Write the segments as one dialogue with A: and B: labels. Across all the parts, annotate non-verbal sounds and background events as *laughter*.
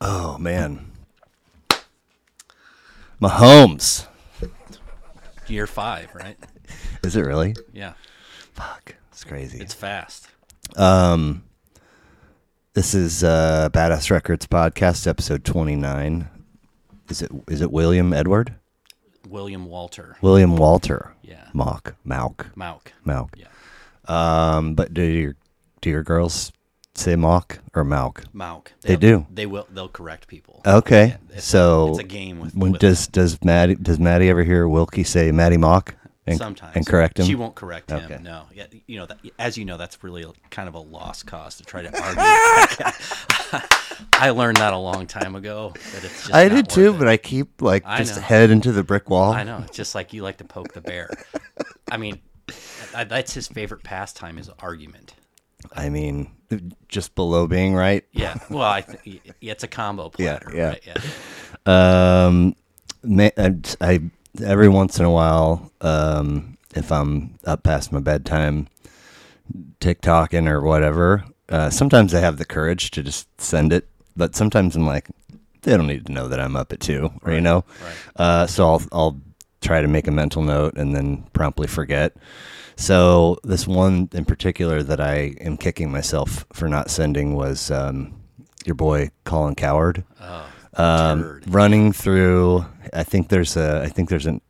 A: Oh man, Mahomes.
B: Year five, right?
A: Is it really?
B: Yeah,
A: Fuck, it's crazy.
B: it's fast.
A: Um, this is uh, Badass Records podcast episode twenty nine. Is it is it William Edward
B: William Walter
A: William Walter?
B: Yeah.
A: Mock Malk
B: Mauk.
A: Malk.
B: Yeah,
A: Um, but do your do your girls say Mock or Malk?
B: Mauk.
A: They do.
B: They will. They'll correct people.
A: Okay,
B: It's-
A: so
B: it's a game with-
A: when
B: with
A: does does Maddie does Maddie ever hear Wilkie say Maddie Mock and,
B: Sometimes
A: and correct him?
B: She won't correct him.
A: Okay.
B: No. Yeah, you know that. As you know, that's really a- kind of a lost cause
A: *laughs*
B: to try to argue. *laughs* I learned that a long time ago. That it's just
A: I
B: not
A: did too,
B: worth it.
A: but I keep like
B: I
A: just
B: know.
A: head into the brick wall.
B: I know. It's just like you like to poke the bear. I mean, I, that's his favorite pastime is argument.
A: I mean, just below being right.
B: Yeah. Well, I th- it's a combo
A: Yeah,
B: platter.
A: yeah.
B: Right? yeah.
A: Um, ma- I, I every once in a while, um, if I'm up past my bedtime, TikToking or whatever, uh, sometimes I have the courage to just send it. But sometimes I'm like, they don't need to know that I'm up at two, or you know.
B: right.
A: Uh, so I'll I'll try to make a mental note and then promptly forget. So this one in particular that I am kicking myself for not sending was um, your boy Colin Coward
B: Oh,
A: um,
B: turd.
A: running through. I think there's a. I think there's an.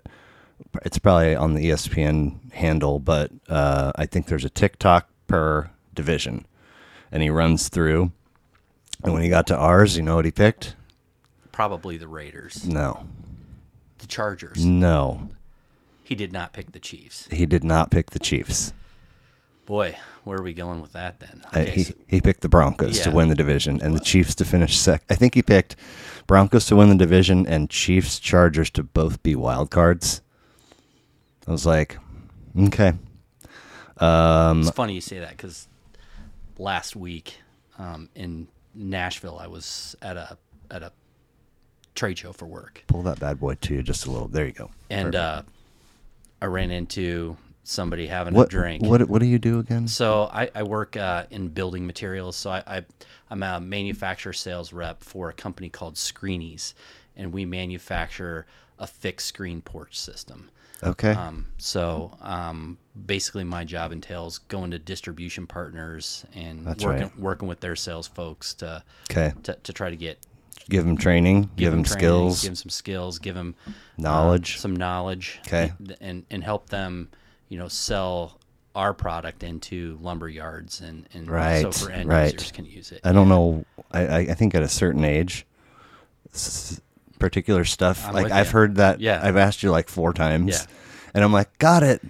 A: It's probably on the E ESPN handle, but uh, I think there's a TikTok per division, and he runs through. And when he got to ours, you know what he picked?
B: Probably the Raiders,
A: No,
B: the Chargers.
A: no,
B: He did not pick the Chiefs.
A: he did not pick the Chiefs.
B: Boy, where are we going with that then?
A: I-
B: Okay,
A: he,
B: so-
A: he picked the Broncos to
B: Yeah.
A: win the division and the Chiefs to finish sec. I think he picked Broncos to win the division and Chiefs Chargers to both be wild cards. I was like, okay,
B: it's funny you say that because last week um, in Nashville, I was at a at a trade show for work,
A: pull that bad boy to you just a little. There you go.
B: and uh, I ran into somebody having
A: what
B: a drink.
A: What what do you do again?
B: So I, I work uh, in building materials. So I, I I'm a manufacturer sales rep for a company called Screenies, and we manufacture a fixed screen porch system.
A: Okay.
B: Um, so um, basically, my job entails going to distribution partners and working,
A: right.
B: working with their sales folks to,
A: okay.
B: to to try to get
A: Give him training. Give, him
B: training,
A: skills.
B: give them some skills, give them
A: Knowledge.
B: some knowledge,
A: Okay.
B: and, and and help them, you know, sell our product into lumber yards and and so
A: Right,
B: for end
A: right.
B: users can use it.
A: I don't know. I, I I think at a certain age, s- particular stuff. like
B: with
A: I've
B: ya.
A: heard that.
B: Yeah.
A: I've asked you like four times.
B: Yeah.
A: And I'm like, got it,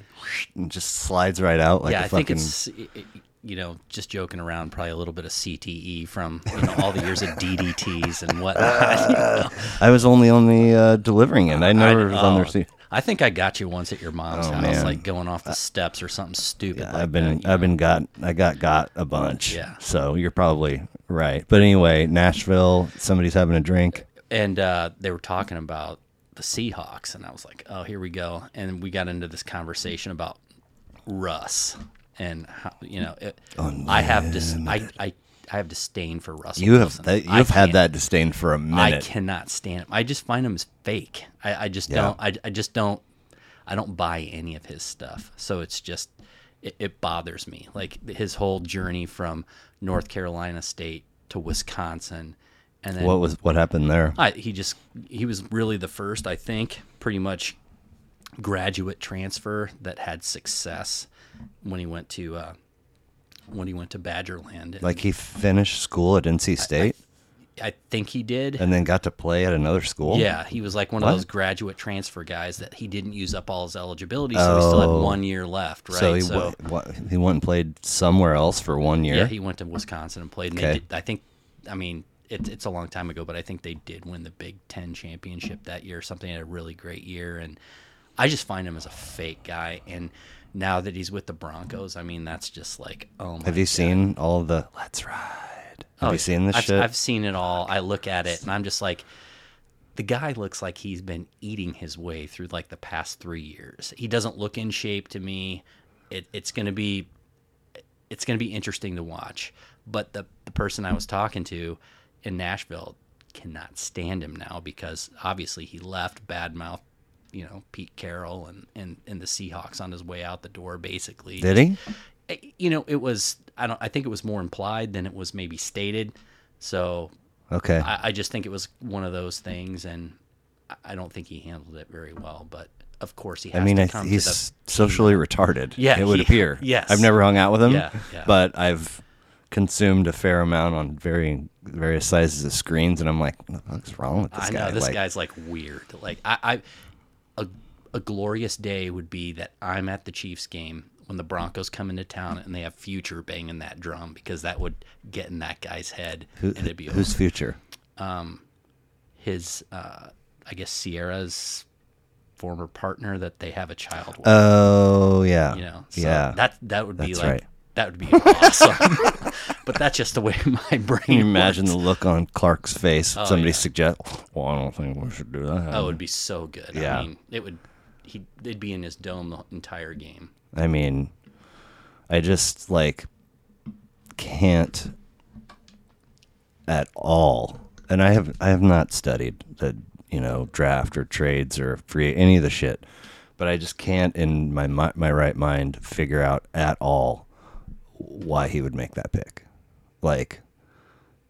A: and just slides right out like
B: yeah,
A: a
B: I think
A: fucking.
B: it's. i- i- you know, just joking around, probably a little bit of CTE from you know all the years of DDTs and whatnot. *laughs*
A: I was only on the uh, delivering end. I
B: I-
A: never was on the
B: oh,
A: receive.
B: I think I got you once at your mom's
A: Oh,
B: house,
A: man.
B: like going off the steps or something stupid. like
A: I've been I've been got I got got a bunch.
B: Yeah.
A: So you're probably right. But anyway, Nashville, somebody's having a drink.
B: and uh, they were talking about the Seahawks, and I was like, "Oh, here we go." And we got into this conversation about Russ, and how, you know, it, I have dis- I, I I have disdain for Russell.
A: You have
B: Wilson.
A: that, you
B: I
A: have had
B: can't-
A: that disdain for a
B: I
A: minute.
B: cannot stand him. I just find him as fake. I, I just don't. I, I just don't. I don't buy any of his stuff. So it's just it, it bothers me. Like his whole journey from North Carolina State to Wisconsin, and then
A: What was what happened there?
B: I, he just he was really the first, I think, pretty much graduate transfer that had success when he went to uh, when he went to Badgerland.
A: Like he finished school at NC State
B: I think he did.
A: and then got to play at another school.
B: Yeah, he was like one of those graduate transfer guys that he didn't use up all his eligibility, so he still
A: Oh.
B: had one year left, right?
A: So he wa- wa- he went and played somewhere else for one year.
B: yeah, he went to Wisconsin and played. And
A: Okay.
B: they did, I think, I mean, it, it's a long time ago, but I think they did win the Big Ten championship that year. or Something had a really great year, and I just find him as a fake guy. And now that he's with the Broncos, I mean, that's just like, oh my.
A: have you seen all of the Let's Ride? Have you seen this
B: Oh, I've,
A: shit?
B: I've seen it all. I look at it and I'm just like, the guy looks like he's been eating his way through like the past three years. He doesn't look in shape to me. It, it's gonna be, it's gonna be interesting to watch. But the the person I was talking to in Nashville cannot stand him now because obviously he left badmouth, you know, Pete Carroll and, and, and the Seahawks on his way out the door, basically.
A: Did he?
B: I- You know, it was, I don't, I think it was more implied than it was maybe stated. So
A: Okay.
B: I, I just think it was one of those things, and I- I don't think he handled it very well. But of course, he
A: I
B: has
A: mean, I
B: to
A: th-
B: come to
A: he's socially retarded.
B: Yeah,
A: it would
B: he-
A: appear.
B: *laughs* yes.
A: I've never hung out with him.
B: Yeah, yeah.
A: but I've consumed a fair amount on varying various sizes of screens, and I'm like, what the fuck's wrong with
B: the.
A: this
B: I
A: guy?
B: know this
A: like,
B: guy's like weird. Like I, I a, a glorious day would be that I'm at the Chiefs game when the Broncos come into town and they have Future banging that drum because that would get in that guy's head
A: who-
B: and it'd be
A: whose future?
B: his, uh, I guess Sierra's former partner that they have a child with.
A: Oh yeah,
B: you know so
A: yeah.
B: that that would be
A: That's
B: like
A: right.
B: that would be awesome *laughs* but that's just the way *laughs* my brain
A: Can you imagine
B: works.
A: the look on Clark's face when
B: Oh,
A: somebody
B: yeah. Oh,
A: suggests, "Well, I don't think we should do that."
B: that would be so good
A: Yeah.
B: i mean it would he they'd be in his dome the entire game
A: I mean, I just like can't at all. And I have I have not studied the you know draft or trades or free any of the shit, but I just can't in my mi- my right mind figure out at all why he would make that pick. Like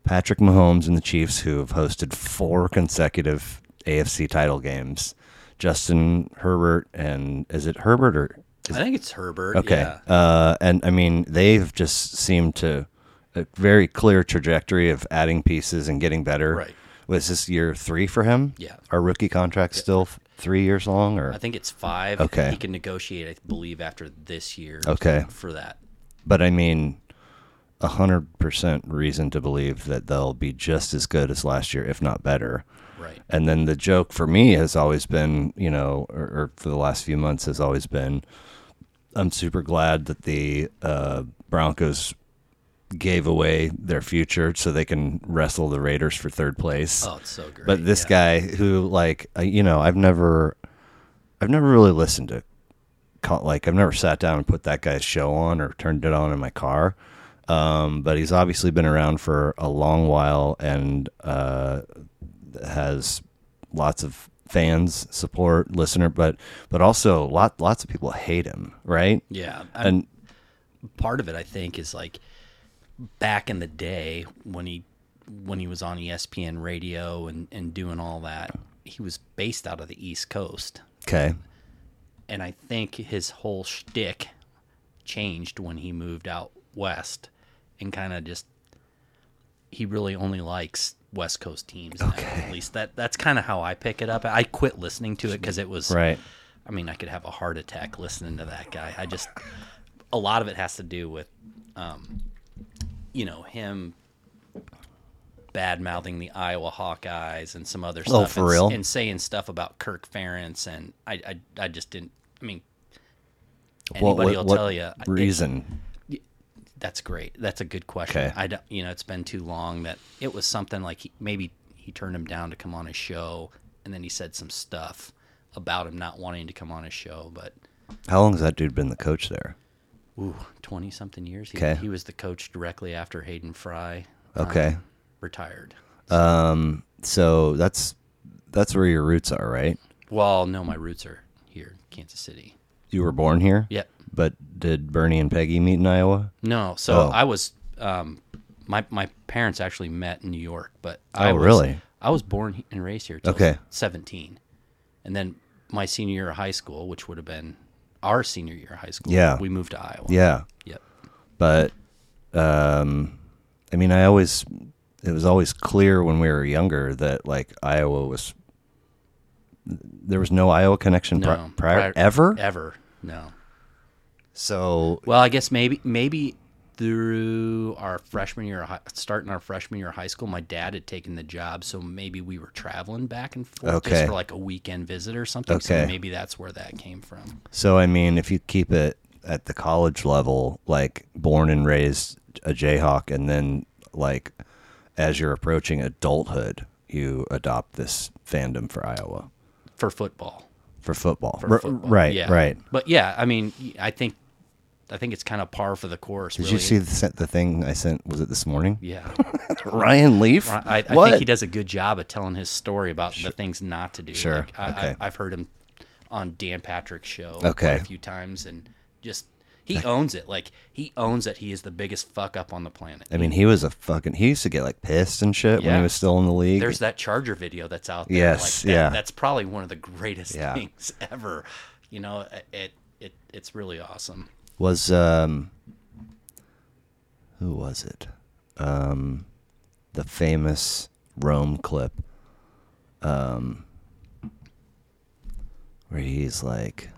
A: Patrick Mahomes and the Chiefs, who have hosted four consecutive AFC title games. Justin Herbert and is it Herbert or
B: i think it's herbert
A: Okay.
B: yeah.
A: Uh, and I mean, they've just seemed to a very clear trajectory of adding pieces and getting better.
B: Right.
A: Was this year three for him?
B: Yeah.
A: Our rookie contract's still f- three years long, or
B: i think it's five
A: Okay.
B: he can negotiate i believe after this year
A: Okay.
B: for that
A: but I mean, a hundred percent reason to believe that they'll be just as good as last year, if not better.
B: right
A: And then the joke for me has always been, you know, or, or for the last few months has always been, I'm super glad that the uh, Broncos gave away their future so they can wrestle the Raiders for third place.
B: oh it's so great
A: but this
B: yeah.
A: guy who, like, uh, you know, I've never, I've never really listened to, co- like, I've never sat down and put that guy's show on or turned it on in my car. Um, but he's obviously been around for a long while and uh, has lots of fans, support, listener, but but also lot lots of people hate him, right?
B: yeah I-
A: And
B: part of it I think is like back in the day when he when he was on E ESPN radio and and doing all that he was based out of the East Coast
A: okay,
B: and I think his whole shtick changed when he moved out west and kind of just he really only likes West Coast teams now, at least that that's kind of how I pick it up I quit listening to it because it was
A: right.
B: I mean, I could have a heart attack listening to that guy. I just, a lot of it has to do with, um, you know, him bad mouthing the Iowa Hawkeyes and some other stuff.
A: Oh, for
B: and, s-
A: real?
B: And saying stuff about Kirk Ferentz. And I, I, I just didn't, I mean,
A: What, what,
B: anybody will
A: what
B: tell you.
A: reason?
B: That's great. That's a good question.
A: Okay.
B: I don't, you know, it's been too long that it was something like he, maybe he turned him down to come on his show, and then he said some stuff about him not wanting to come on his show. But
A: How long has that dude been the coach there?
B: ooh, twenty something years. He,
A: Okay.
B: he was the coach directly after Hayden Fry um,
A: Okay.
B: retired.
A: so that's that's where your roots are, right?
B: Well, no, my roots are here, in Kansas City.
A: You were born here.
B: Yep.
A: But did Bernie and Peggy meet in Iowa?
B: No, so
A: Oh.
B: I was um, my my parents actually met in New York, but I
A: Oh,
B: was,
A: really?
B: I was born he- and raised here. Till
A: Okay.
B: seventeen, and then my senior year of high school, which would have been our senior year of high school,
A: Yeah.
B: we moved to Iowa.
A: Yeah.
B: Yep.
A: But um, I mean, I always it was always clear when we were younger that like Iowa was there was no Iowa connection
B: No.
A: pri- prior, ever.
B: Ever. No.
A: So
B: Well, I guess maybe maybe through our freshman year, of hi- starting our freshman year of high school, my dad had taken the job, so maybe we were traveling back and forth just
A: Okay.
B: for like a weekend visit or something.
A: Okay.
B: So maybe that's where that came from.
A: So I mean, if you keep it at the college level, like born and raised a Jayhawk, and then like as you're approaching adulthood, you adopt this fandom for Iowa
B: For football,
A: for football.
B: for
A: R-
B: football.
A: right,
B: yeah.
A: right.
B: But yeah, I mean, I think I think it's kind of par for the course.
A: Did
B: really.
A: you see the, the thing I sent? Was it this morning?
B: Yeah,
A: Ryan Leaf.
B: I, I
A: what?
B: think he does a good job of telling his story about the things not to do.
A: Sure,
B: Like, I,
A: okay.
B: I, I've heard him on Dan Patrick's show
A: Okay.
B: quite a few times, and just he owns it. Like he owns that he is the biggest fuck up on the planet.
A: I mean, he was a fucking. He used to get like pissed and shit when
B: Yeah.
A: he was still in the league.
B: There's that Charger video that's out there.
A: Yes,
B: like, that-
A: yeah.
B: That's probably one of the greatest
A: Yeah.
B: things *laughs* ever. You know, it it it's really awesome.
A: was um, who was it? Um, the famous Rome clip. Um, where he's like,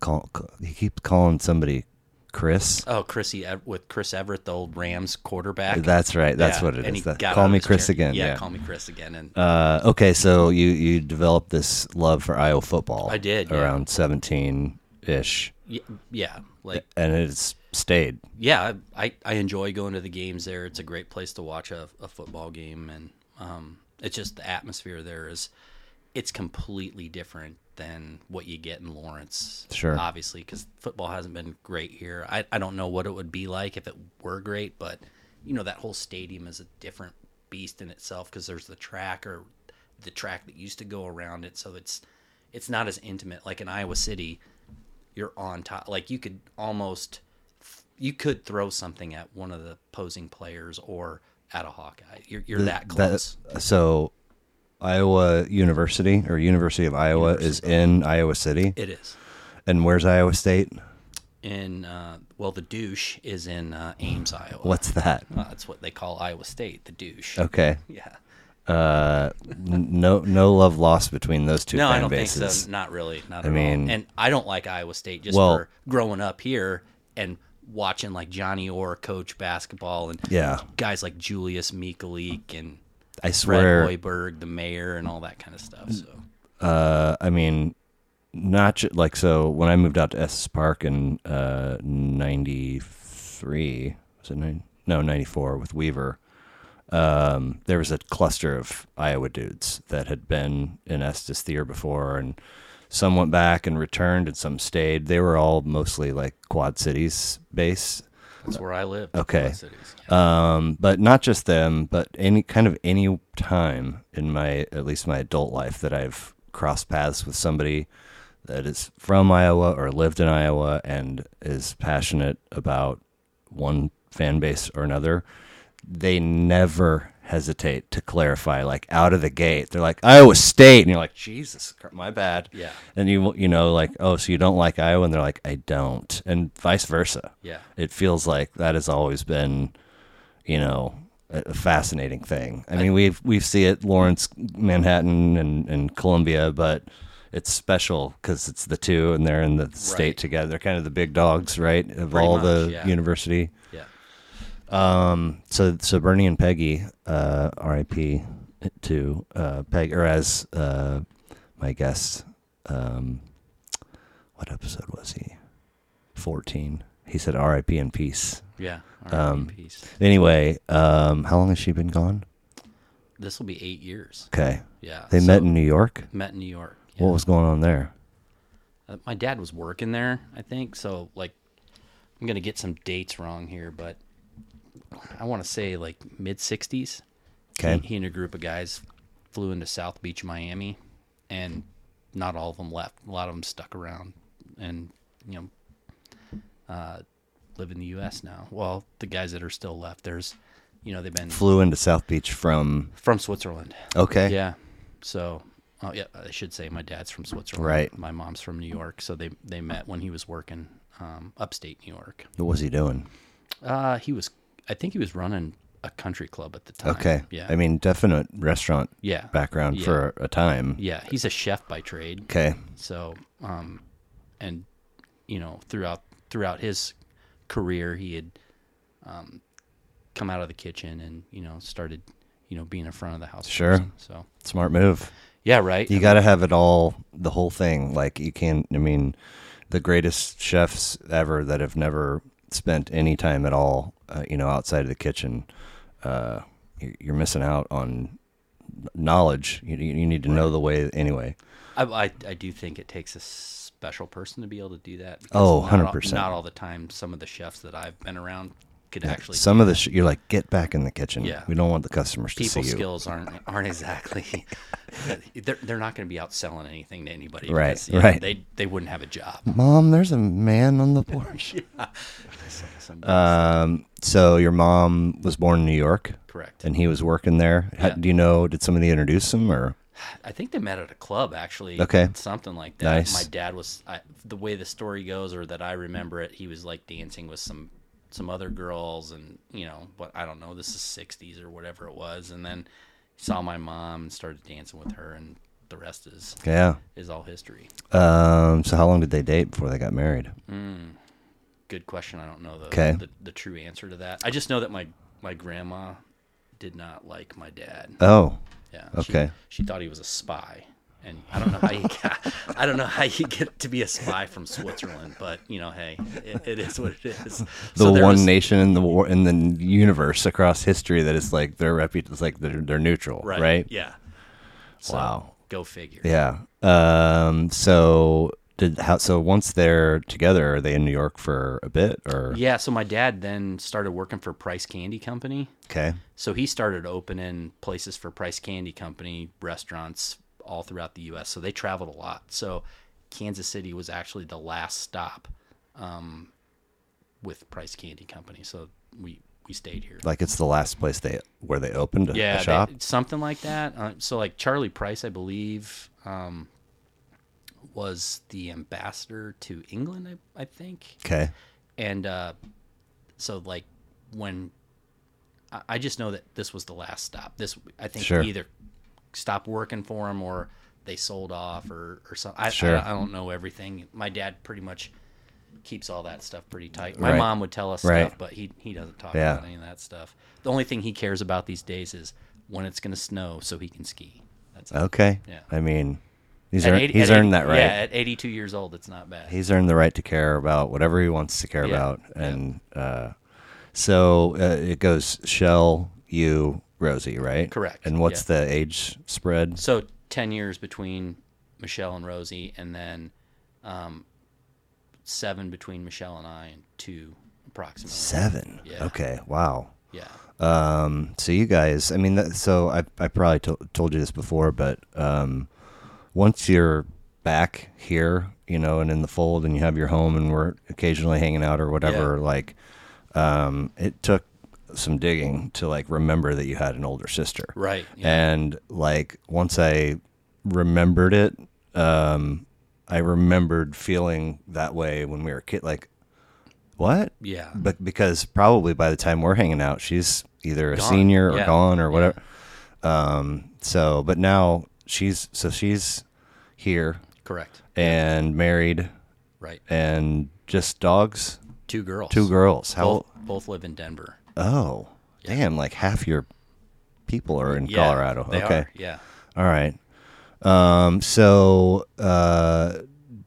A: call, call- he keeps calling somebody Chris.
B: Oh, Chrissy Ev- with Chris Everett, the old Rams quarterback.
A: That's right. That's
B: Yeah,
A: what it
B: and he
A: is. That-
B: got out
A: call
B: of
A: me
B: his
A: Chris
B: chair.
A: again.
B: Yeah,
A: Yeah.
B: call me Chris again. And
A: Uh, okay, so you you developed this love for Iowa football.
B: I did, yeah.
A: around seventeen ish,
B: y- yeah, like
A: and it's stayed.
B: yeah, I, I enjoy going to the games there. It's a great place to watch a, a football game, and um, it's just the atmosphere there is. It's completely different than what you get in Lawrence.
A: Sure.
B: obviously, because football hasn't been great here. I I don't know what it would be like if it were great, but you know that whole stadium is a different beast in itself because there's the track or the track that used to go around it, so it's it's not as intimate like in Iowa City you're on top. Like you could almost, you could throw something at one of the opposing players or at a Hawkeye. You're, you're that close.
A: so Iowa University or University of Iowa is in Iowa City,
B: it is.
A: and where's Iowa State?
B: In uh, well, the douche is in uh, Ames, Iowa.
A: What's that?
B: Uh, that's what they call Iowa State. The douche.
A: Okay,
B: Yeah.
A: uh, n- no no love lost between those two
B: No,
A: fan
B: I don't
A: bases.
B: think so. Not really. Not at
A: mean-
B: all. And I don't like Iowa State just
A: Well-
B: for growing up here and watching like Johnny Orr coach basketball and
A: Yeah,
B: guys like Julius Mikulik and
A: I
B: Fred
A: swear.
B: Hoiberg, the mayor, and all that kind of stuff. So.
A: uh, I mean, not ju- like so. When I moved out to Estes Park in uh, '93, was it nine? No, '94 with Weaver. Um, there was a cluster of Iowa dudes that had been in Estes the year before, and some went back and returned, and some stayed. They were all mostly like Quad Cities base,
B: That's where I live.
A: Okay.
B: Quad Cities.
A: um, but not just them, but any kind of any time in my at least my adult life that I've crossed paths with somebody that is from Iowa or lived in Iowa and is passionate about one fan base or another, they never hesitate to clarify like out of the gate. They're like Iowa State, and you're like Jesus, Christ, my bad.
B: Yeah.
A: and you you know like oh, so you don't like Iowa, and they're like I don't, and vice versa
B: Yeah.
A: it feels like that has always been, you know, a, a fascinating thing. I mean, we've we see it Lawrence, Manhattan, and and Columbia, but it's special because it's the two, and they're in the state
B: Right.
A: together. They're kind of the big dogs, right, of
B: Pretty
A: all
B: much,
A: the
B: yeah.
A: university.
B: Yeah.
A: So so Bernie and Peggy, uh, R.I.P. to uh, Peg, or as uh, my guest, um, what episode was he? Fourteen. He said R.I.P. in peace.
B: Yeah. Um, peace.
A: Anyway, um, how long has she been gone?
B: This will be eight years.
A: Okay.
B: Yeah.
A: They
B: so-
A: met in New York.
B: met in New York.
A: What was going on there?
B: Uh, my dad was working there, I think. So like, I'm gonna get some dates wrong here, but I want to say like mid '60s.
A: Okay.
B: He, he and a group of guys flew into South Beach, Miami, and not all of them left. A lot of them stuck around, and you know, uh, live in the U.S. now. Well, the guys that are still left, there's, you know, they've been
A: Flew into South Beach from.
B: from Switzerland.
A: Okay.
B: Yeah. So, oh yeah, I should say my dad's from Switzerland.
A: Right.
B: My mom's from New York, so they they met when he was working um, upstate New York.
A: What was he doing?
B: Uh, he was, I think he was running a country club at the time.
A: Okay.
B: Uh, Yeah.
A: I mean, definite restaurant
B: yeah.
A: background
B: Yeah.
A: for a time.
B: Yeah, he's a chef by trade.
A: Okay.
B: So, um, and you know, throughout throughout his career, he had um, come out of the kitchen and you know started you know being in front of the house.
A: Sure.
B: person. So
A: Smart move.
B: yeah, right.
A: You got to have it all, the whole thing. Like, you can't, I mean, the greatest chefs ever that have never spent any time at all, uh, you know, outside of the kitchen, uh, you- you're missing out on knowledge. You, you you need to know the way anyway.
B: I, I, I do think it takes a s- special person to be able to do that. because
A: Oh,
B: not all-
A: 100%.
B: Not all the time. Some of the chefs that I've been around could actually
A: Some of the sh- you're like, get back in the kitchen.
B: Yeah.
A: We don't want the customers to see
B: people
A: you.
B: skills aren't aren't exactly *laughs* they're, they're not going to be out selling anything to anybody
A: Right,
B: because, you know,
A: right.
B: they they wouldn't have a job
A: Mom, there's a man *laughs* on the porch.
B: Some-
A: um, so your mom was born in New York,
B: correct
A: and he was working there. How,
B: Yeah.
A: Do you know? Did somebody introduce him or?
B: i think they met at a club actually
A: Okay.
B: something like that
A: Nice.
B: my dad was I, the way the story goes or that i remember it he was like dancing with some some other girls and you know what i don't know this is 60s or whatever it was and then saw my mom and started dancing with her and the rest is
A: Yeah.
B: is all history
A: Um, so how long did they date before they got married?
B: good question. I don't know the,
A: Okay.
B: the the true answer to that. I just know that my my grandma did not like my dad.
A: Oh,
B: Yeah.
A: okay.
B: She, she thought he was a spy, and I don't know how you got, *laughs* I don't know how you get to be a spy from Switzerland, but you know, hey, it, it is what it is.
A: the
B: So there
A: one
B: was-
A: nation in the war in the universe across history that is like their repu- it's like they're, they're neutral, right?
B: Yeah. So,
A: Wow.
B: Go figure.
A: Yeah. Um. So did how? So once they're together, are they in New York for a bit or?
B: Yeah. So my dad then started working for Price Candy Company.
A: Okay.
B: So he started opening places for Price Candy Company, restaurants all throughout the U.S. So they traveled a lot. So Kansas City was actually the last stop um, with Price Candy Company. So we we stayed here.
A: Like it's the last place they where they opened a, a
B: yeah, they-
A: shop.
B: something like that. Uh, so like Charlie Price, I believe, um, was the ambassador to England. I, I think
A: okay.
B: and uh, so like when I, I just know that this was the last stop. This I think
A: Sure.
B: either stopped working for him or they sold off or or something. I,
A: Sure.
B: I, I don't know everything. My dad pretty much keeps all that stuff pretty tight. My
A: Right.
B: mom would tell us
A: Right.
B: stuff, but he he doesn't talk
A: Yeah.
B: about any of that stuff. The only thing he cares about these days is when it's going to snow so he can ski. That's it.
A: Okay.
B: Yeah.
A: I mean, Uh, he's
B: At
A: earned,
B: 80
A: he's
B: at
A: earned
B: 80
A: that right.
B: Yeah, at 82 years old, it's not bad.
A: he's earned the right to care about whatever he wants to care
B: Yeah,
A: about
B: yeah.
A: and uh, so uh, it goes shell you rosie right
B: Correct,
A: and what's the age spread
B: so 10 years between Michelle and Rosie, and then um, seven between Michelle and I, and two approximately.
A: seven
B: Yeah.
A: okay wow
B: Yeah.
A: um, so you guys i mean that, so i, I probably to- told you this before but um, once you're back here you know and in the fold and you have your home and we're occasionally hanging out or whatever like um, it took some digging to like remember that you had an older sister
B: Right. Yeah.
A: and like once i remembered it um i remembered feeling that way when we were kid like what
B: yeah.
A: but because probably by the time we're hanging out she's either a
B: Gone.
A: senior or
B: Yeah.
A: gone or whatever um so but now she's so she's here
B: Correct.
A: and married
B: Right.
A: and just dogs
B: Two girls.
A: two girls how
B: Both, both live in Denver.
A: oh damn like half your people are in
B: Yeah,
A: colorado
B: They
A: okay
B: Are. Yeah.
A: all right. Um, so, uh,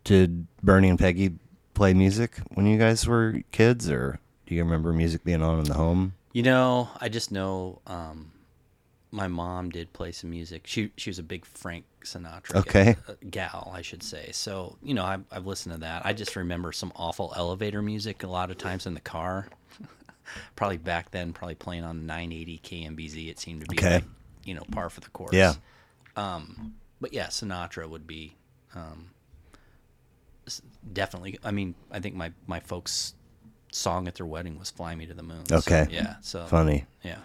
A: did Bernie and Peggy play music when you guys were kids, or do you remember music being on in the home?
B: You know, I just know um, my mom did play some music. She she was a big Frank Sinatra
A: Okay.
B: gal, gal, I should say. So you know, I've, I've listened to that. I just remember some awful elevator music a lot of times in the car. *laughs* probably back then, probably playing on 980 KMBZ. It seemed to be
A: Okay.
B: like, you know par for the course.
A: Yeah.
B: Um, but yeah, Sinatra would be um, s- definitely. I mean, I think my my folks. Song at their wedding was "Fly Me to the Moon." So,
A: Okay.
B: yeah. So
A: Funny.
B: yeah.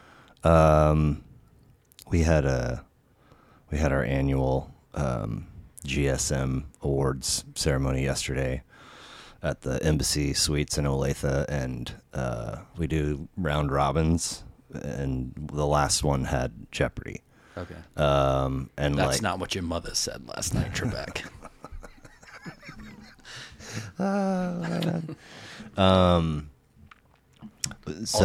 A: Um, we had a we had our annual um, GSM awards ceremony yesterday at the Embassy Suites in Olathe, and uh, we do round robins, and the last one had Jeopardy.
B: Okay.
A: Um, and
B: That's
A: like,
B: not what your mother said last night,
A: *laughs*
B: Trebek.
A: so,
B: I'll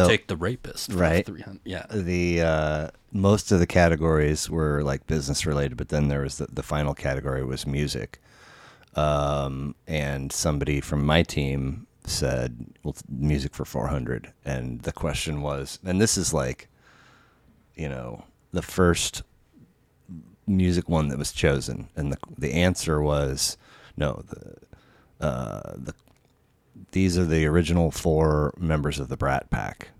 B: take the rapist. For
A: Right.
B: 300. Yeah.
A: the uh, most of the categories were like business related, but then there was the, the final category was music. Um, and somebody from my team said, "Well, it's music for 400." And the question was, and this is like, you know, the first music one that was chosen, and the the answer was, no, the uh, the these are the original four members of the Brat Pack,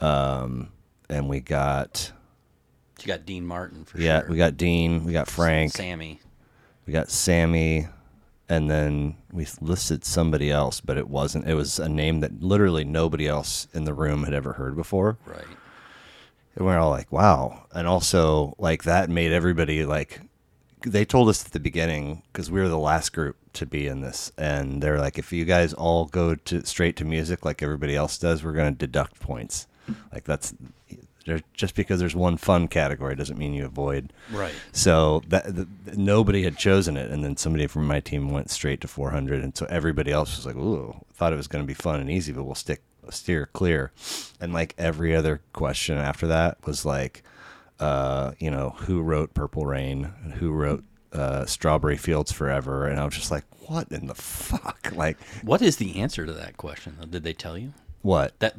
A: um, and we got
B: You got Dean Martin for
A: yeah
B: sure.
A: we got Dean, we got Frank,
B: Sammy.
A: we got Sammy, and then we listed somebody else, but it wasn't. It was a name that literally nobody else in the room had ever heard before.
B: Right.
A: And we're all like, wow. And also, like, that made everybody like, they told us at the beginning because we were the last group to be in this, and they're like, if you guys all go to straight to music like everybody else does, we're going to deduct points. Like that's there- just because there's one fun category doesn't mean you avoid.
B: Right.
A: So that th th- nobody had chosen it, and then somebody from my team went straight to 400, and so everybody else was like, "Ooh, thought it was going to be fun and easy, but we'll stick steer clear." And like every other question after that was like, uh, you know, who wrote Purple Rain and who wrote uh, Strawberry Fields Forever, and I was just like, "What in the fuck?" *laughs* Like,
B: What is the answer to that question? though? Did they tell you
A: what?
B: that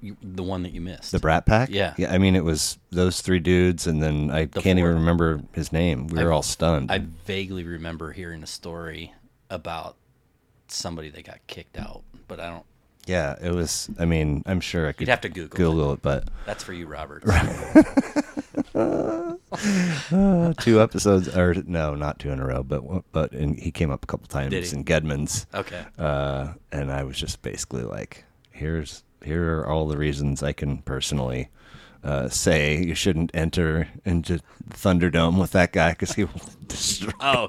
B: you- the one that you missed?
A: The Brat Pack?
B: Yeah.
A: yeah. I mean, it was those three dudes, and then I can't even remember his name. We were all stunned.
B: I vaguely remember hearing a story about somebody that got kicked out, but I don't.
A: Yeah, it was. I mean, I'm sure I could
B: You'd have to Google. it.
A: Google it, but
B: That's for you, Robert.
A: uh,
B: *laughs*
A: two episodes, or no, not two in a row, but one- but and he came up a couple times
B: Did he?
A: in Gedman's,
B: *laughs* Okay.
A: *laughs* uh, and I was just basically like, here's here are all the reasons I can personally. Uh, say you shouldn't enter into Thunderdome with that guy because he will *laughs* destroy.
B: Oh,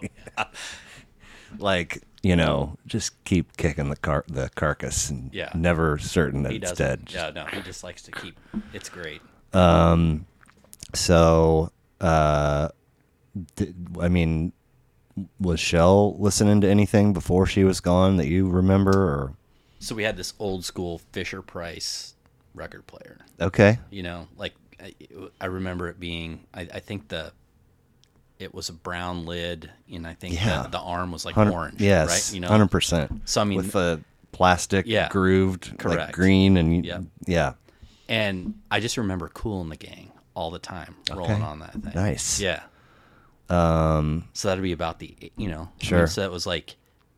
A: Like you know, just keep kicking the car the carcass and
B: Yeah.
A: never certain that
B: he
A: it's
B: doesn't.
A: dead. Just
B: Yeah, no, he just likes to keep. It's great.
A: Um, so, uh, d I I mean, was Shell listening to anything before she was gone that you remember? Or
B: So we had this old school Fisher Price record player.
A: okay,
B: You know, like I, I remember it being. I, I think the it was a brown lid, and I think
A: Yeah.
B: the, the arm was like
A: Hundred-
B: orange.
A: yes,
B: Right. You know.
A: hundred percent.
B: So I mean,
A: With the plastic,
B: Yeah.
A: grooved, like
B: Correct.
A: green, and
B: Yep.
A: yeah,
B: and I just remember Cool in the Gang all the time rolling
A: Okay.
B: on that thing.
A: Nice.
B: Yeah. Um. So that'd be about the you know. I mean,
A: Sure.
B: so that was like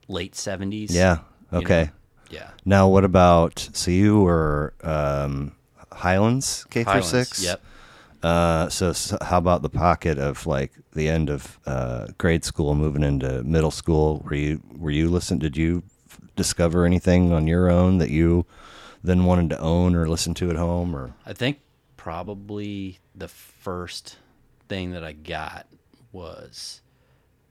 B: late seventies.
A: yeah, okay.
B: Yeah.
A: Now, what about so you were um, Highlands K through
B: Highlands,
A: six?
B: Yep.
A: Uh, so, s how about the pocket of like the end of uh, grade school, moving into middle school? Were you were you listen? Did you f- discover anything on your own that you then wanted to own or listen to at home? Or
B: I think probably the first thing that I got was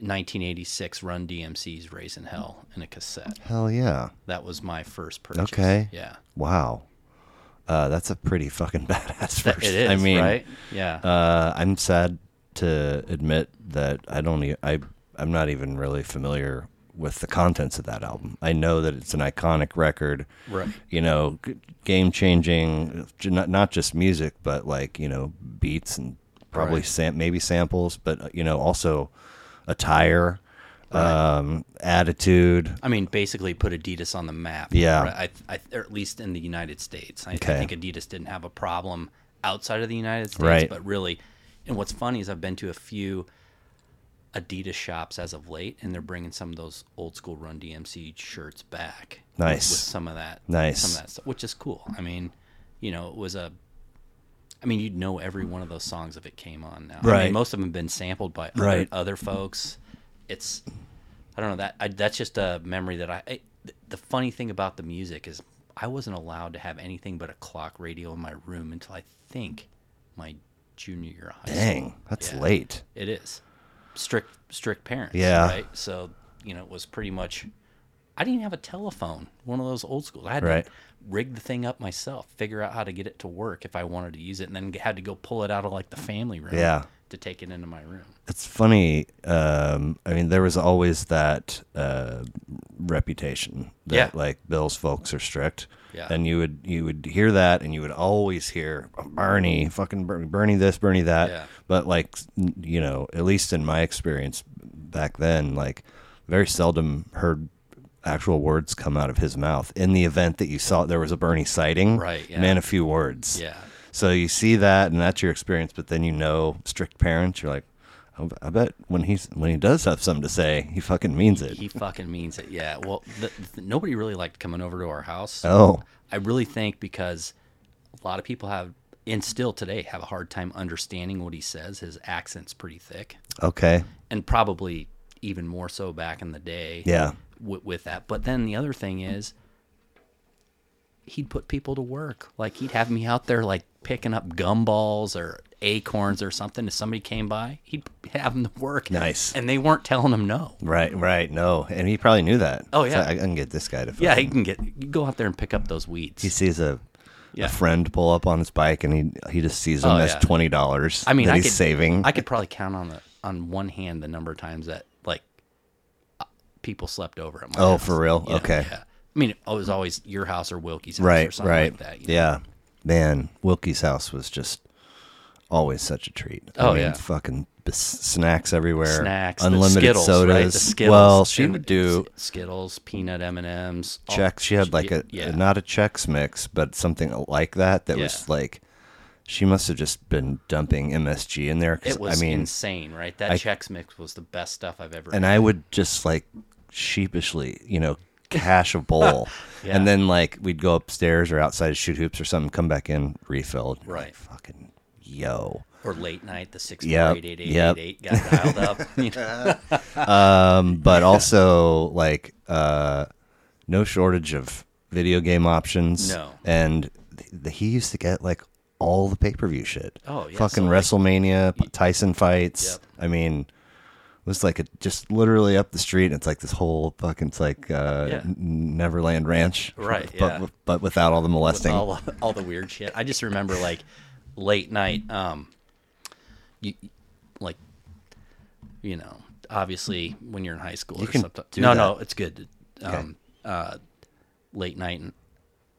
B: 1986 Run DMC's "Raising Hell" in a cassette.
A: hell yeah,
B: That was my first purchase.
A: Okay.
B: Yeah.
A: wow, uh, that's a pretty fucking *laughs* badass
B: That-
A: first.
B: It is.
A: I mean,
B: right? Yeah.
A: Uh, I'm sad to admit that I don't. E- I I'm not even really familiar with the contents of that album. I know that it's an iconic record,
B: Right.
A: You know, g- game changing, not not just music, but like you know, beats and probably
B: Right.
A: sam- maybe samples, but uh, you know, also attire, um, attitude.
B: I mean, basically put Adidas on the map.
A: Yeah.
B: Right? I, I, or at least in the United States. I,
A: Okay.
B: I think Adidas didn't have a problem outside of the United States,
A: Right.
B: but really, and what's funny is I've been to a few Adidas shops as of late, and they're bringing some of those old school Run DMC shirts back. with-
A: Nice.
B: With some of that.
A: Nice.
B: Some of that stuff, which is cool. I mean, you know, it was a. I mean, you'd know every one of those songs if it came on now. I mean,
A: Right.
B: most of them have been sampled by other,
A: Right.
B: other folks. It's I don't know that I, that's just a memory that I, I- th- the funny thing about the music is I wasn't allowed to have anything but a clock radio in my room until I think my junior year of high school.
A: Dang, that's
B: Yeah.
A: late.
B: It is strict strict parents.
A: Yeah.
B: Right. So you know it was pretty much. I didn't have a telephone, one of those old schools. I had
A: Right.
B: to rig the thing up myself, figure out how to get it to work if I wanted to use it, and then had to go pull it out of like the family room
A: Yeah.
B: to take it into my room.
A: it's funny. Um, I mean, there was always that uh, reputation that
B: Yeah.
A: like Bill's folks are strict.
B: Yeah.
A: And you would you would hear that, and you would always hear Bernie, fucking Bernie, Bernie this, Bernie that.
B: Yeah.
A: But like, n- you know, at least in my experience back then, like, very seldom heard actual words come out of his mouth. In the event that you saw there was a Bernie sighting,
B: Right, yeah.
A: man, a few words.
B: Yeah.
A: So you see that, and that's your experience. But then you know, strict parents, you're like, I- I bet when he's when he does have something to say, he fucking means it.
B: He fucking means it. Yeah. Well, th th nobody really liked coming over to our house.
A: Oh,
B: I really think because a lot of people have, and still today, have a hard time understanding what he says. His accent's pretty thick,
A: okay,
B: and probably even more so back in the day.
A: yeah,
B: With, with that, but then the other thing is, he'd put people to work. Like he'd have me out there, like picking up gumballs or acorns or something. If somebody came by, he'd have them to work.
A: Nice.
B: And they weren't telling him no.
A: right, right. No, and he probably knew that.
B: Oh,
A: So
B: yeah.
A: I, I can get this guy to.
B: Yeah,
A: fucking-
B: he can get you go out there and pick up those weeds.
A: he sees a.
B: Yeah.
A: A friend pull up on his bike and he he just sees him
B: Oh,
A: as
B: yeah.
A: twenty dollars.
B: I mean,
A: that
B: I
A: he's
B: could,
A: saving.
B: I could probably count on the on one hand the number of times that like uh, people slept over at my.
A: Oh,
B: house.
A: for real?
B: Yeah,
A: Okay.
B: Yeah. I mean, it was always your house or Wilkie's house or
A: right,
B: something
A: right.
B: like that. you know?
A: Yeah, man, Wilkie's house was just always such a treat. I
B: Oh,
A: mean,
B: yeah.
A: fucking b- snacks everywhere,
B: Snacks, the
A: unlimited
B: Skittles,
A: sodas.
B: Right? The Skittles.
A: Well, she
B: and
A: would do
B: S- Skittles, peanut M and M's,
A: checks. She had like a
B: yeah.
A: not a checks mix, but something like that. That was
B: Yeah.
A: like she must have just been dumping MSG in there. 'cause,
B: It was
A: I mean,
B: insane, right? That checks mix was the best stuff I've ever.
A: and I would just like sheepishly, you know, cash a bowl.
B: *laughs* Yeah.
A: And then like we'd go upstairs or outside to shoot hoops or something, come back in, refilled. You're like,
B: Right.
A: Fucking yo.
B: or late night, the six
A: Yep,
B: four eight eight eight
A: yep.
B: eight eight got dialed up. *laughs* You know?
A: Um, but also like uh no shortage of video game options.
B: No.
A: And th- th- he used to get like all the pay per view shit.
B: Oh, yeah,
A: Fucking
B: so, like-
A: WrestleMania, P- Tyson fights.
B: Yep.
A: I mean it was like a, just literally up the street. And it's like this whole fucking it's like uh,
B: Yeah.
A: N- Neverland Ranch,
B: Right,
A: But
B: yeah.
A: but without all the molesting.
B: all all the weird shit. I just remember like late night, um, you like, you know, obviously when you're in high school or
A: can
B: something.
A: do
B: No,
A: that.
B: no, it's good. Um, uh, late night and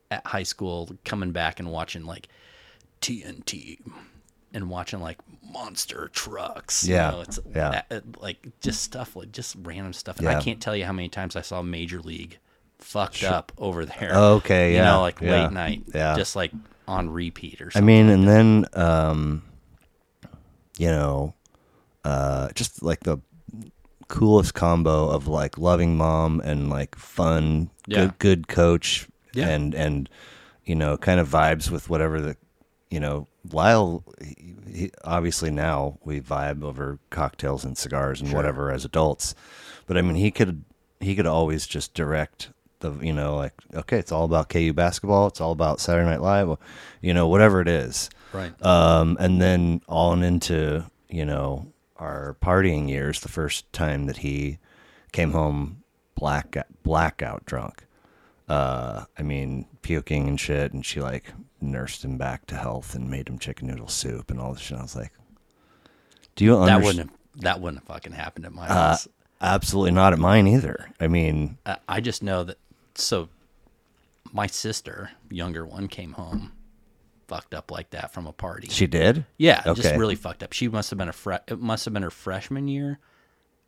B: at high school, coming back and watching like TNT and watching like monster trucks. you
A: Yeah,
B: know, it's
A: yeah.
B: that- it- like just stuff like just random stuff. And
A: Yeah.
B: I can't tell you how many times I saw Major League fucked up over there.
A: Okay,
B: you
A: yeah,
B: know, like
A: yeah,
B: late night,
A: yeah.
B: just like on repeat or
A: I
B: something.
A: mean, and then um, you know, uh, just like the coolest combo of like loving mom and like fun,
B: Yeah.
A: good, good coach,
B: Yeah.
A: and and you know, kind of vibes with whatever the you know. Lyle, he, he, obviously now we vibe over cocktails and cigars and whatever as adults, but I mean, he could he could always just direct. The, you know like okay it's all about ku basketball it's all about saturday night live you know whatever it is
B: right.
A: um, and then on into you know our partying years. The first time that he came home black blackout drunk. Uh, I mean, puking and shit, and she like nursed him back to health and made him chicken noodle soup and all this shit. I was like, "Do you
B: that
A: understand?"
B: wouldn't have, that wouldn't have fucking happened at my
A: Uh,
B: house.
A: Absolutely not at mine either. I mean,
B: I, I just know that. So, my sister, younger one, came home fucked up like that from a party.
A: she did.
B: yeah,
A: Okay.
B: just really fucked up. She must have been a fre- it must have been her freshman year,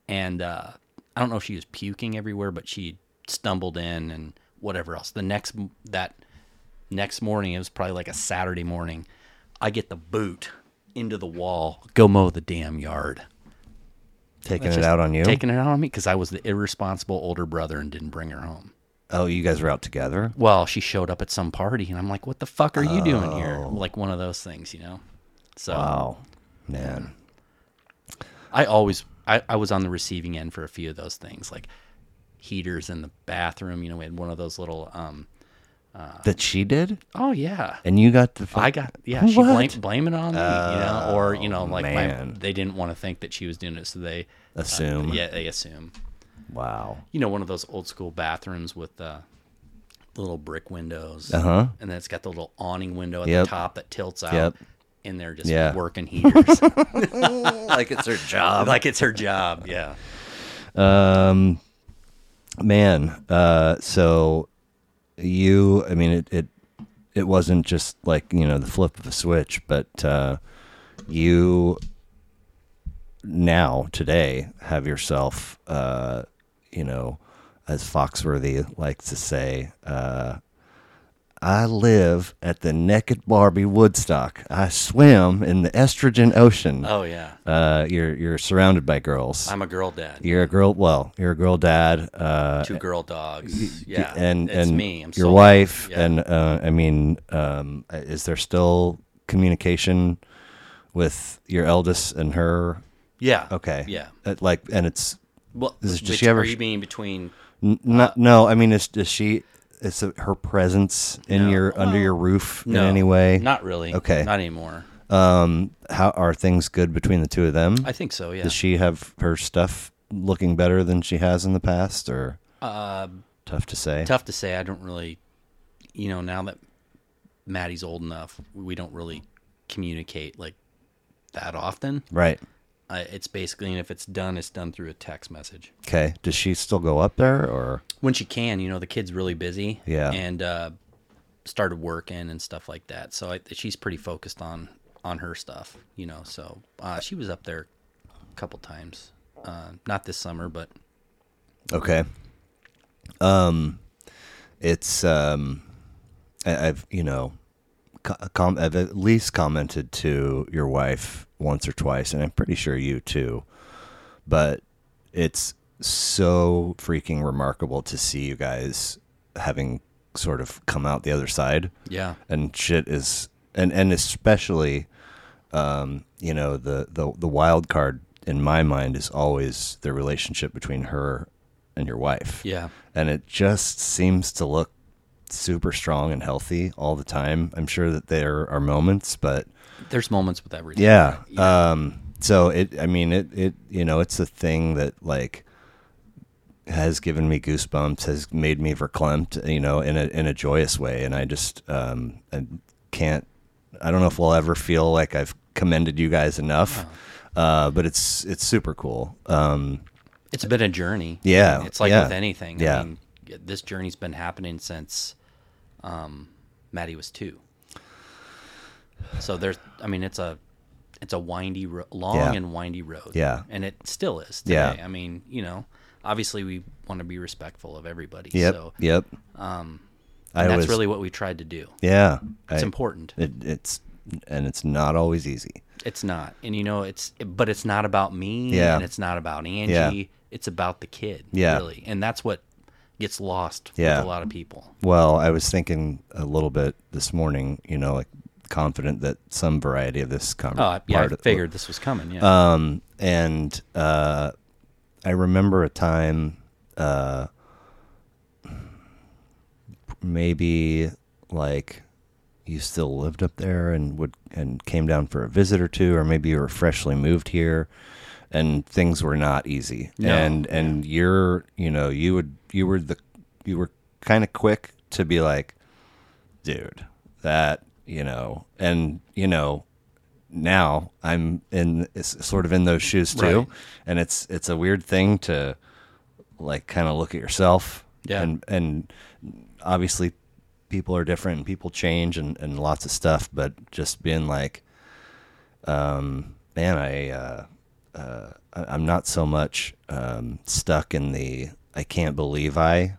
B: and uh, I don't know if she was puking everywhere, but she stumbled in and whatever else. The next m- that next morning, it was probably like a Saturday morning. I get the boot into the wall, go mow the damn yard.
A: Taking it
B: Just
A: out on you.
B: Taking it out on me because I was the irresponsible older brother and didn't bring her home.
A: oh, you guys were out together.
B: Well, she showed up at some party, and I'm like, "What the fuck are you doing here?" Like one of those things, you know. So
A: Wow, man.
B: I always I, I was on the receiving end for a few of those things, like heaters in the bathroom. You know, we had one of those little. um
A: that she did,
B: Oh yeah,
A: and you got the. fuck-
B: I got yeah. She
A: What? Oh,
B: blamed blaming it on me, you know, or you know, like my,
A: man. Mm-hmm.
B: they didn't want to think that she was doing it, so they
A: assume.
B: yeah they assume
A: Wow.
B: you know one of those old school bathrooms with the little brick windows,
A: Uh-huh.
B: and then it's got the little awning window at
A: Yep.
B: the top that tilts out.
A: Yep.
B: And they're just
A: Yeah.
B: working heaters
A: *laughs* like it's her job.
B: like it's her job. Yeah.
A: Um, *laughs* man. Uh, so you, I mean, it, it, it wasn't just like you know the flip of a switch, but uh, you now today have yourself, uh, you know, as Foxworthy likes to say, uh, I live at the Naked Barbie Woodstock. I swim in the estrogen ocean.
B: Oh yeah,
A: Uh, you're you're surrounded by girls.
B: I'm a girl dad.
A: you're a girl. Well, you're a girl dad. Uh,
B: Two girl dogs. Yeah,
A: and
B: it's
A: and
B: me. I'm
A: your
B: solo.
A: wife.
B: Yeah.
A: And uh, I mean, um, is there still communication with your eldest and her?
B: yeah.
A: Okay.
B: Yeah.
A: Uh, like, and it's
B: Well,
A: Does- does
B: which-
A: she ever-
B: Are you mean between?
A: n- not. no, I mean, is does she? Is it her presence in
B: No.
A: your under your roof
B: No.
A: in any way?
B: Not really.
A: Okay.
B: Not anymore.
A: Um, how are things good between the two of them?
B: I think so. Yeah.
A: Does she have her stuff looking better than she has in the past, or
B: uh,
A: tough to say?
B: tough to say. I don't really, you know, now that Maddie's old enough, we don't really communicate like that often.
A: Right.
B: Uh, it's basically, and if it's done, it's done through a text message.
A: Okay. Does she still go up there, or
B: When she can, you know, the kid's really busy.
A: Yeah.
B: And uh, started working and stuff like that. So I, she's pretty focused on on her stuff, you know. So uh, she was up there a couple times. Uh, not this summer, but
A: okay? Um, it's um, I, I've you know, co- com- I've at least commented to your wife once or twice, and I'm pretty sure you too. But it's so freaking remarkable to see you guys having sort of come out the other side.
B: yeah.
A: and shit is and and especially um you know the the the wild card in my mind is always the relationship between her and your wife
B: Yeah.
A: and it just seems to look super strong and healthy all the time i'm sure that there are moments but
B: There's moments with everything.
A: yeah. Um. So it. I mean, it. It. You know, it's a thing that like has given me goosebumps, has made me verklempt. You know, in a in a joyous way, and I just um I can't. I don't know if we'll ever feel like I've commended you guys enough. Uh, but it's it's super cool. Um,
B: it's been a journey.
A: Yeah,
B: it's like
A: yeah,
B: with anything.
A: yeah.
B: I mean, this journey's been happening since um, Maddie was two. So there's, I mean, it's a, it's a windy, ro- long
A: Yeah.
B: and windy road.
A: Yeah.
B: and it still is.
A: Yeah.
B: Today. I mean, you know, obviously we want to be respectful of everybody.
A: yep,
B: So
A: yep. Um, I
B: and that's
A: was
B: really what we tried to do.
A: yeah.
B: It's
A: I-
B: important.
A: It, it's and it's not always easy.
B: It's not, and you know, it's but it's not about me,
A: Yeah.
B: and it's not about Angie.
A: Yeah.
B: It's about the kid,
A: Yeah.
B: really, and that's what gets lost
A: Yeah.
B: with a lot of people.
A: Well, I was thinking a little bit this morning, you know, like confident that some variety of this
B: Oh,
A: conversation.
B: I- yeah, I figured this was coming. Yeah,
A: Um, and uh, I remember a time, uh, maybe like you still lived up there and would and came down for a visit or two, or maybe you were freshly moved here, and things were not easy.
B: No.
A: And and you're you know you would you were the you were kind of quick to be like, dude, that you know, and you know, now I'm in it's sort of in those shoes too,
B: Right.
A: and it's it's a weird thing to like kind of look at yourself,
B: Yeah.
A: and and obviously people are different and people change and and lots of stuff, but just being like, um, man, I. uh uh, I- I'm not so much um, stuck in the I can't believe I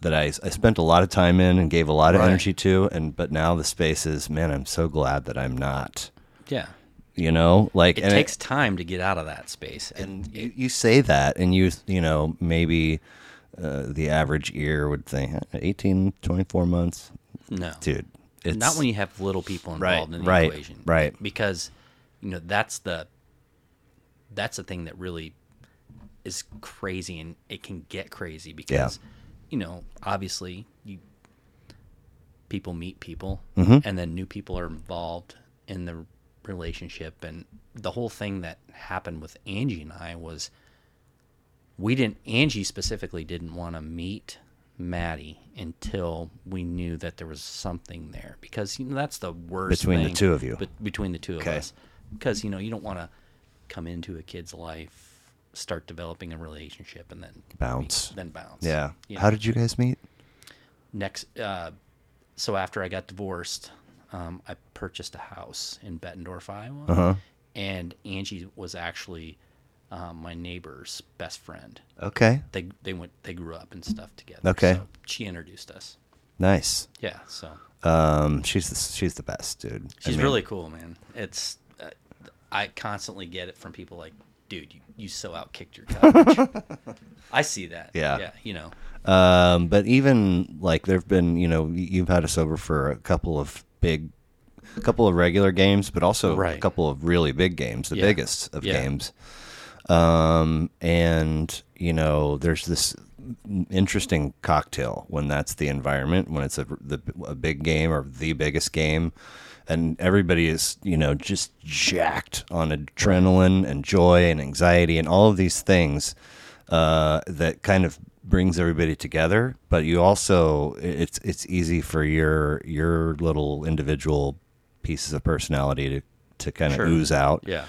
A: that I, I spent a lot of time in and gave a lot of
B: Right.
A: energy to and but now the space is man I'm so glad that I'm not
B: yeah.
A: you know like
B: It
A: and
B: takes time to get out of that space. It-
A: and you, you say that and you you know maybe uh, the average ear would think 18 24 months
B: no,
A: dude it's
B: not when you have little people involved
A: Right,
B: in the
A: right,
B: equation,
A: right.
B: Because you know that's the that's the thing that really is crazy, and it can get crazy because you know obviously you people meet people,
A: Mm-hmm.
B: and then new people are involved in the relationship, and the whole thing that happened with Angie and I was. we didn't angie specifically didn't want to meet maddie until we knew that there was something there because you know that's the worst
A: Between the
B: thing
A: two of you.
B: bet- between the two of
A: Okay.
B: us because you know you don't want to come into a kid's life start developing a relationship and then
A: bounce
B: then bounce
A: yeah
B: You
A: how
B: know,
A: did you guys meet
B: next uh, so after i got divorced um, i purchased a house in bettendorf iowa
A: Uh-huh.
B: and angie was actually um, my neighbor's best friend
A: okay
B: they they went they grew up and stuff together.
A: Okay.
B: so she introduced us.
A: Nice.
B: Yeah, so
A: Um, she's the, she's the best, dude. I
B: she's
A: mean,
B: really cool, man. It's uh, I constantly get it from people like, dude, you, you so outkicked your coverage.
A: *laughs*
B: I see that.
A: Yeah.
B: yeah, you know,
A: Um, but even like there've been, you know, y- you've had us over for a couple of big, a couple of regular games, but also a
B: Right.
A: couple of really big games, the
B: Yeah.
A: biggest of
B: Yeah.
A: games. Um, and you know, there's this interesting cocktail when that's the environment, when it's a the, a big game or the biggest game, and everybody is you know just jacked on adrenaline and joy and anxiety and all of these things uh, that kind of brings everybody together. But you also it's it's easy for your your little individual pieces of personality to to kind of
B: Sure.
A: ooze out.
B: yeah.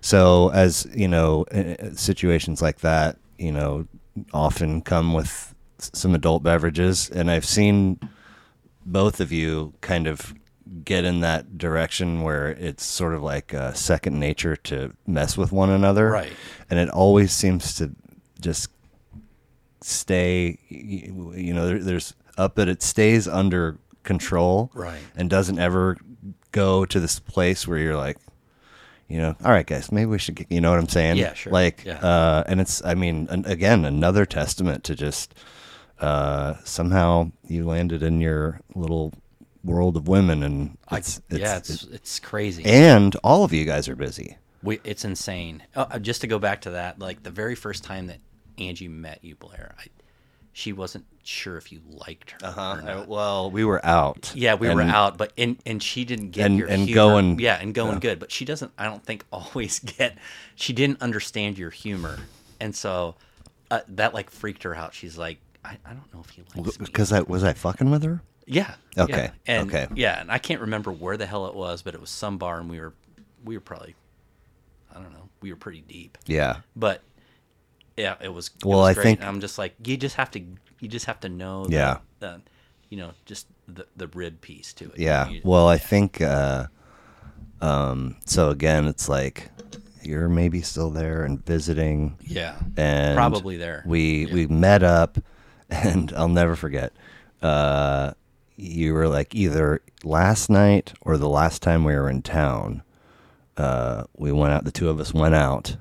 A: So as you know, uh, situations like that, you know, often come with s- some adult beverages, and I've seen both of you kind of get in that direction where it's sort of like uh, second nature to mess with one another,
B: Right.
A: And it always seems to just stay, y- y- you know, there, there's up, but it stays under control,
B: Right.
A: And doesn't ever go to this place where you're like, you know, all right, guys, maybe we should, get, you know what I'm saying?
B: Yeah, sure.
A: Like,
B: Yeah.
A: uh, and it's, I mean, an, again, another testament to just uh, somehow you landed in your little world of women, and
B: I,
A: it's,
B: yeah,
A: it's-
B: it's it's, crazy.
A: and all of you guys are busy.
B: we, it's insane. Uh, uh, just to go back to that, like the very first time that Angie met you, Blair, I, she wasn't sure if you liked her.
A: Uh-huh.
B: Or not.
A: well, we were out.
B: Uh-huh. Yeah, we were
A: and-
B: out, but and and she didn't get
A: And-
B: your
A: and
B: humor.
A: going-
B: yeah, and going good, but she doesn't. I don't think *laughs* always get. She didn't understand your humor, and so uh, that like freaked her out. She's like, I, I don't know if he likes me.
A: Because I was I fucking with her.
B: Yeah.
A: Okay,
B: Yeah. And,
A: okay.
B: Yeah, and I can't remember where the hell it was, but it was some bar, and we were we were probably I don't know, we were pretty deep,
A: Yeah.
B: but yeah, it was. it
A: Well,
B: was
A: I
B: great.
A: think-
B: and I'm just like you just have to you just have to know. the-
A: Yeah.
B: the, you know, just the the rib piece to it.
A: Yeah.
B: You-
A: Well, I think uh, um, so. Again, it's like you're maybe still there and visiting,
B: Yeah.
A: and
B: Probably there.
A: We we met up, *laughs* and I'll never forget. Uh, you were like either last night or the last time we were in town. Uh, we went out. The two of us went out,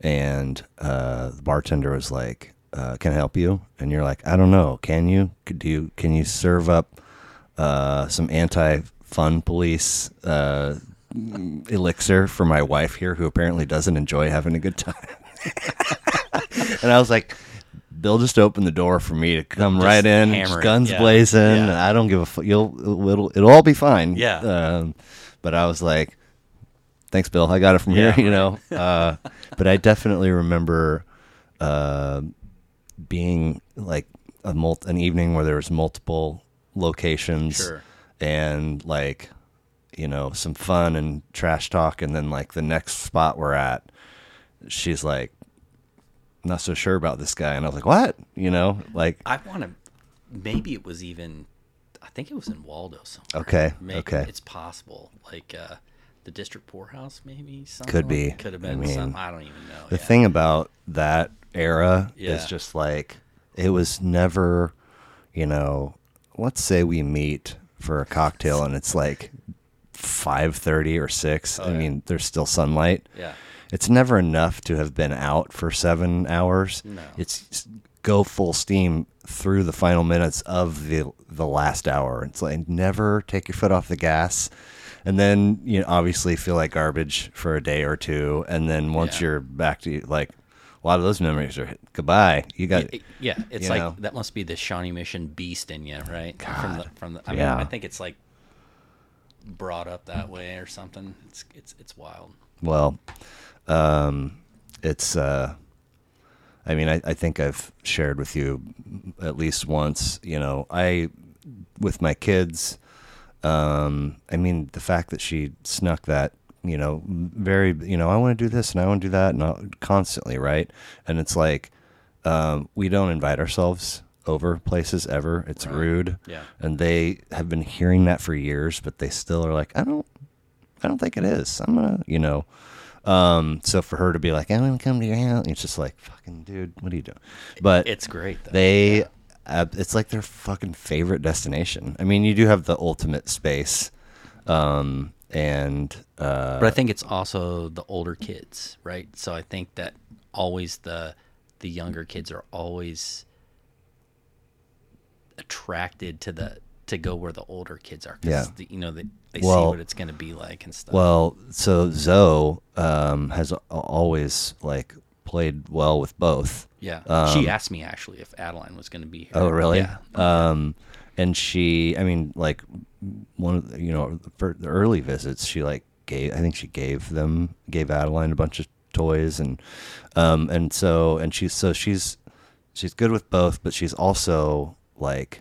A: and uh, the bartender was like, uh, "Can I help you?" And you're like, "I don't know. Can you? Could you? Can you serve up uh, some anti-fun police?" Uh, elixir for my wife here who apparently doesn't enjoy having a good time *laughs* and I was like, they'll just open the door for me to come
B: Just
A: right in,
B: hammer
A: just
B: it.
A: guns
B: Yeah.
A: blazing.
B: Yeah.
A: I don't give a fuck. You'll it'll it'll all be fine.
B: Yeah.
A: Um, but I was like, thanks, Bill. I got it from
B: Yeah,
A: here. *laughs* You know. Uh, but I definitely remember uh, being like a mul- an evening where there was multiple locations
B: Sure.
A: and like you know some fun and trash talk and then like the next spot we're at she's like not so sure about this guy and i was like what you know like
B: I want to. Maybe it was even. I think it was in Waldo somewhere.
A: okay
B: Maybe
A: okay
B: It's possible. Like uh, the district poorhouse, maybe. Something
A: Could be.
B: like- Could have
A: I
B: been.
A: mean,
B: some, I don't even know.
A: the
B: yeah.
A: thing about that era is
B: Yeah.
A: just like it was never you know let's say we meet for a cocktail and it's like 5.30 or 6 i
B: Oh, yeah.
A: mean there's still sunlight
B: Yeah.
A: it's never enough to have been out for seven hours.
B: No.
A: It's go full steam through the final minutes of the the last hour. It's like never take your foot off the gas, and then you know, obviously feel like garbage for a day or two, and then once
B: Yeah.
A: you're back to like a lot of those memories are goodbye. You got
B: It- yeah, it's
A: you
B: like
A: know.
B: that must be the Shawnee Mission beast in you, right? From the, from the, I mean,
A: Yeah.
B: I think it's like brought up that way or something. It's it's it's wild.
A: Well, um, it's. Uh, I mean, I, I think I've shared with you at least once. You know, I with my kids. Um, I mean, the fact that she snuck that. You know, very. You know, I want to do this and I want to do that, and I'll, constantly, right? And it's like um, we don't invite ourselves over places ever. It's rude.
B: Yeah.
A: And they have been hearing that for years, but they still are like, I don't I don't think it is. I'm gonna, you know. Um, so for her to be like, I'm gonna come to your house, it's just like, fucking dude, what are you doing? But
B: It's great though.
A: they, ab- it's like their fucking favorite destination. I mean, you do have the ultimate space, um, and uh,
B: But I think it's also the older kids, right? So I think that always the the younger kids are always attracted to the to go where the older kids are 'cause
A: Yeah.
B: the- you know they, they see
A: Well-
B: what it's going to be like and stuff.
A: Well, so Zoe um, has al- always like played well with both.
B: yeah. she asked me actually if Adeline was going to be here.
A: um, Oh, really?
B: Yeah.
A: Um, and she, I mean, like one of the, you know for the early visits, she like gave. I think she gave them gave Adeline a bunch of toys and um and so and she's so she's she's good with both, but she's also like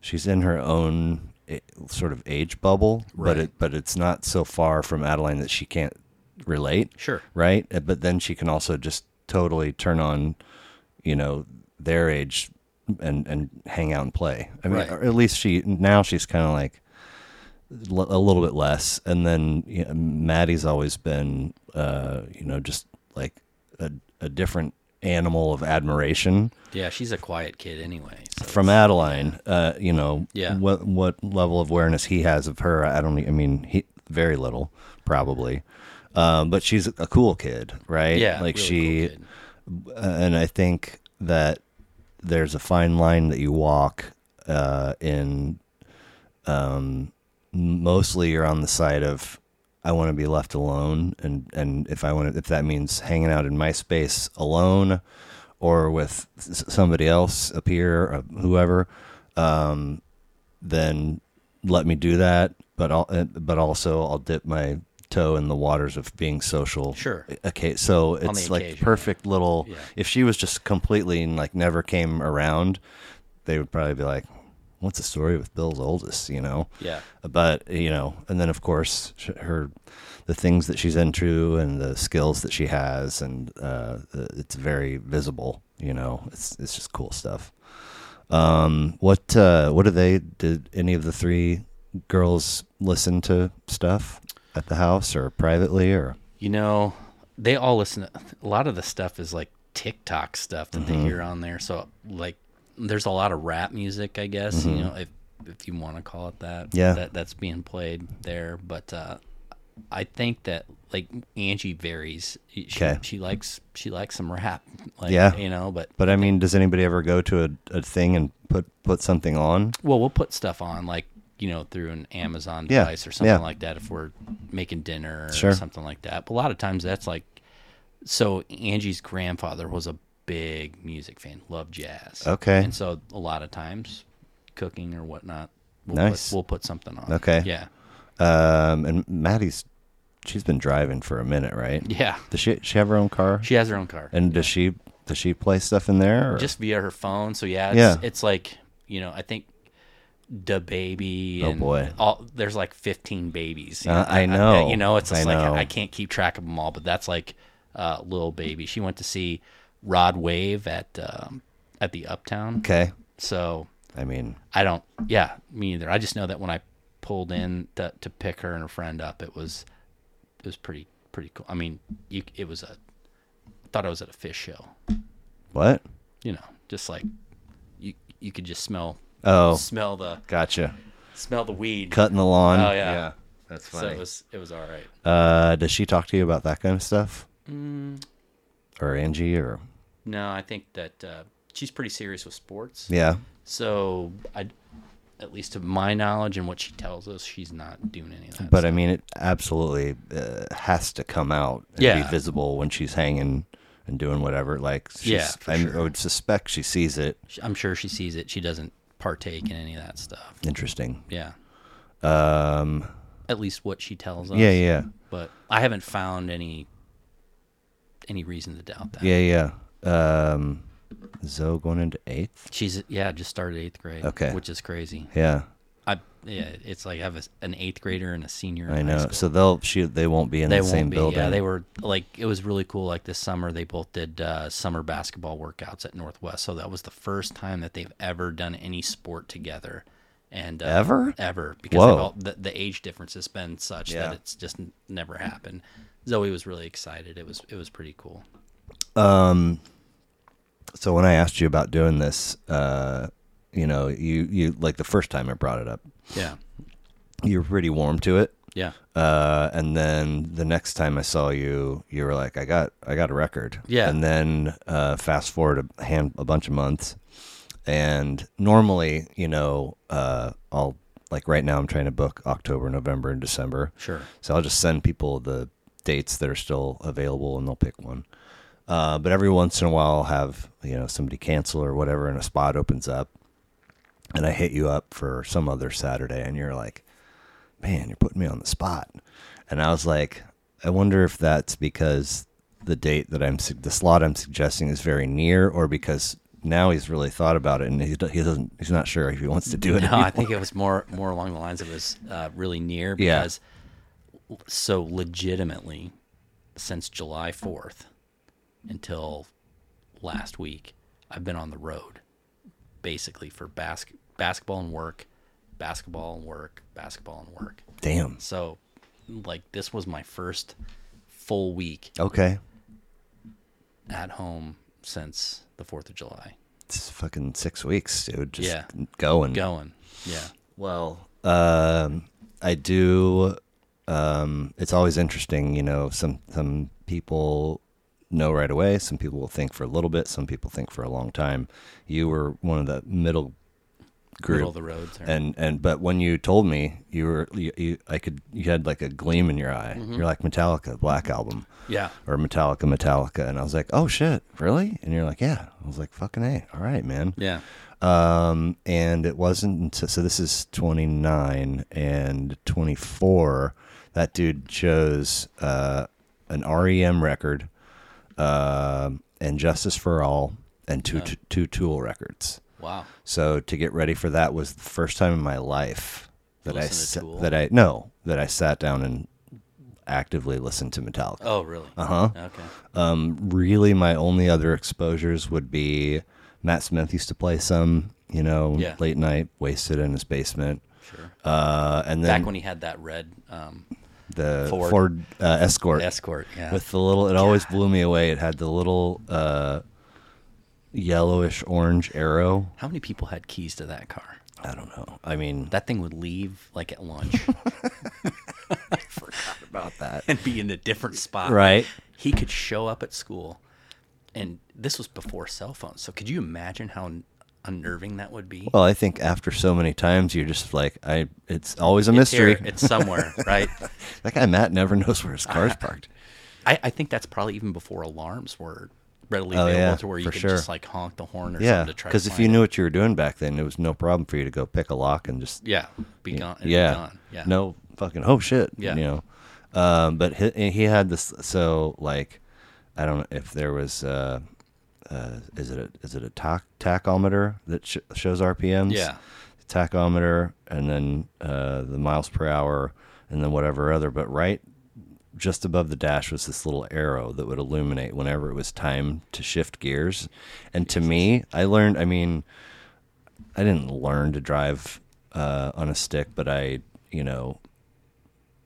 A: she's in her own i- sort of age bubble,
B: Right.
A: but it but it's not so far from Adeline that she can't relate
B: Sure.
A: right? Uh, But then she can also just totally turn on, you know, their age and and hang out and play. I mean,
B: Right.
A: or at least she now she's kind of like l- a little bit less. And then you know, Maddie's always been, uh, you know, just like a, a different animal of admiration
B: Yeah, she's a quiet kid anyway. so
A: from Adeline. Uh, you know,
B: Yeah.
A: what what level of awareness he has of her, I don't. e- I mean, he very little, probably. Um, but she's a cool kid, right?
B: yeah,
A: like
B: really
A: she,
B: cool kid.
A: Uh, and I think that there's a fine line that you walk uh, in. Um, mostly, you're on the side of I want to be left alone, and and if I want, to, if that means hanging out in my space alone, or with s- somebody else, a peer, or whoever, um, then let me do that. But I'll, uh, but also I'll dip my toe in the waters of being social.
B: Sure.
A: Okay, so
B: the
A: it's like
B: occasion.
A: perfect little.
B: Yeah.
A: If she was just completely and like never came around, they would probably be like, "What's the story with Bill's oldest?" You know.
B: Yeah.
A: But you know, and then of course sh- her, the things that she's into and the skills that she has, and uh, it's very visible. You know, it's it's just cool stuff. Um, what uh, what do they? Did any of the three girls listen to stuff at the house or privately or?
B: you know, they all listen. To, a lot of the stuff is like TikTok stuff that
A: Mm-hmm.
B: they hear on there. So like, there's a lot of rap music, I guess. You know, if if you want to call it that.
A: Mm-hmm. Yeah.
B: That that's being played there, but uh, I think that like Angie varies. She,
A: 'Kay.
B: she likes she likes some rap. Like,
A: Yeah.
B: You know, but
A: But I mean, does anybody ever go to a, a thing and put put something on?
B: Well, we'll put stuff on like you know through an Amazon
A: Yeah,
B: device or something
A: yeah.
B: like that if we're making dinner or
A: Sure.
B: something like that. But a lot of times that's like so Angie's grandfather was a big music fan, loved jazz.
A: Okay.
B: And so a lot of times cooking or whatnot, we'll
A: Nice.
B: put, we'll put something on.
A: Okay.
B: Yeah.
A: Um, and Maddie's, she's been driving for a minute, right?
B: Yeah.
A: Does she she have her own car?
B: She has her own car.
A: and does she does she play stuff in there? Or?
B: just via her phone. So yeah, it's,
A: Yeah.
B: it's like you know, I think the baby.
A: Oh,
B: and
A: boy.
B: all, there's like 15 babies. you
A: Uh, I know.
B: you know, it's just
A: I
B: like
A: know.
B: I can't keep track of them all, but that's like uh, little baby. She went to see Rod Wave at um, at the Uptown.
A: okay.
B: So
A: I mean,
B: I don't. Yeah, me either. I just know that when I pulled in to, to pick her and her friend up, it was it was pretty pretty cool. I mean, you, it was a I thought I was at a fish show
A: what?
B: you know, just like you you could just smell
A: Oh,
B: smell the
A: gotcha.
B: smell the weed.
A: Cutting the lawn.
B: Oh, yeah.
A: that's
B: so it was it was all right.
A: uh, does she talk to you about that kind of stuff?
B: Mm.
A: Or Angie? Or
B: No, I think that uh, she's pretty serious with sports.
A: yeah.
B: So I, at least to my knowledge and what she tells us, she's not doing any of that.
A: But I mean, it absolutely uh, has to come out and
B: Yeah.
A: be visible when she's hanging and doing whatever. Like, she's,
B: Yeah, for
A: I,
B: sure.
A: I would suspect she sees it.
B: She- I'm sure she sees it. She doesn't partake in any of that stuff.
A: Interesting.
B: Yeah,
A: Um,
B: at least what she tells us.
A: yeah, yeah,
B: But I haven't found any any reason to doubt that.
A: yeah, yeah. Um, Zoe going into eighth.
B: She's yeah, just started eighth grade.
A: Okay.
B: which is crazy.
A: Yeah,
B: I yeah, it's like I have a, an eighth grader and a senior. in
A: I
B: high
A: know.
B: school.
A: So they'll she they won't be in
B: they
A: the
B: won't
A: same
B: be.
A: building.
B: Yeah, they were like it was really cool. Like this summer, they both did uh, summer basketball workouts at Northwest. So that was the first time that they've ever done any sport together, and uh,
A: Ever?
B: ever because they've
A: Whoa.
B: all, the, the age difference has been such
A: Yeah.
B: that it's just n- never happened. Zoe was really excited. It was it was pretty cool.
A: So when I asked you about doing this, uh, You know, you you like the first time I brought it up,
B: Yeah.
A: you were pretty warm to it.
B: Yeah.
A: Uh, and then the next time I saw you, you were like, "I got, I got a record."
B: Yeah.
A: And then uh, fast forward a hand, a bunch of months, and normally, you know, uh, I'll like right now I'm trying to book October, November, and December.
B: Sure.
A: So I'll just send people the dates that are still available, and they'll pick one. Uh, but every once in a while, I'll have you know somebody cancel or whatever, and a spot opens up, and I hit you up for some other Saturday, and you're like, "Man, you're putting me on the spot," and I was like, "I wonder if that's because the date that I'm su- the slot I'm suggesting is very near, or because." Now he's really thought about it, and he, do- he doesn't. He's not sure if he wants to do it.
B: *laughs* No, I
A: anymore.
B: think it was more more along the lines of it was uh, really near
A: Yeah.
B: because so legitimately since July fourth until last week, I've been on the road basically for bas- basketball and work, basketball and work, basketball and work.
A: Damn.
B: So like this was my first full week
A: Okay.
B: at home since the fourth of July.
A: It's fucking six weeks, dude. Just
B: Yeah.
A: going.
B: Going. Yeah.
A: Well, um, I do. Um, it's always interesting, you know. Some some people know right away. Some people will think for a little bit. Some people think for a long time. You were one of the middle group, Eh.
B: Middle of the road. there.
A: and and but when you told me you were, you, you, I could. You had like a gleam in your eye.
B: Mm-hmm.
A: You're like Metallica, Black Album
B: yeah.
A: or Metallica, Metallica, and I was like, oh shit, really? And you're like, yeah. I was like, fucking a, all right, man.
B: Yeah.
A: Um, and it wasn't so, so this is 29 and 24. That dude chose uh, an REM record, uh, and Justice for All, and two, two, two Tool records.
B: Wow.
A: So to get ready for that was the first time in my life that I
B: Listen to
A: sa-
B: Tool?
A: that I no that I sat down and actively listened to Metallica.
B: Oh, really? Uh
A: Uh-huh.
B: Okay.
A: Um, really, my only other exposures would be Matt Smith used to play some, you know,
B: Yeah.
A: late night, wasted in his basement.
B: Sure.
A: Uh, and then
B: Back when he had that red um,
A: the Ford,
B: Ford.
A: uh, Escort
B: escort. Yeah.
A: with the little, it always blew me away. It had the little uh, yellowish orange arrow.
B: How many people had keys to that car?
A: I don't know. I mean,
B: That thing would leave like at lunch
A: about that.
B: *laughs* and be in a different spot.
A: Right.
B: He could show up at school, and this was before cell phones. So could you imagine how un- unnerving that would be?
A: Well, I think after so many times, you're just like, I. It's always a mystery.
B: Here, it's *laughs* somewhere, right?
A: that guy Matt never knows
B: *laughs*
A: where his car's parked.
B: I, I think that's probably even before alarms were readily
A: Oh,
B: available
A: yeah,
B: to where you
A: for
B: could
A: sure.
B: just like honk the horn or
A: Yeah,
B: something to try.
A: because if you knew what you were doing back then, it was no problem for you to go pick a lock and just
B: yeah, be gone. it'd be
A: yeah,
B: gone. yeah.
A: no fucking oh shit,
B: Yeah.
A: you know. Um, but he, he had this so like I don't know if there was uh, uh, is it a, is it a tac- tachometer that sh- shows RPMs?
B: Yeah.
A: tachometer and then uh, the miles per hour and then whatever other. But right just above the dash was this little arrow that would illuminate whenever it was time to shift gears. And to me, I learned, I mean, I didn't learn to drive uh, on a stick, but I, you know,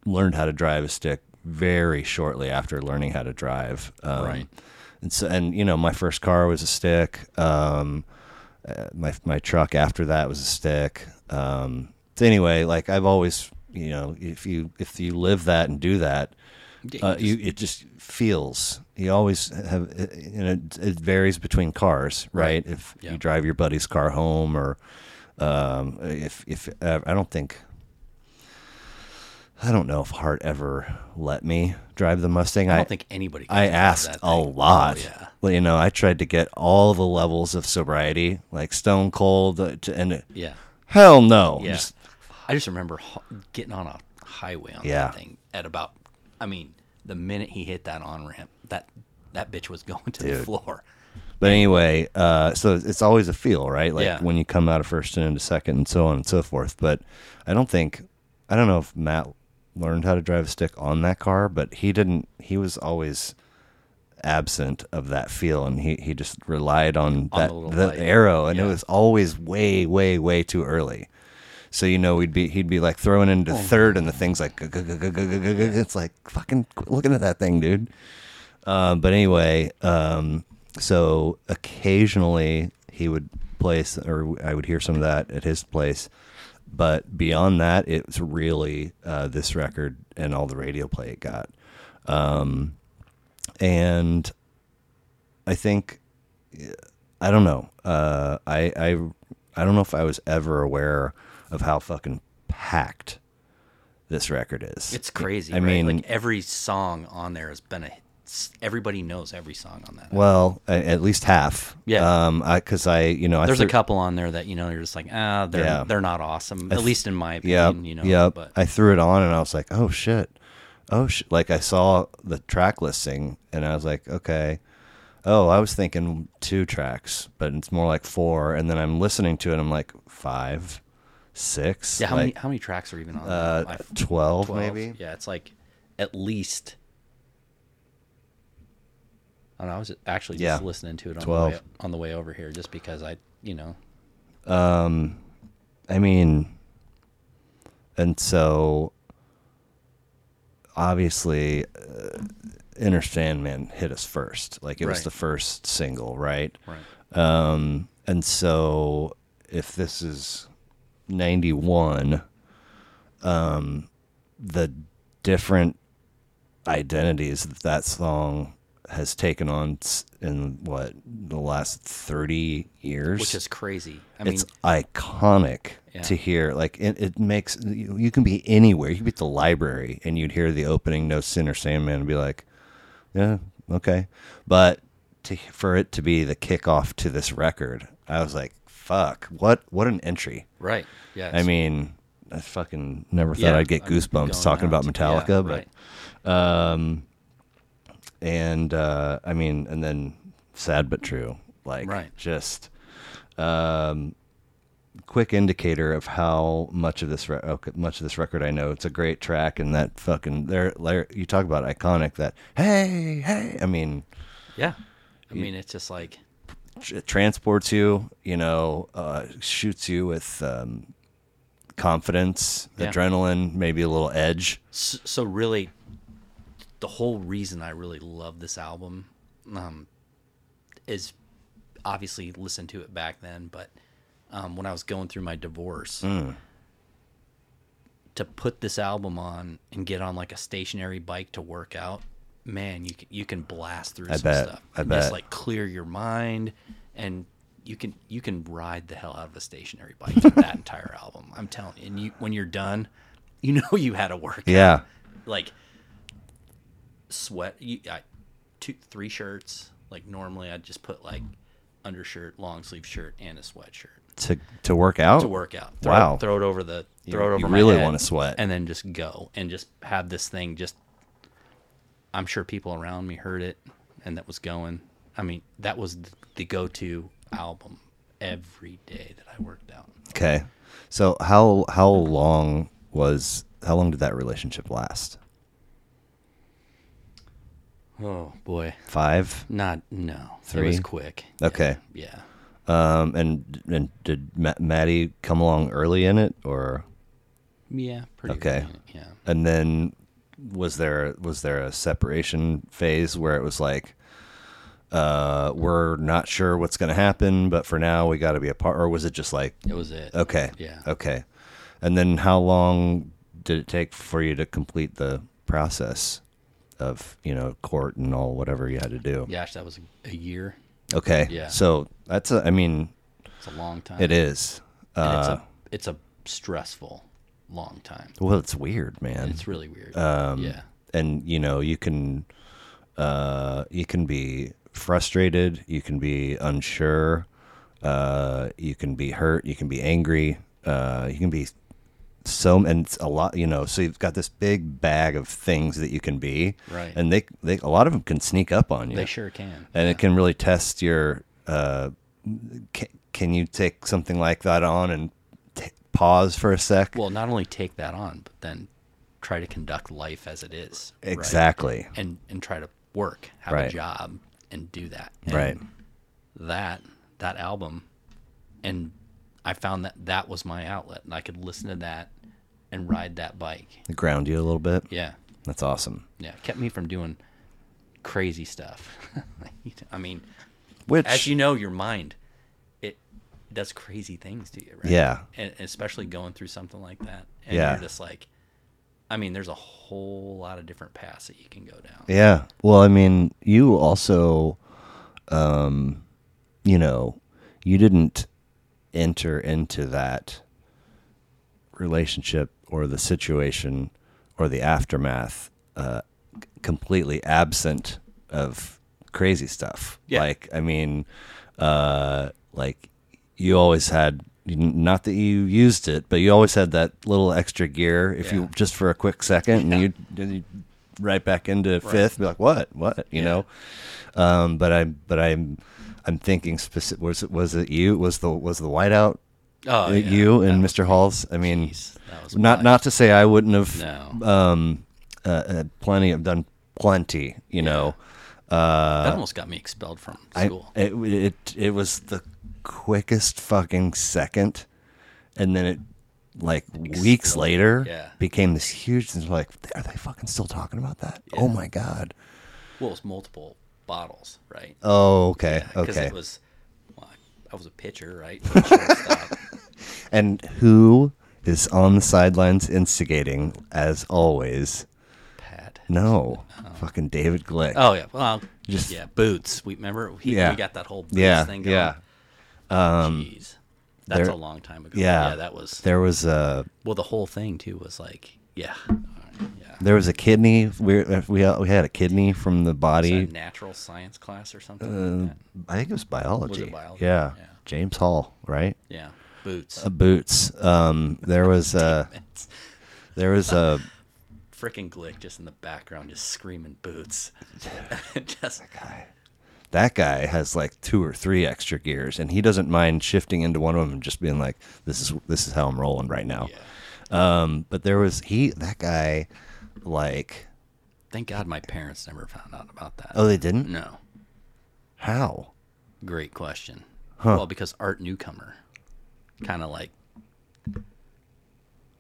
A: learned how to drive a stick very shortly after learning how to drive. Um,
B: Right.
A: And so, and you know, my first car was a stick. Um, uh, my my truck after that was a stick. Um, so anyway, like I've always, you know, if you if you live that and do that,
B: Yeah, you
A: uh, you it just feels. You always have, uh, and it, it varies between cars, right? If
B: Yeah.
A: you drive your buddy's car home, or um, if if uh, I don't think. I don't know if Hart ever let me drive the Mustang.
B: I don't think anybody.
A: I
B: could do
A: asked
B: that
A: a
B: thing.
A: lot.
B: Oh, yeah.
A: Well, you know, I tried to get all the levels of sobriety, like stone cold, uh, to, and it,
B: Yeah.
A: hell no.
B: Yeah.
A: Just-
B: I just remember ho- getting on a highway on
A: Yeah.
B: that thing at about, I mean, the minute he hit that on ramp, that that bitch was *laughs* going to the floor.
A: but anyway, uh, so it's always a feel, right? Like
B: Yeah.
A: when you come out of first and into second, and so on and so forth. But I don't think, I don't know if Matt learned how to drive a stick on that car, but he didn't. He was always absent of that feel, and he he just relied on,
B: the
A: that
B: little
A: the
B: light.
A: arrow, and it
B: Yeah.
A: was always way, way, way too early. So you know we'd be he'd be like throwing into
B: Oh.
A: third and the thing's like "Gu- gu- gu- gu- gu- gu- gu- gu." it's like fucking quit looking at that thing, dude. Uh, Um, but anyway, um, so occasionally he would place, or I would hear some of that at his place. But beyond that, it's really uh, this record and all the radio play it got. Um, and I think I don't know. Uh, I I I don't know if I was ever aware of how fucking packed this record is.
B: It's crazy.
A: I
B: right?
A: mean-
B: like every song on there has been a. Everybody knows every song on that.
A: well, a- at least half.
B: Yeah.
A: Um, because I, you know, I
B: There's
A: thir-
B: a couple on there that you know you're just like ah they're
A: Yeah.
B: they're not awesome at
A: th-
B: least in my
A: Yeah,
B: opinion you know
A: yep.
B: but
A: I threw it on and I was like, oh shit, oh sh-. like I saw the track listing and I was like, okay, oh I was thinking two tracks, but it's more like four. And then I'm listening to it, and I'm like five, six,
B: yeah how
A: like,
B: many how many tracks are even on
A: uh,
B: there? I-
A: 12,
B: 12.
A: maybe.
B: yeah it's like at least I don't know I was actually just
A: Yeah.
B: listening to it on
A: 12.
B: the way on the way over here just because I you know
A: I mean, and so obviously, uh, Inner Sandman hit us first. Like it was
B: Right.
A: the first single, right?
B: right
A: Um, and so if this is 91, um, the different identities that that song has taken on s- in what the last 30 years
B: which is crazy I mean
A: it's iconic
B: Yeah.
A: to hear. Like it, it makes you, you can be anywhere. You could be at the library and you'd hear the opening No Sin or Sandman and be like, yeah, okay. But to, for it to be the kickoff to this record, I was like, fuck, what what an entry.
B: right yeah
A: I mean, I fucking never thought
B: Yeah,
A: I'd get
B: I could keep
A: goosebumps
B: going
A: talking about
B: out.
A: Metallica,
B: Yeah,
A: but
B: right.
A: and uh, I mean, and then sad but true, like
B: Right.
A: just um, quick indicator of how much of this re- oh, okay, much of this record I know. It's a great track, and that fucking there, there you talk about iconic. That hey, hey, I mean,
B: yeah I mean it's just like
A: tr- it transports you, you know, uh, shoots you with um, confidence,
B: Yeah.
A: adrenaline, maybe a little edge.
B: so, so really the whole reason i really love this album um, is obviously listened to it back then but um, when i was going through my divorce
A: Hmm.
B: to put this album on and get on like a stationary bike to work out man you can, you can blast through
A: I
B: some
A: bet.
B: stuff
A: I
B: and just
A: bet.
B: like clear your mind and you can you can ride the hell out of a stationary bike through that *laughs* entire album i'm telling you and you when you're done you know *laughs* you had to work
A: Yeah,
B: like sweat you, I, two three shirts like normally i'd just put like undershirt long sleeve shirt and a sweatshirt
A: to to work out
B: to work out throw,
A: Wow.
B: throw it over the throw it
A: you
B: over my
A: really
B: head
A: wanna sweat.
B: and then just go and just have this thing just i'm sure people around me heard it and that was going i mean that was the, the go-to album every day that i worked out
A: Okay. So how how long was how long did that relationship last?
B: oh boy
A: Five.
B: not no it was
A: Three?
B: quick
A: Okay.
B: yeah
A: Um. And and did Ma- Maddie come along early in it, or
B: yeah pretty
A: Okay.
B: early in it, yeah
A: and then was there was there a separation phase where it was like, uh, we're not sure what's gonna happen, but for now we got to be apart, or was it just like,
B: It was it.
A: okay,
B: Yeah.
A: okay, and then how long did it take for you to complete the process? Of you know court and all whatever you had to do.
B: Gosh, that was a, a year.
A: Okay.
B: Yeah.
A: So that's a. I mean,
B: It's a long time.
A: it is.
B: And it's,
A: Uh,
B: a, it's a stressful long time.
A: well, it's weird, man.
B: It's really weird. Um, yeah.
A: and you know, you can, uh, you can be frustrated. You can be unsure. Uh, you can be hurt. You can be angry. Uh, you can be so and it's a lot you know so you've got this big bag of things that you can be
B: Right.
A: and they they a lot of them can sneak up on you
B: They sure can.
A: and it can really test your uh, can, can you take something like that on and t- pause for a sec
B: Well, not only take that on, but then try to conduct life as it is. right?
A: exactly
B: And and try to work, have
A: Right.
B: a job, and do that. And
A: right,
B: That that album, and I found that that was my outlet, and I could listen to that and ride that bike.
A: ground you a little bit
B: Yeah.
A: that's awesome
B: Yeah, it kept me from doing crazy stuff. *laughs* I mean,
A: which
B: as you know, your mind it does crazy things to you, right?
A: Yeah.
B: And and especially going through something like that. And
A: Yeah.
B: you're just like, I mean, there's a whole lot of different paths that you can go down.
A: Yeah. Well, I mean, you also, um, you know, you didn't enter into that relationship or the situation or the aftermath uh, c- completely absent of crazy stuff.
B: Yeah.
A: Like, I mean, uh, like you always had. Not that you used it, but you always had that little extra gear if you
B: Yeah.
A: just for a quick second, and you, then you right back into fifth. Be like, what, what, you
B: Yeah.
A: know? Um, but I'm, but I'm, I'm thinking specific. Was it, was it you? Was the was the whiteout
B: Oh,
A: uh,
B: yeah.
A: you
B: That
A: and
B: was-
A: Mr. Halls? I mean,
B: Jeez, that was
A: not
B: wild.
A: not to say I wouldn't have
B: No.
A: um, uh, uh, plenty. I've done plenty. You know, uh,
B: that almost got me expelled from school.
A: I, it, it it was the quickest fucking second, and then it like weeks
B: Exploded.
A: later
B: Yeah.
A: became this huge. And it's like, are they fucking still talking about that? Oh my god.
B: well, it was multiple bottles, right?
A: Oh okay
B: Because
A: okay.
B: it was, well, I- I was a pitcher, right?
A: *laughs*
B: Shortstop.
A: and who is on the sidelines instigating as always?
B: Pat.
A: No, fucking David Glick.
B: Oh yeah, well,
A: Just-
B: just yeah, boots. We remember he,
A: Yeah.
B: we got that whole boots
A: yeah
B: thing going.
A: yeah. um,
B: Jeez. That's
A: there-
B: a long time ago.
A: yeah.
B: that was.
A: There was a
B: Well, the whole thing too was like, yeah, all right, yeah.
A: there was a kidney. We we we had a kidney from the
B: It
A: body.
B: was a natural science class or something. like that.
A: I think it was biology.
B: biology?
A: Yeah.
B: Yeah.
A: James Hall, right?
B: Yeah, boots.
A: Uh, boots. Um, there was a
B: It's
A: there was a
B: freaking Glick just in the background, just screaming boots. *laughs* just
A: Oh that guy has like two or three extra gears, and he doesn't mind shifting into one of them and just being like, "This is this is how I'm rolling right now."
B: yeah.
A: Um, but there was he that guy, like,
B: Thank God my parents never found out about that.
A: oh, they didn't
B: no,
A: how.
B: great question. Well, because Art Newcomer, kind of like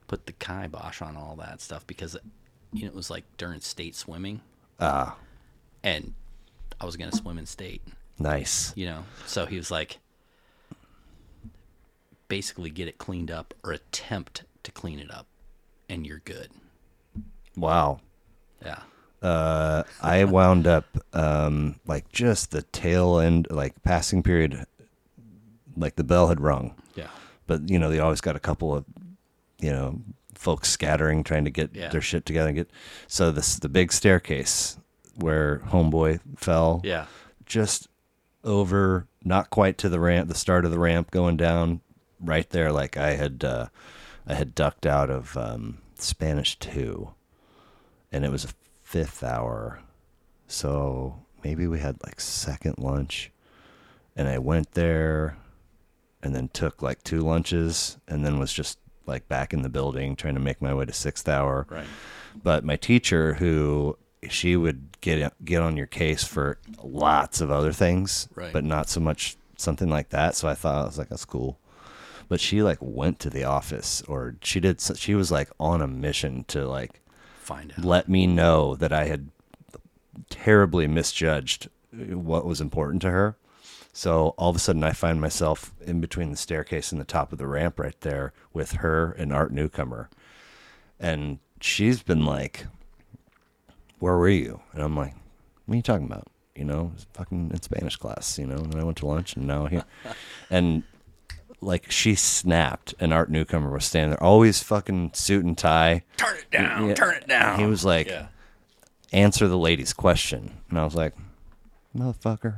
B: put the kibosh on all that stuff because you know it was like during state swimming.
A: Ah,
B: and I was gonna swim in state,
A: nice.
B: you know. So he was like, basically get it cleaned up or attempt to clean it up, and you're good.
A: Wow.
B: Yeah,
A: uh, I wound up um, like just the tail end, like passing period, like the bell had rung.
B: yeah,
A: But you know, they always got a couple of you know folks scattering, trying to get
B: Yeah.
A: their shit together. And get so this the big staircase where homeboy fell,
B: yeah,
A: just over, not quite to the ramp, the start of the ramp, going down right there. Like I had, uh, I had ducked out of um, Spanish two, and it was a fifth hour, so maybe we had like second lunch, and I went there, and then took like two lunches, and then was just like back in the building trying to make my way to sixth hour
B: right.
A: but my teacher who she would get get on your case for lots of other things
B: Right.
A: but not so much something like that so i thought i was like that's cool but she like went to the office or she did so- she was like on a mission to like
B: Find out.
A: let me know that i had terribly misjudged what was important to her so all of a sudden i find myself in between the staircase and the top of the ramp right there with her and art newcomer and she's been like, "Where were you?" And I'm like, "What are you talking about?" You know, it's fucking in Spanish class. You know, and then I went to lunch, and now here, and like she snapped, and Art Newcomer was standing there, always fucking suit and tie.
B: Turn it down.
A: Yeah.
B: Turn it down.
A: He was like,
B: yeah,
A: "Answer the lady's question," and I was like, "Motherfucker."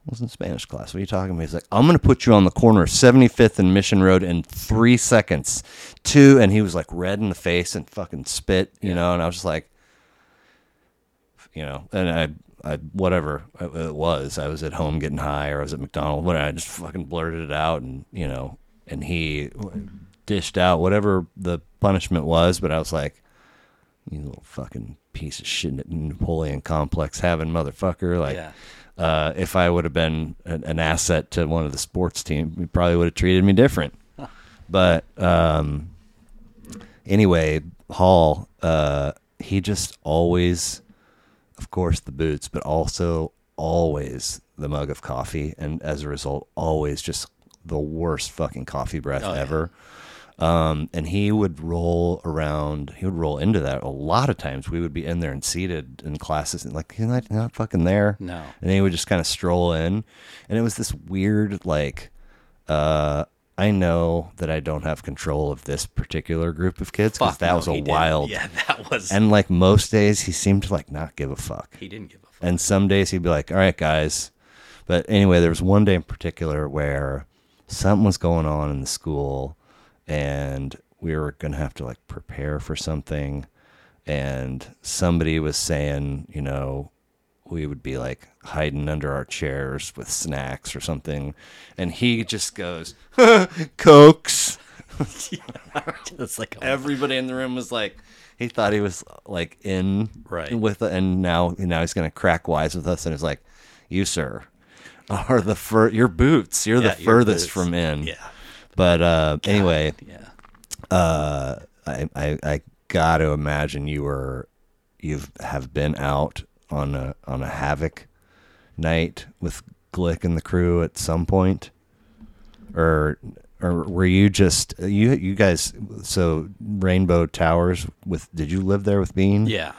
A: I was in Spanish class. What are you talking about? He's like, I'm going to put you on the corner of 75th and Mission Road in three seconds. Two. And he was like red in the face and fucking spit, you know? And I was just like, you know, and I, I, whatever it it was, I was at home getting high or I was at McDonald's, whatever. I just fucking blurted it out and, you know, and he dished out whatever the punishment was. But I was like, you little fucking piece of shit, Napoleon complex having motherfucker. Like,
B: yeah.
A: uh, if I would have been an, an asset to one of the sports team, he probably would have treated me different. But um, anyway, Hall, uh, he just always, of course, the boots, but also always the mug of coffee, and as a result, always just the worst fucking coffee breath
B: Oh, yeah.
A: ever. Um, and he would roll around. He would roll into that a lot of times. We would be in there and seated in classes, and like he's not, not fucking there.
B: No.
A: And he would just kind of stroll in, and it was this weird like, uh, I know that I don't have control of this particular group of kids because
B: Fuck
A: that
B: no,
A: was
B: he
A: a
B: didn't.
A: wild.
B: Yeah, that was.
A: And like most days, he seemed to like not give a fuck.
B: he didn't give a fuck.
A: And some days he'd be like, all right, guys. But anyway, there was one day in particular where something was going on in the school and we were going to have to like prepare for something. And somebody was saying, you know, we would be like hiding under our chairs with snacks or something. And he just goes, *laughs* Cokes.
B: It's like a
A: Everybody in the room was like, he thought he was like in
B: Right.
A: with, and now and now he's gonna crack wise with us, and it's like, you sir, are the fur your boots? You're
B: Yeah,
A: the
B: your
A: furthest
B: boots.
A: from in.
B: Yeah.
A: But uh, anyway,
B: Yeah.
A: uh, I, I I got to imagine you were you've have been out on a on a havoc night with Glick and the crew at some point, or or were you just you you guys? So Rainbow Towers with did you live there with Bean?
B: Yeah.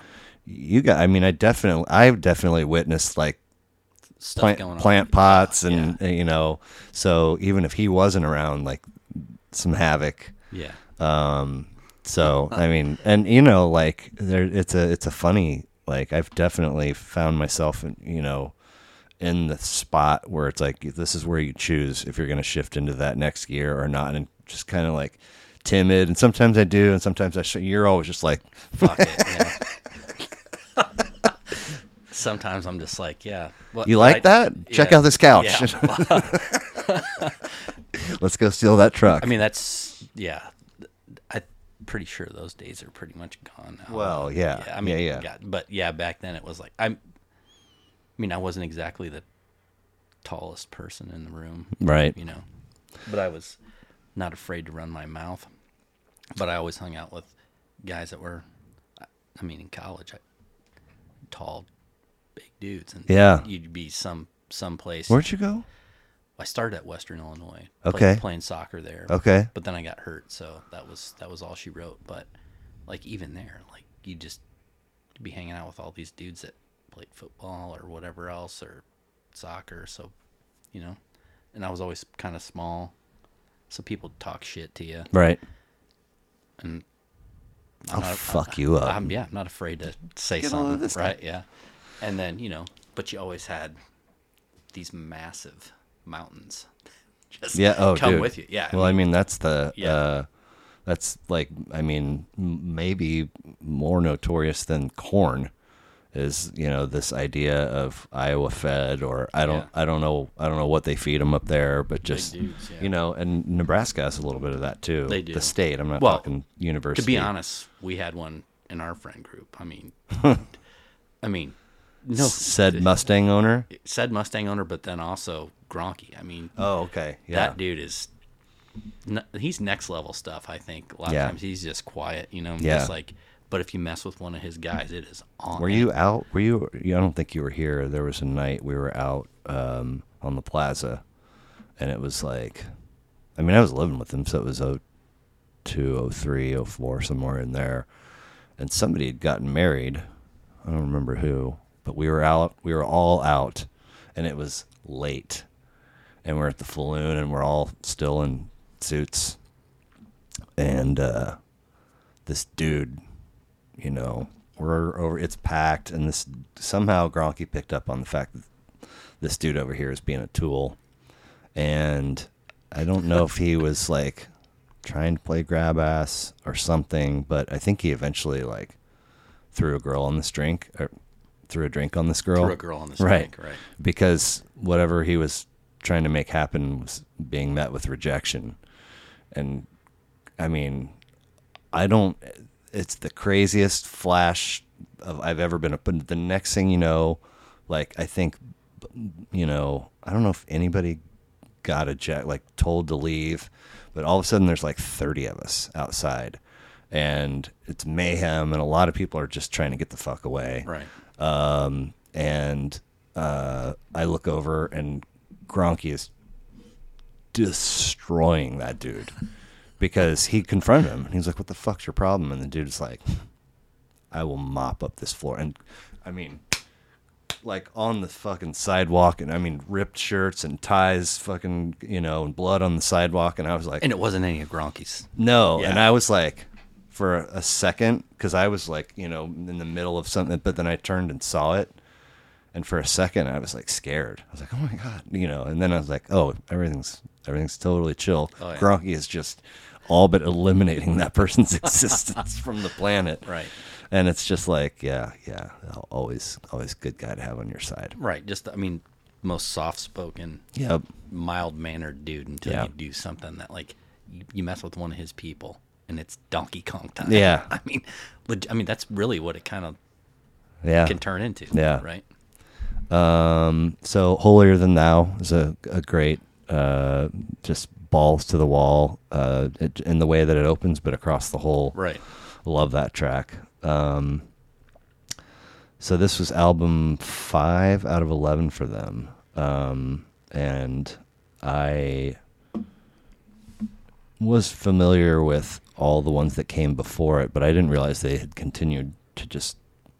A: you got. I mean, I definitely I've definitely witnessed like
B: Stuff
A: plant
B: going on.
A: plant pots and you know. So even if he wasn't around, like some havoc.
B: Yeah. Uh,
A: Um, so I mean, and you know, like there, it's a it's a funny like I've definitely found myself, in, you know, in the spot where it's like this is where you choose if you're going to shift into that next gear or not, and just kind of like timid. And sometimes I do, and sometimes I. Sh- you're always just like,
B: Fuck it. Yeah. *laughs* Sometimes I'm just like, yeah. What,
A: you
B: what
A: like
B: I-
A: that? Check
B: yeah.
A: out this couch. *laughs*
B: Yeah. *laughs*
A: Let's go steal that truck.
B: I mean, that's yeah. I'm pretty sure those days are pretty much gone now.
A: Well, yeah.
B: I mean,
A: Yeah, yeah.
B: God, but yeah, back then it was like I'm. I mean, I wasn't exactly the tallest person in the room,
A: right?
B: you know, but I was not afraid to run my mouth. But I always hung out with guys that were, I- I mean, in college, I, tall, big dudes, and
A: Yeah.
B: you'd be some someplace.
A: Where'd you go?
B: I started at Western Illinois.
A: Okay.
B: Played, playing soccer there.
A: Okay.
B: But then I got hurt, so that was that was all she wrote. But like even there, like you just be hanging out with all these dudes that played football or whatever else or soccer, so you know. And I was always kind of small, so people talk shit to you.
A: Right.
B: And
A: I'll
B: not-
A: fuck you up.
B: I'm yeah, I'm not afraid to say
A: Get a load of
B: something,
A: this guy.
B: right? Yeah. And then you know, but you always had these massive mountains. *laughs* Just
A: yeah. Oh,
B: come
A: dude.
B: with you. Yeah.
A: Well, I mean, that's the.
B: Yeah.
A: Uh, that's like, I mean, m- maybe more notorious than corn is you know this idea of Iowa fed or I don't
B: Yeah.
A: I don't know I don't know what they feed them up there, but just
B: dudes, yeah.
A: you know, and Nebraska has a little bit of that too.
B: They do.
A: The state. I'm not
B: Well,
A: talking university.
B: to be honest, we had one in our friend group.
A: *laughs*
B: I mean, I mean, no,
A: said Mustang owner.
B: said Mustang owner, but then also Gronky. I mean,
A: Oh, okay. Yeah.
B: that dude is n- he's next level stuff. I think a lot
A: Yeah.
B: of times he's just quiet, you know,
A: Yeah.
B: just like. But if you mess with one of his guys, it is on.
A: Were you out? Were you? I don't think you were here. There was a night we were out um, on the plaza, and it was like, I mean, I was living with them, so it was 02, 03, 04, somewhere in there. And somebody had gotten married. I don't remember who, but we were out. We were all out, and it was late, and we're at the Falloon, and we're all still in suits, and uh, this dude you know, we're over. It's packed, and this somehow Gronky picked up on the fact that this dude over here is being a tool, and I don't know if he was like trying to play grab ass or something, but I think he eventually like threw a girl on this drink or threw a drink on this girl,
B: Threw a girl on this
A: right,
B: drink, right.
A: Because whatever he was trying to make happen was being met with rejection, and I mean, I don't. It's the craziest flash of I've ever been. But the next thing you know, like I think, you know, I don't know if anybody got a jet like told to leave, but all of a sudden there's like 30 of us outside, and it's mayhem, and a lot of people are just trying to get the fuck away
B: right?
A: um, and uh, I look over and Gronky is destroying that dude because he confronted him and he's like, "What the fuck's your problem?" And the dude's like, "I will mop up this floor." And I mean, like on the fucking sidewalk, and I mean, ripped shirts and ties, fucking you know, and blood on the sidewalk. And I was like,
B: And it wasn't any of Gronky's.
A: "No,"
B: Yeah.
A: and I was like, for a second, because I was like, you know, in the middle of something, but then I turned and saw it. And for a second, I was like scared. I was like, "Oh my god," you know. And then I was like, "Oh, everything's everything's totally chill."
B: Oh, yeah.
A: Gronky is just all but eliminating that
B: *laughs*
A: person's existence from the planet,
B: Right.
A: And it's just like, yeah, yeah, always, always good guy to have on your side.
B: Right. Just, I mean, most soft spoken,
A: Yep,
B: mild mannered dude until
A: Yeah.
B: you do something that, like, you, you mess with one of his people and it's Donkey Kong time.
A: Yeah.
B: *laughs* I mean, leg- I mean, that's really what it kind of
A: yeah.
B: can turn into.
A: Yeah.
B: Right.
A: Um, so holier than thou is a, a great, uh, just balls to the wall, uh, it, in the way that it opens, but across the whole.
B: Right.
A: Love that track. Um, so this was album five out of eleven for them, um, and I was familiar with all the ones that came before it, but I didn't realize they had continued to just.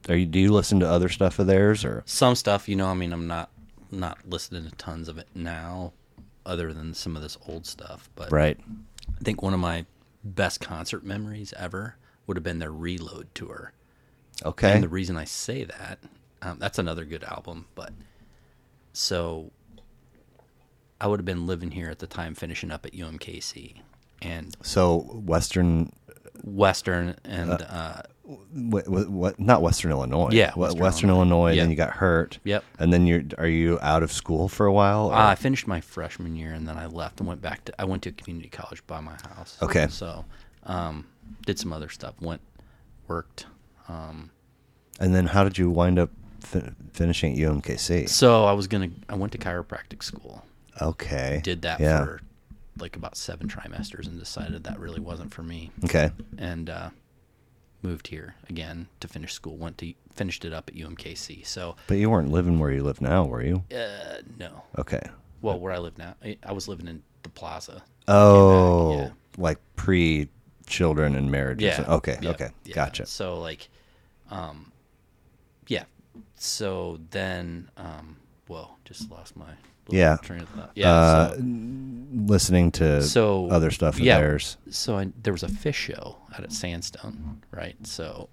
A: Are you? Do you listen to other stuff of theirs or?
B: some stuff you know i mean i'm not not listening to tons of it now other than some of this old stuff but
A: Right.
B: i think one of my best concert memories ever would have been their reload tour
A: Okay.
B: and the reason I say that, um, that's another good album. But so I would have been living here at the time, finishing up at UMKC and
A: so Western,
B: Western and uh,
A: what, what, not Western Illinois.
B: Yeah,
A: Western,
B: Western
A: Western Illinois.
B: Yeah.
A: Then you got hurt.
B: Yep.
A: And then you're are you out of school for a while? or-
B: Uh, I finished my freshman year and then I left and went back to I went to a community college by my house.
A: Okay.
B: So um, did some other stuff. Went worked. Um,
A: And then how did you wind up fi- finishing at UMKC?
B: so I was gonna I went to chiropractic school.
A: Okay.
B: Did that
A: yeah.
B: for like about seven trimesters and decided that really wasn't for me.
A: Okay.
B: And uh, moved here again to finish school. Went to finished it up at UMKC. So
A: But you weren't living where you live now, were you?
B: uh, no.
A: Okay.
B: Well, where I live now, I, I was living in the plaza.
A: Oh,
B: yeah.
A: like pre children and marriages. Okay.
B: yeah,
A: Okay.
B: yeah.
A: Gotcha.
B: So like, um, yeah. So then, um, whoa, just lost my little
A: Yeah.
B: train of thought. Yeah.
A: Uh,
B: so,
A: Listening to
B: So,
A: other stuff of
B: yeah.
A: theirs.
B: so I, there was a fish show out at Sandstone, right? So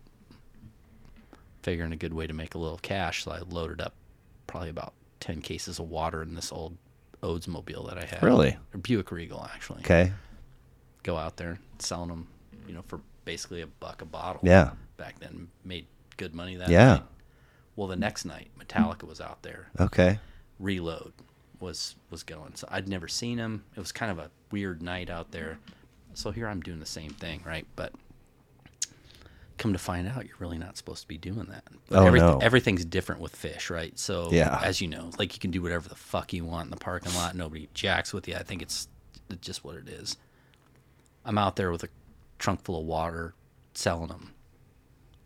B: figuring a good way to make a little cash, so I loaded up probably about ten cases of water in this old Oldsmobile that I had.
A: Really?
B: Or Buick Regal, actually.
A: Okay.
B: Go out there selling them, you know, for basically a buck a bottle.
A: Yeah.
B: back then made good money that
A: Yeah.
B: night. Well, the next night Metallica was out there.
A: Okay.
B: Reload was was going. So I'd never seen him. It was kind of a weird night out there. So here I'm doing the same thing, right? But come to find out you're really not supposed to be doing that. But
A: Oh,
B: everyth-
A: no.
B: everything's different with fish, right? So
A: Yeah.
B: as you know, like you can do whatever the fuck you want in the parking lot. Nobody jacks with you. I think it's just what it is. I'm out there with a trunk full of water selling them.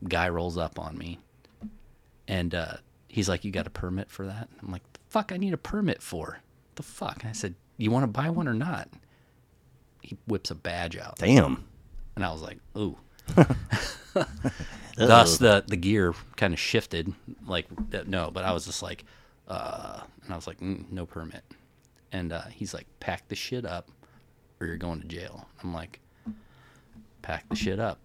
B: Guy rolls up on me and uh, he's like, You got a permit for that? I'm like, The fuck, I need a permit for? The fuck? I said, You want to buy one or not? He whips a badge out.
A: Damn.
B: And I was like, Ooh. Thus, the, the gear kind of shifted. Like, uh, no, but I was just like, uh, and I was like, mm, no permit. And uh, he's like, pack the shit up or you're going to jail. I'm like, pack the shit up.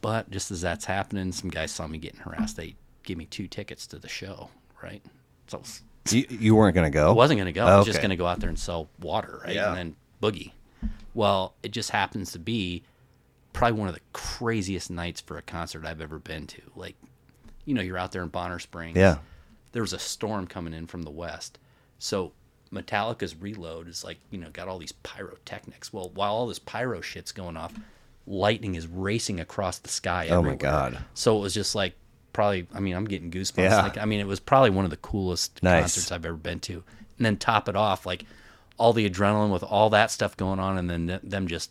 B: But just as that's happening, some guys saw me getting harassed. They gave me two tickets to the show, right? So I was-
A: You, you weren't going to go?
B: I wasn't going to go.
A: Oh,
B: I was just
A: okay.
B: going to go out there and sell water, right?
A: Yeah.
B: And then boogie. Well, it just happens to be probably one of the craziest nights for a concert I've ever been to. Like, you know, you're out there in Bonner Springs.
A: Yeah.
B: There was a storm coming in from the west. So Metallica's reload is like, you know, got all these pyrotechnics. Well, while all this pyro shit's going off, lightning is racing across the sky.
A: Oh, my
B: everywhere.
A: God.
B: So it was just like probably. I mean, I'm getting goosebumps.
A: Yeah.
B: Like, I mean, it was probably one of the coolest
A: Nice.
B: concerts I've ever been to. And then top it off, like all the adrenaline with all that stuff going on, and then th- them just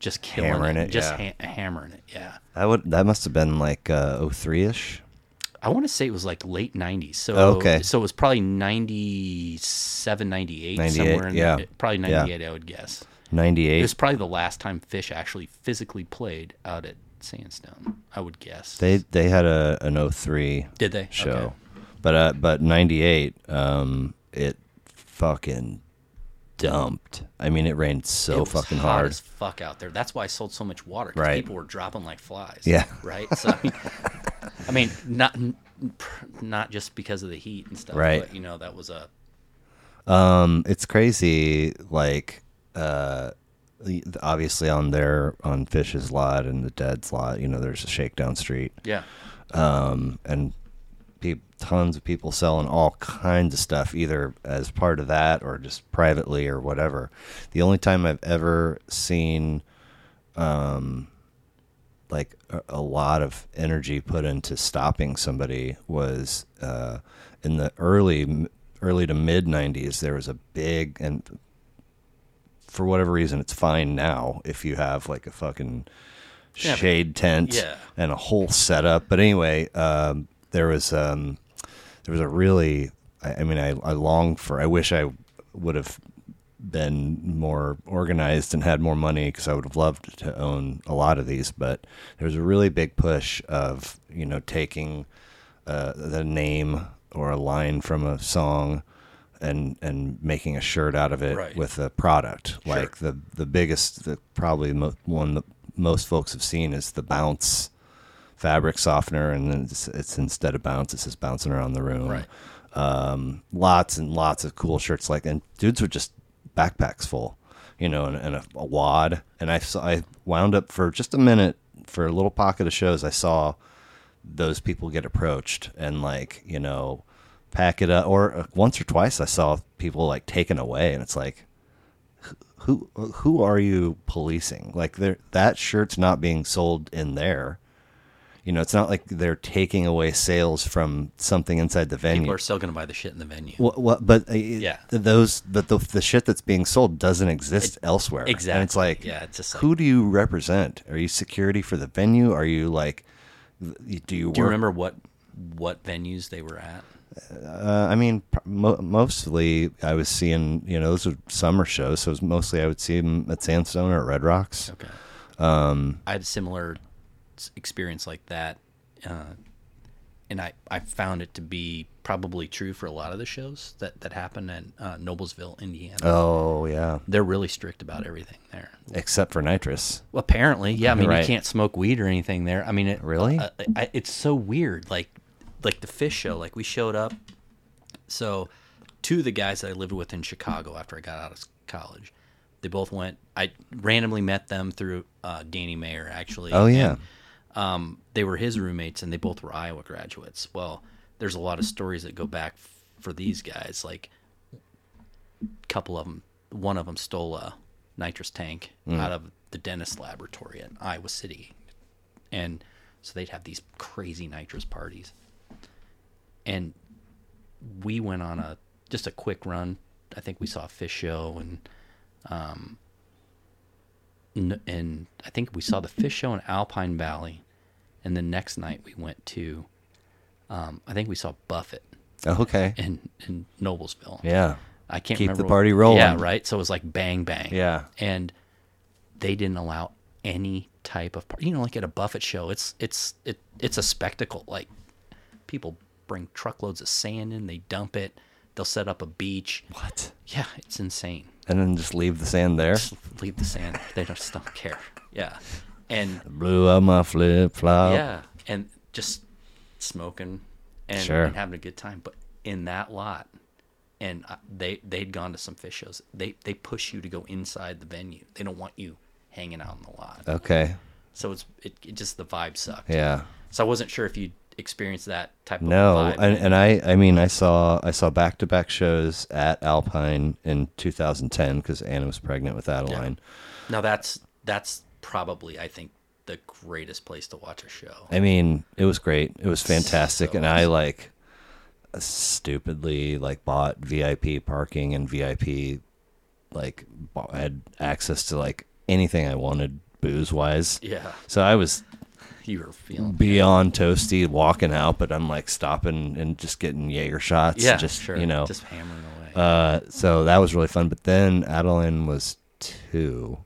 B: just killing
A: Hammering
B: it,
A: it,
B: just
A: yeah.
B: ha- hammering it. Yeah,
A: oh That would that must have been like uh, 03 ish.
B: I want to say it was like late 90s. So
A: Okay.
B: so it was probably 97, 98,
A: 98,
B: somewhere in
A: yeah.
B: the, probably
A: Yeah.
B: 98 I would guess. It
A: 98.
B: was probably the last time Fish actually physically played out at Sandstone, I would guess.
A: They they had a an 03
B: Did they?
A: show.
B: Okay.
A: But uh, but 98 um it fucking dumped. I mean it rained so
B: It was
A: fucking
B: hot
A: hard.
B: as fuck out there. That's why I sold so much water. 'cause
A: Right.
B: People were dropping like flies.
A: Yeah.
B: Right. So, I mean, I mean, not n- not just because of the heat and stuff.
A: Right.
B: But, you know, that was a
A: Um it's crazy like uh the- obviously on their on Fish's lot and the Dead's lot, you know, there's a shakedown street.
B: yeah.
A: um, and pe- tons of people selling all kinds of stuff, either as part of that or just privately or whatever. The only time I've ever seen, um, like a, a lot of energy put into stopping somebody was uh, in the early early to mid '90s. There was a big and for whatever reason, it's fine now if you have like a fucking
B: Yeah, but-
A: shade tent
B: Yeah.
A: and a whole setup. But anyway, um, there was um, there was a really, I, I mean, I, I long for, I wish I would have been more organized and had more money because I would have loved to own a lot of these. But there was a really big push of you know taking uh, the name or a line from a song. And, and making a shirt out of it
B: Right.
A: with a product like the the biggest the probably mo- one that most folks have seen is the bounce fabric softener, and then it's, it's instead of bounce, it's just bouncing around the room.
B: Right.
A: Um, lots and lots of cool shirts, like and dudes were just backpacks full, you know, and, and a, a wad. And I saw, I wound up for just a minute for a little pocket of shows. I saw those people get approached and like you know pack it up. Or uh, once or twice, I saw people like taken away, and it's like who who are you policing? Like there that shirt's not being sold in there. You know, it's not like they're taking away sales from something inside the venue.
B: People are still going to buy the shit in the venue.
A: What, what, but uh,
B: Yeah.
A: those but the, the shit that's being sold doesn't exist elsewhere. And it's
B: exactly.
A: like,
B: Yeah, it's just like-
A: who do you represent? Are you security for the venue? Are you like, th- do you work?
B: Do you remember what what venues they were at?
A: uh, I mean, pr- mo- mostly I was seeing, you know, those were summer shows, so it was mostly I would see them at Sandstone or at Red Rocks.
B: Okay. Um, I had a similar s- experience like that, uh, and I, I found it to be probably true for a lot of the shows that, that happened in uh, Noblesville, Indiana.
A: Oh yeah,
B: They're really strict about everything there.
A: except for nitrous.
B: Well, apparently, yeah. I mean,
A: Right.
B: you can't smoke weed or anything there. I mean, it,
A: Really?
B: uh, I, it's so weird. Like, like the fish show. Like we showed up. So, two of the guys that I lived with in Chicago after I got out of s- college, they both went. I randomly met them through uh, Danny Mayer, actually.
A: Oh yeah,
B: um, they were his roommates, and they both were Iowa graduates. Well, there's a lot of stories that go back f- for these guys. Like, couple of them, one of them stole a nitrous tank out of the dentist laboratory in Iowa City. And so they'd have these crazy nitrous parties. And we went on a just a quick run. I think we saw a fish show and um n- and I think we saw the fish show in Alpine Valley. And the next night we went to um I think we saw Buffett
A: okay,
B: *laughs* in in Noblesville.
A: yeah,
B: I can't
A: Keep
B: remember
A: the
B: what-
A: party rolling.
B: Yeah, right. So it was like bang bang.
A: Yeah.
B: and they didn't allow any type of party. You know, like at a Buffett show, it's it's it it's a spectacle. Like people bring truckloads of sand in, they dump it, they'll set up a beach.
A: What?
B: Yeah, it's insane.
A: And then just leave the sand there.
B: Just leave the sand. They just don't care. Yeah, and
A: Blew out my flip flop.
B: yeah, and just smoking and,
A: Sure.
B: and having a good time. But in that lot, and I, they they'd gone to some fish shows. They they push you to go inside the venue. They don't want you hanging out in the lot.
A: Okay.
B: So it's it, it just the vibe sucked.
A: Yeah.
B: So I wasn't sure if you experienced that type of
A: No,
B: vibe.
A: and, and I, I mean, I saw, I saw back-to-back shows at Alpine in 2010 because Anna was pregnant with Adeline.
B: now that's that's probably I think the greatest place to watch a show.
A: I mean, it was great. It was fantastic,
B: So
A: and I like stupidly like bought VIP parking and VIP like bought, had access to like anything I wanted booze wise.
B: Yeah.
A: So I was
B: you were feeling
A: Mm. beyond toasty walking out, but I'm like stopping and just getting Jaeger shots.
B: yeah,
A: just
B: sure.
A: you know.
B: just hammering away.
A: uh, so that was really fun. But then Adeline was two,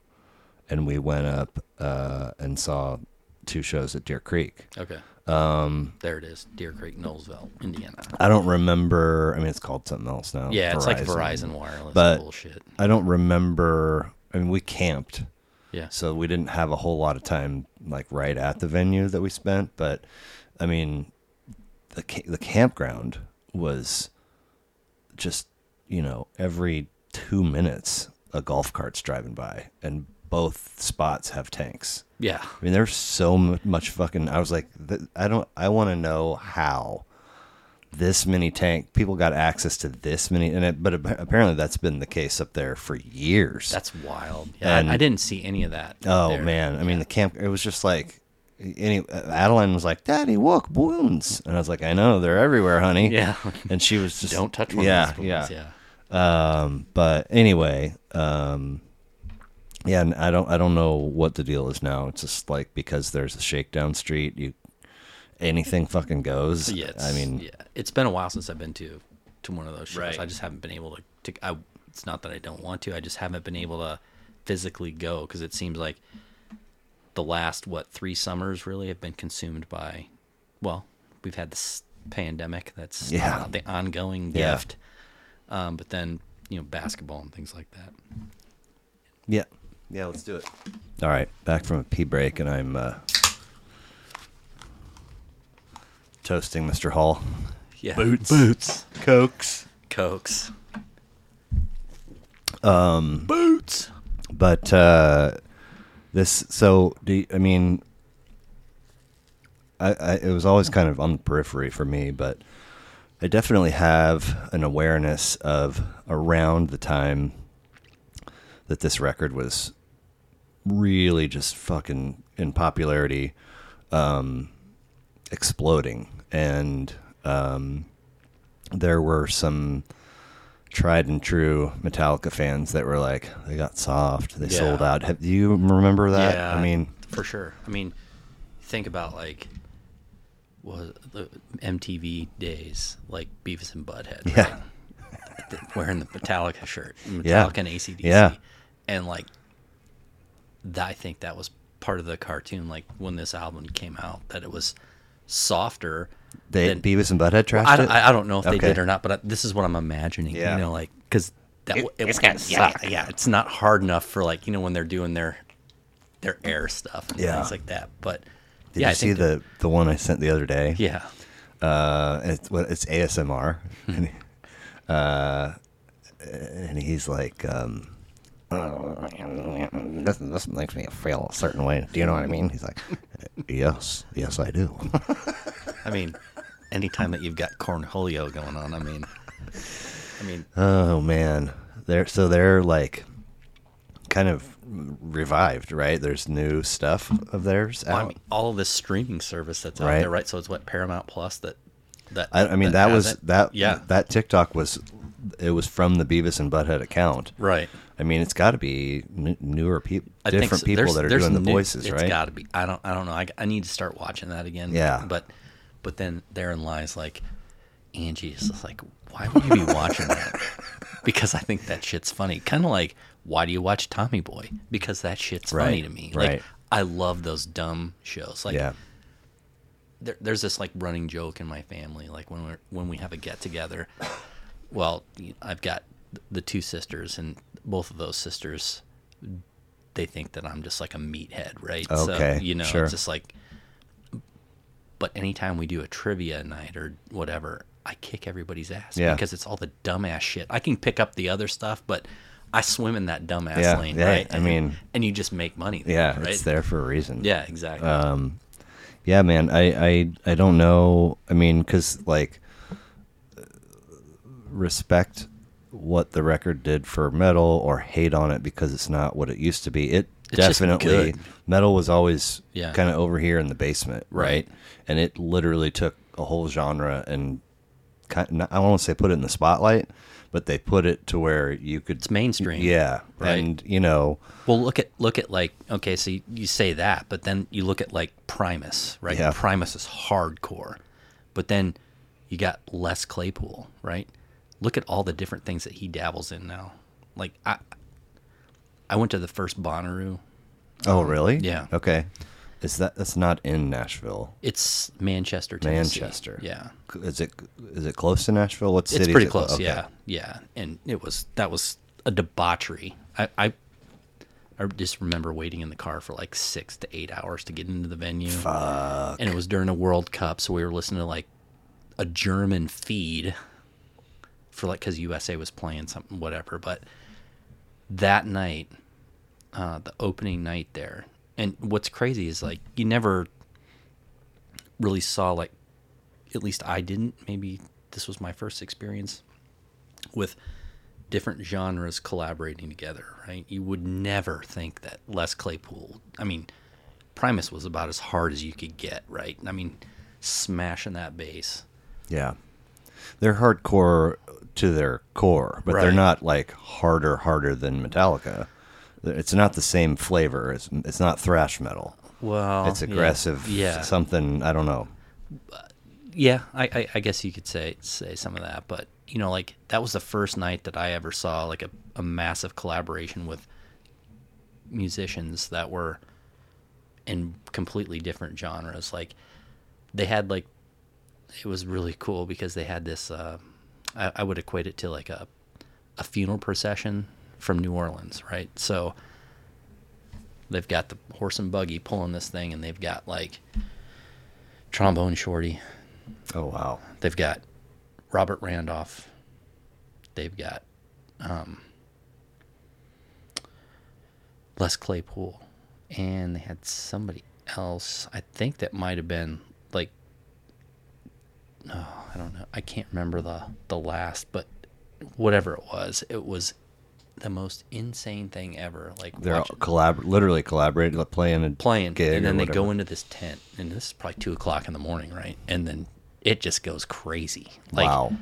A: and we went up uh, and saw two shows at Deer Creek.
B: okay,
A: Um,
B: there it is, Deer Creek, Knowlesville, Indiana.
A: I don't remember. I mean, it's called something else now.
B: Yeah, it's like Verizon Wireless
A: But-
B: bullshit.
A: I don't remember. I mean, we camped,
B: Yeah,
A: so we didn't have a whole lot of time like right at the venue that we spent. But I mean, the ca- the campground was just you know every two minutes a golf cart's driving by, and both spots have tanks.
B: yeah.
A: I mean, there's so mu- much fucking. I was like, th- I don't. I want to know how this many tank people got access to this many, and it, but ap- apparently that's been the case up there for years.
B: That's wild. Yeah,
A: And-
B: I, I didn't see any of that.
A: oh
B: there.
A: man. I mean, the camp. It was just like. Any, Adeline was like, "Daddy, look, balloons," and I was like, "I know they're everywhere, honey."
B: *laughs* Yeah.
A: and she was just
B: Don't touch one
A: yeah,
B: of those balloons.
A: yeah,
B: Yeah.
A: Um, but anyway, um, yeah, and I don't, I don't know what the deal is now. It's just like because there's a shakedown street, you anything fucking goes.
B: So, yeah, it's,
A: I mean,
B: yeah, it's been a while since I've been to to one of those shows.
A: Right.
B: I just haven't been able to. to I, it's not that I don't want to. I just haven't been able to physically go because it seems like the last what three summers really have been consumed by. Well, we've had this pandemic that's
A: Yeah.
B: uh, the ongoing
A: Yeah.
B: gift, um, but then you know basketball and things like that.
A: yeah, yeah. Let's do it. All right, back from a pee break, and I'm uh, toasting Mr. Hall.
B: Yeah,
A: boots, cokes.
B: cokes,
A: Um,
B: boots.
A: but uh, this so do you, I mean I, I it was always kind of on the periphery for me, but I definitely have an awareness of around the time that this record was really just fucking in popularity um exploding and um there were some tried and true Metallica fans that were like, they got soft, they
B: Yeah.
A: sold out. Have, do you remember that?
B: Yeah,
A: I mean,
B: for sure. I mean, think about like was the MTV days, like Beavis and Butthead. right?
A: yeah,
B: Th- wearing the Metallica shirt, Metallica
A: Yeah.
B: and ACDC,
A: Yeah.
B: and like th- I think that was part of the cartoon. Like when this album came out, that it was softer.
A: they
B: than,
A: Beavis and Butthead trashed
B: I, don't,
A: it.
B: I I don't know if they
A: Okay.
B: did or not, but I, this is what I'm imagining.
A: Yeah.
B: You know, like because that it, it
C: it's
B: was
C: got-
B: kind of
C: yeah,
B: yeah, it's not hard enough for like you know when they're doing their their air stuff and
A: Yeah.
B: things like that. But
A: Did
B: yeah,
A: you
B: I
A: see
B: think that-
A: the the one I sent the other day?
B: yeah,
A: uh, it's, well, it's ASMR,
B: Hmm.
A: and, uh, and he's like, um, this, this makes me feel a certain way. Do you know what I mean? He's like, *laughs* yes, yes, I do. *laughs*
B: I mean, anytime that you've got cornholio going on, I mean,
A: *laughs*
B: I mean,
A: oh man, they're so they're like kind of revived, right? There's new stuff of theirs
B: well, I
A: out.
B: mean all of this streaming service that's out
A: Right.
B: there, right? So it's what Paramount Plus that that
A: I, I mean, that,
B: has
A: was
B: it.
A: that.
B: yeah
A: that TikTok was it was from the Beavis and Butthead account.
B: right.
A: I mean, it's got to be n- newer people,
B: I think
A: different
B: so.
A: people
B: There's-
A: that are
B: there's
A: doing the
B: new-
A: voices, right?
B: It's got to be. I don't. I don't know. I, I need to start watching that again.
A: Yeah.
B: But but then therein lies like Angie is just like, why would you be
A: *laughs*
B: watching that? Because I think that shit's funny. Kind of like, why do you watch Tommy Boy? Because that shit's
A: Right,
B: funny to me.
A: right.
B: Like I love those dumb shows. Like
A: yeah,
B: there, there's this like running joke in my family like when we're when we have a get together well you- i've got the two sisters and both of those sisters they think that i'm just like a meathead right
A: Okay,
B: so you know
A: sure.
B: it's just like but anytime we do a trivia night or whatever i kick everybody's ass
A: Yeah.
B: because it's all the dumbass shit i can pick up the other stuff but i swim in that dumbass
A: Yeah,
B: lane
A: yeah,
B: right
A: I
B: And-
A: mean-
B: and you just make money
A: yeah,
B: right
A: it's there for a reason.
B: yeah exactly
A: um, yeah, man. I, I, I don't know. I mean, because like, uh, respect what the record did for metal, or hate on it because it's not what it used to be. It
B: It's just
A: definitely
B: good.
A: metal was always
B: Yeah.
A: kind of over here in the basement, right?
B: Right.
A: And it literally took a whole genre and kind I won't say put it in the spotlight, but they put it to where you could.
B: It's mainstream.
A: Yeah,
B: Right.
A: and you know,
B: Well, look at look at like okay, so you, you say that, but then you look at like Primus, right?
A: Yeah.
B: Primus is hardcore, but then you got Les Claypool, right? Look at all the different things that he dabbles in now. Like I, I went to the first Bonnaroo.
A: oh really?
B: Um, yeah.
A: Okay. Is that that's not in Nashville?
B: It's Manchester, Tennessee.
A: Manchester.
B: Yeah,
A: C- Is it is it close to Nashville? What city?
B: it's
A: is
B: pretty
A: it
B: close.
A: okay.
B: Yeah, yeah, and it was that was a debauchery. I, I, I just remember waiting in the car for like six to eight hours to get into the venue.
A: Fuck.
B: and it was during a World Cup, so we were listening to like a German feed for like because USA was playing something, whatever. But that night, uh, the opening night there, and what's crazy is like you never really saw like, at least I didn't. Maybe this was my first experience with different genres collaborating together, right? You would never think that Les Claypool, I mean, Primus was about as hard as you could get, right? I mean, smashing that bass.
A: Yeah. They're hardcore to their core, but they're
B: Right.
A: not like harder, harder than Metallica. It's not the same flavor. It's, it's not thrash metal.
B: Well,
A: It's aggressive.
B: Oh, Yeah, yeah,
A: Something, I don't know.
B: Yeah, I, I, I guess you could say say some of that, but you know, like that was the first night that I ever saw like a, a massive collaboration with musicians that were in completely different genres. Like they had like it was really cool because they had this. Uh, I, I would equate it to like a a funeral procession from New Orleans, right? So they've got the horse and buggy pulling this thing, and they've got like trombone shorty,
A: Oh, wow.
B: they've got Robert Randolph, they've got um, Les Claypool, and they had somebody else. I think that might have been like, oh, I don't know. I can't remember the the last, but whatever it was, it was the most insane thing ever. Like
A: They're all
B: watching-
A: collab- literally collaborating, like, playing a
B: playing,
A: gig.
B: and
A: or
B: then they go
A: whatever.
B: into this tent, and this is probably two o'clock in the morning, right? And then it just goes crazy. Like,
A: wow.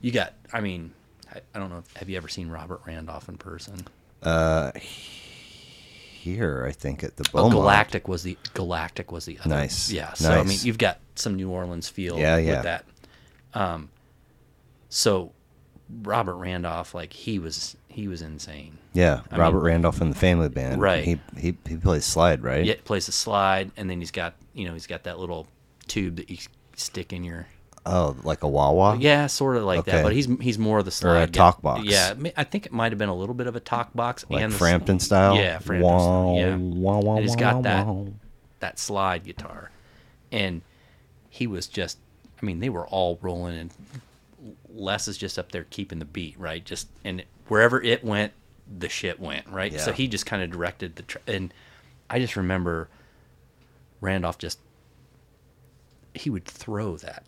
B: You got, I mean, I, I don't know. Have you ever seen Robert Randolph in person?
A: Here, I think, at the
B: Oh,
A: Beaumont.
B: Galactic was the Galactic was the other.
A: Nice.
B: Yeah. So I mean,
A: Nice.
B: you've got some New Orleans feel.
A: Yeah, yeah.
B: With that. Um, so Robert Randolph, like he was, he was insane.
A: Yeah,
B: I
A: Robert
B: mean-
A: Randolph and the Family Band.
B: Right.
A: He, he, he plays slide, right?
B: Yet plays a slide, and then he's got, you know, he's got that little tube that you stick in your
A: Oh, like a wah wah?
B: Yeah, sort of like
A: Okay.
B: that. But he's he's more of the slide
A: Or a
B: guy.
A: talk box.
B: Yeah, I mean, I think it might have been a little bit of a talk box
A: Like
B: and the s-
A: Frampton style?
B: Yeah, Frampton
A: Wah,
B: style, yeah.
A: wah, wah,
B: And he's
A: wah,
B: got that
A: wah.
B: that slide guitar, and he was just. I mean, they were all rolling, and Les is just up there keeping the beat, right? Just and wherever it went, the shit went, right? So
A: Yeah.
B: he just kind of directed the. Tra- and I just remember Randolph just he would throw that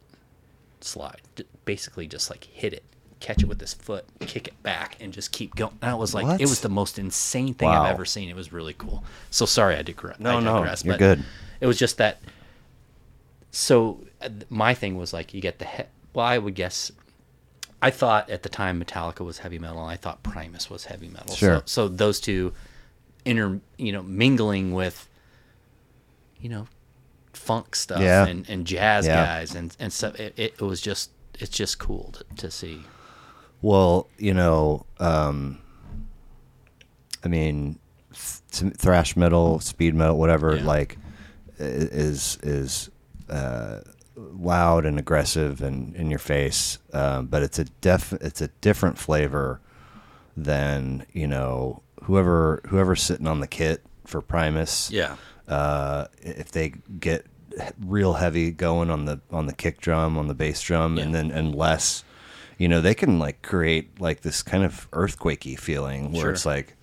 B: slide, j- basically just like hit it, catch it with his foot, kick it back, and just keep going. That was like
A: What?
B: it was the most insane thing
A: Wow.
B: I've ever seen. It was really cool. So sorry I digress.
A: No,
B: I
A: no,
B: digress,
A: Oh, you're
B: but
A: good.
B: It was just that. So uh, th- my thing was like you get the he- well I would guess. I thought at the time Metallica was heavy metal. and I thought Primus was heavy metal.
A: Sure.
B: So, so those two, inter you know mingling with, you know, funk stuff
A: Yeah.
B: and, and jazz
A: Yeah.
B: guys and and stuff. It, it, it was just it's just cool to, to see.
A: Well, you know, um, I mean, th- thrash metal, speed metal, whatever,
B: Yeah.
A: like i- is is uh, loud and aggressive and in your face, um, but it's a def it's a different flavor than you know whoever whoever's sitting on the kit for Primus
B: Yeah.
A: uh, if they get real heavy going on the on the kick drum on the bass drum and
B: Yeah.
A: then and less you know they can like create like this kind of earthquakey feeling where
B: Sure.
A: it's like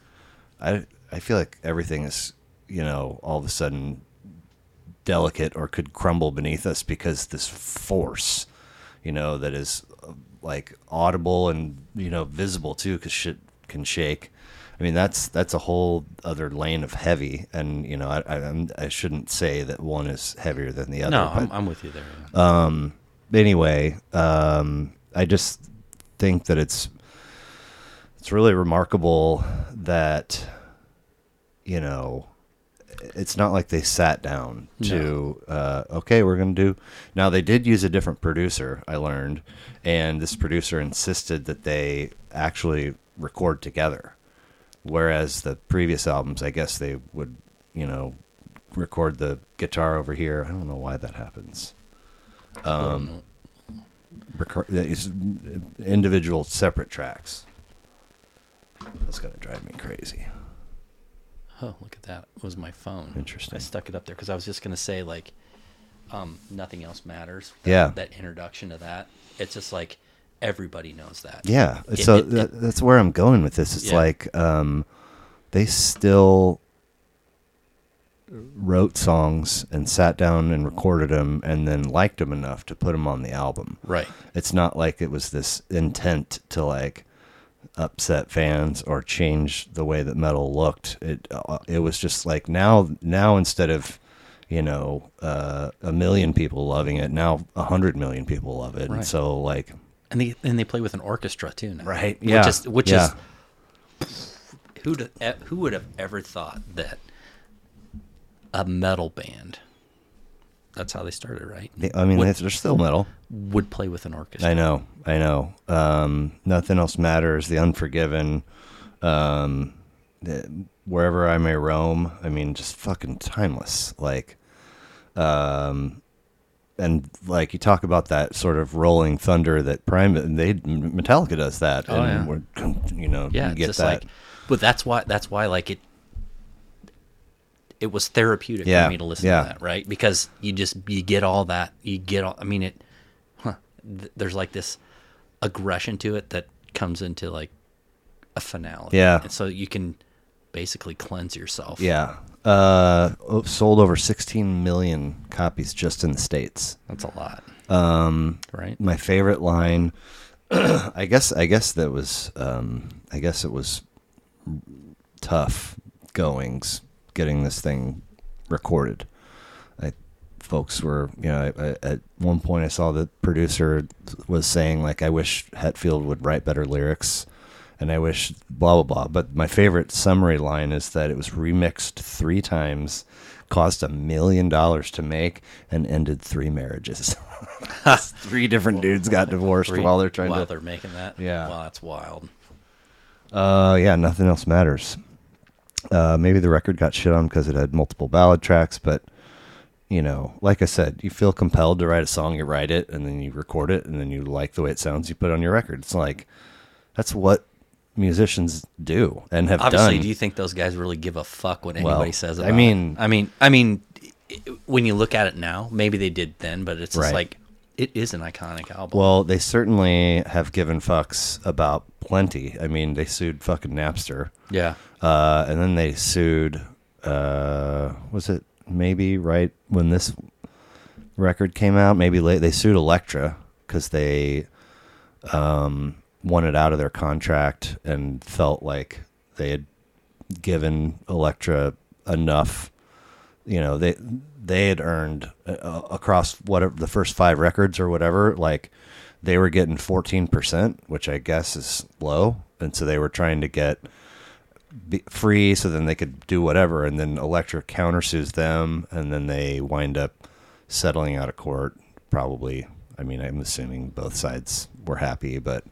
A: i i feel like everything is you know all of a sudden delicate or could crumble beneath us because this force you know that is uh, like audible and you know visible too because shit can shake i mean that's that's a whole other lane of heavy and you know i i, I'm- I shouldn't say that one is heavier than the other
B: No,
A: but
B: I'm, I'm with you there.
A: anyway, um, I just think that it's it's really remarkable that you know it's not like they sat down to uh, okay we're gonna do now they did use a different producer i learned and this producer insisted that they actually record together whereas the previous albums i guess they would you know record the guitar over here i don't know why that happens um record, it's individual separate tracks that's gonna drive me crazy
B: Oh, look at that. It was my phone.
A: Interesting.
B: I stuck it up there because I was just going to say, like, um, nothing else matters.
A: Yeah.
B: That introduction to that. It's just like everybody knows that.
A: Yeah.
B: It-
A: so
B: it- it-
A: that, that's where I'm going with this. It's
B: Yeah.
A: like um, they still wrote songs and sat down and recorded them and then liked them enough to put them on the album.
B: Right.
A: It's not like it was this intent to like upset fans or change the way that metal looked. It uh, it was just like now now instead of you know uh, a million people loving it, now a hundred million people love it.
B: Right.
A: And so like
B: And they and they play with an orchestra too now.
A: Right,
B: Which
A: yeah,
B: is which
A: yeah.
B: is who e, who would have ever thought that a metal band. That's how they started, right?
A: they- I mean
B: would,
A: they're still metal.
B: would play with an orchestra.
A: I know, I know. Um, nothing else matters. The Unforgiven, um, the, wherever I may roam. I mean, just fucking timeless. Like, um, and like you talk about that sort of rolling thunder that Prime they Metallica does that,
B: Oh, yeah.
A: and we're, *laughs* you know,
B: yeah,
A: you
B: it's
A: get
B: just
A: that.
B: like but that's why that's why like it it was therapeutic
A: Yeah,
B: for me to listen
A: yeah.
B: to that, right? Because you just you get all that, you get all I mean it huh, th- there's like this aggression to it that comes into like a finale.
A: Yeah.
B: And so you can basically cleanse yourself.
A: yeah. Uh, oh, sold over 16 million copies just in the states.
B: That's a lot.
A: Um,
B: Right?
A: my favorite line *clears throat* i guess i guess that was um i guess it was tough goings getting this thing recorded i folks were you know I, I, at one point i saw the producer was saying like i wish hetfield would write better lyrics and i wish blah blah blah but my favorite summary line is that it was remixed three times cost a million dollars to make and ended three marriages *laughs* three different dudes got divorced while they're trying
B: while
A: to
B: they're making that.
A: Yeah.
B: Wow, that's wild.
A: uh, yeah, nothing else matters. Uh, maybe the record got shit on because it had multiple ballad tracks, but you know, like I said, you feel compelled to write a song, you write it, and then you record it, and then you like the way it sounds, you put it on your record. It's like that's what musicians do and have
B: Obviously,
A: done.
B: do you think those guys really give a fuck what
A: Well,
B: anybody says?
A: I
B: About
A: mean-
B: it? I mean, I mean, i- when you look at it now, maybe they did then, but it's just
A: Right.
B: like it is an iconic album.
A: well, they certainly have given fucks about plenty. I mean, they sued fucking Napster.
B: yeah,
A: Uh, and then they sued. Uh, was it maybe right when this record came out? Maybe late. They sued Elektra because they um, wanted out of their contract and felt like they had given Elektra enough. You know, they they had earned uh, across whatever the first five records or whatever. Like they were getting fourteen percent, which I guess is low, and so they were trying to get be free so then they could do whatever and then Electra countersues them and then they wind up settling out of court probably I mean I'm assuming both sides were happy but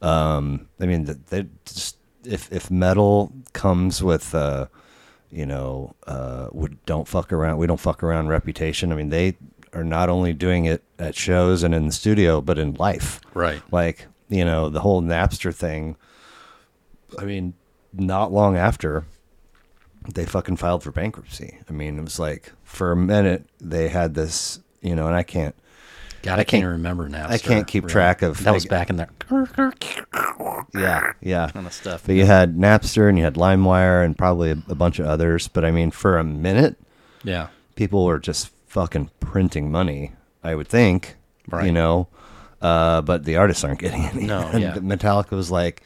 A: um I mean th- they just if if metal comes with uh you know uh would don't fuck around we don't fuck around reputation I mean they are not only doing it at shows and in the studio but in life
B: right.
A: like you know the whole Napster thing. I mean, not long after they fucking filed for bankruptcy. I mean, it was like for a minute they had this, you know, and I can't,
B: God, I, can't, even remember now.
A: I can't keep track of
B: That was back in there.
A: yeah, yeah,
B: Kind of stuff.
A: But you had Napster and you had LimeWire and probably a, a bunch of others. But I mean, for a minute,
B: Yeah,
A: people were just fucking printing money. I would think, you
B: Right.
A: know, uh, but the artists aren't getting *laughs* any.
B: No,
A: and
B: yeah.
A: Metallica was like,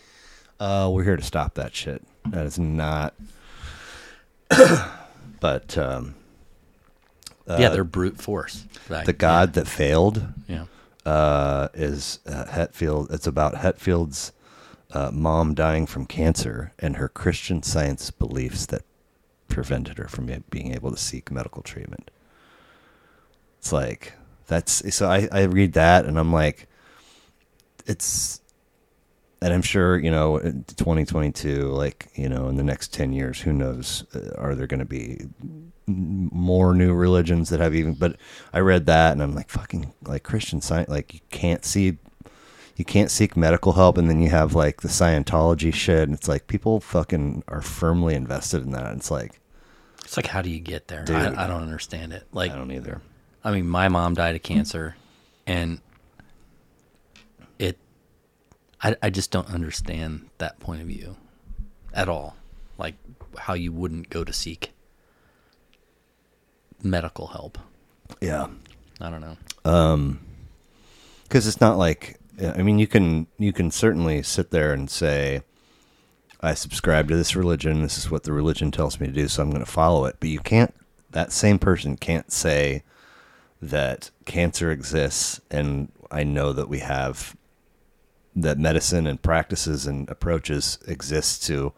A: uh, "We're here to stop that shit. That is not." *coughs* but um, Uh,
B: yeah, they're brute force. Like,
A: the god that failed
B: Yeah.
A: uh, is uh, Hetfield. It's about Hetfield's uh, mom dying from cancer and her Christian Science beliefs that prevented her from be- being able to seek medical treatment. It's like that's so I, I read that and I'm like, it's, and I'm sure you know, in 2022, like you know, in the next 10 years, who knows, uh, are there going to be more new religions that have even but i read that and i'm like fucking like christian science like you can't see you can't seek medical help and then you have like the scientology shit and it's like people fucking are firmly invested in that and it's like
B: It's like, how do you get there?
A: Dude.
B: I, I don't understand it. Like,
A: i don't either
B: I mean, my mom died of cancer, and it, I, I just don't understand that point of view at all. Like, how you wouldn't go to seek medical help.
A: yeah
B: I don't know.
A: because it's not like i mean you can you can certainly sit there and say i subscribe to this religion this is what the religion tells me to do so i'm going to follow it but you can't that same person can't say that cancer exists and i know that we have that medicine and practices and approaches exist to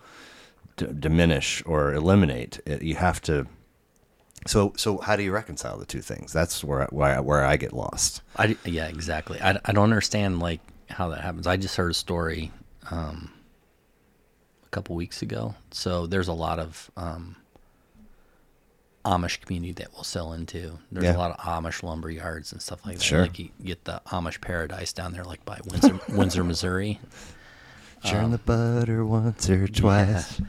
A: d- diminish or eliminate it you have to so so how do you reconcile the two things that's where I- where I, where I get lost
B: I d- yeah, exactly. I, d- I don't understand like how that happens. I just heard a story um, a couple weeks ago. So there's a lot of um, Amish community that we'll sell into. There's
A: Yeah.
B: a lot of Amish lumber yards and stuff like that.
A: Sure.
B: Like you get the Amish paradise down there, like by
A: *laughs*
B: Windsor, Windsor, Missouri.
A: Churn the butter once or twice.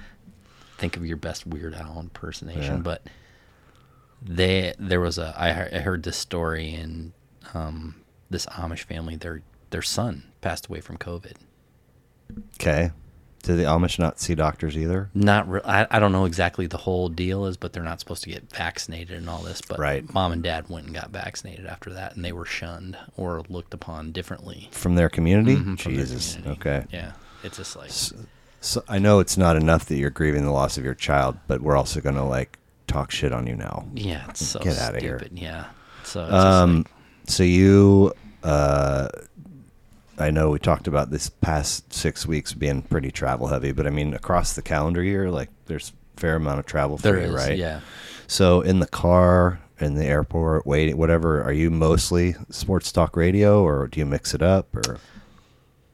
B: think of your best Weird Al impersonation,
A: Yeah.
B: but they there was a I, he- I heard this story and um, this Amish family their their son passed away from COVID.
A: Okay. Do the Amish not see doctors either?
B: Not re- I I don't know exactly the whole deal is, but they're not supposed to get vaccinated and all this. But
A: Right.
B: mom and dad went and got vaccinated after that, and they were shunned or looked upon differently. Mm-hmm,
A: From their community?
B: from their
A: Jesus.
B: community.
A: Okay.
B: Yeah, it's just like
A: So I know it's not enough that you're grieving the loss of your child, but we're also going to like talk shit on you now.
B: yeah, it's so
A: Get outta
B: stupid.
A: here.
B: Yeah, so it's just
A: Um,
B: like,
A: so you, uh, I know we talked about this past six weeks being pretty travel heavy, but I mean across the calendar year, like there's a fair amount of travel for
B: there
A: you,
B: is
A: right?
B: yeah.
A: So in the car, in the airport, waiting, whatever, are you mostly sports talk radio or do you mix it up or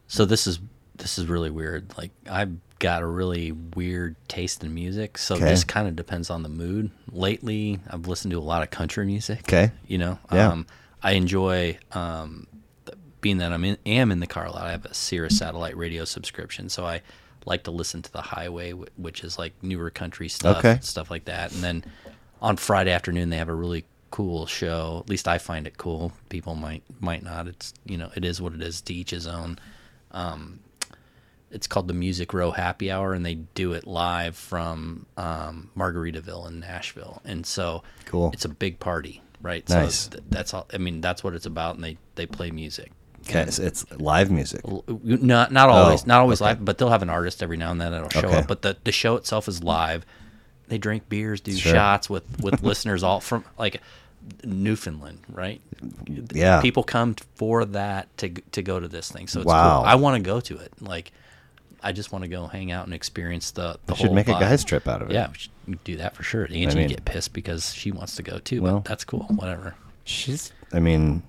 B: So this is this is really weird. Like I've got a really weird taste in music, so
A: Okay.
B: this kind of depends on the mood. Lately, I've listened to a lot of country music.
A: Okay.
B: you know,
A: Yeah.
B: um, I enjoy um, th- being that I'm in, am in the car a lot. I have a Sirius satellite radio subscription, so I like to listen to the highway, wh- which is like newer country stuff,
A: Okay.
B: stuff like that. And then on Friday afternoon, they have a really cool show. At least I find it cool. People might might not. It's you know, it is what it is. To each his own um, it's called the Music Row Happy Hour, and they do it live from um, Margaritaville in Nashville. And so,
A: Cool.
B: It's a big party, right?
A: Nice.
B: So th- that's all. I mean, that's what it's about, and they they play music.
A: okay, it's, it's live music.
B: L- Not not always,
A: Oh,
B: not always
A: okay.
B: live, but they'll have an artist every now and then that'll show
A: Okay.
B: up. But the the show itself is live. They drink beers, do
A: Sure.
B: shots with with *laughs* listeners all from like Newfoundland, right?
A: Yeah.
B: people come t- for that to g- to go to this thing. So it's
A: Wow.
B: cool. I want to go to it. Like, I just want to go hang out and experience the the
A: should
B: whole
A: make a
B: vibe.
A: guys trip out of it.
B: Yeah, we should do that for sure. Angie
A: mean-
B: get pissed because she wants to go too.
A: Well-
B: but that's cool. Whatever.
A: She's, I mean,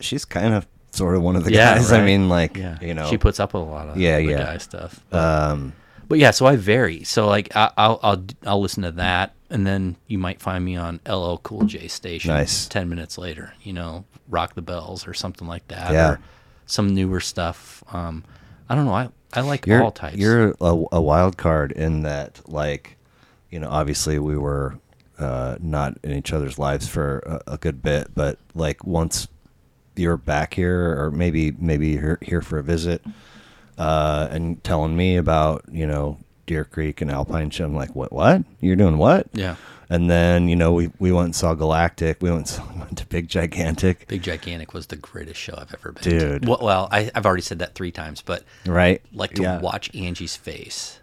A: she's kind of sort of one of the
B: yeah,
A: guys. I
B: right.
A: mean, like,
B: Yeah.
A: you know,
B: she puts up with a lot of
A: Yeah,
B: the
A: yeah.
B: guy stuff.
A: um,
B: But yeah, so I vary. So like I, I'll I'll I'll listen to that, and then you might find me on LL Cool J station.
A: Nice.
B: Ten minutes later, you know, rock the bells or something like that.
A: Yeah.
B: Or some newer stuff. Um, I don't know. I I like
A: you're,
B: all types.
A: you're a, a wild card in that, like, you know, obviously we were, uh, not in each other's lives for a, a good bit, but like once you're back here or maybe, maybe you're here for a visit, uh, and telling me about, you know, Deer Creek and Alpine shit. I'm like, what, what? You're doing what?
B: yeah,
A: And then, you know, we, we went and saw Galactic. We went and *laughs* saw, went to Big Gigantic,
B: Big Gigantic was the greatest show I've ever been
A: Dude.
B: to. Well, well I, I've already said that three times, but
A: right?
B: like to
A: Yeah.
B: watch Angie's face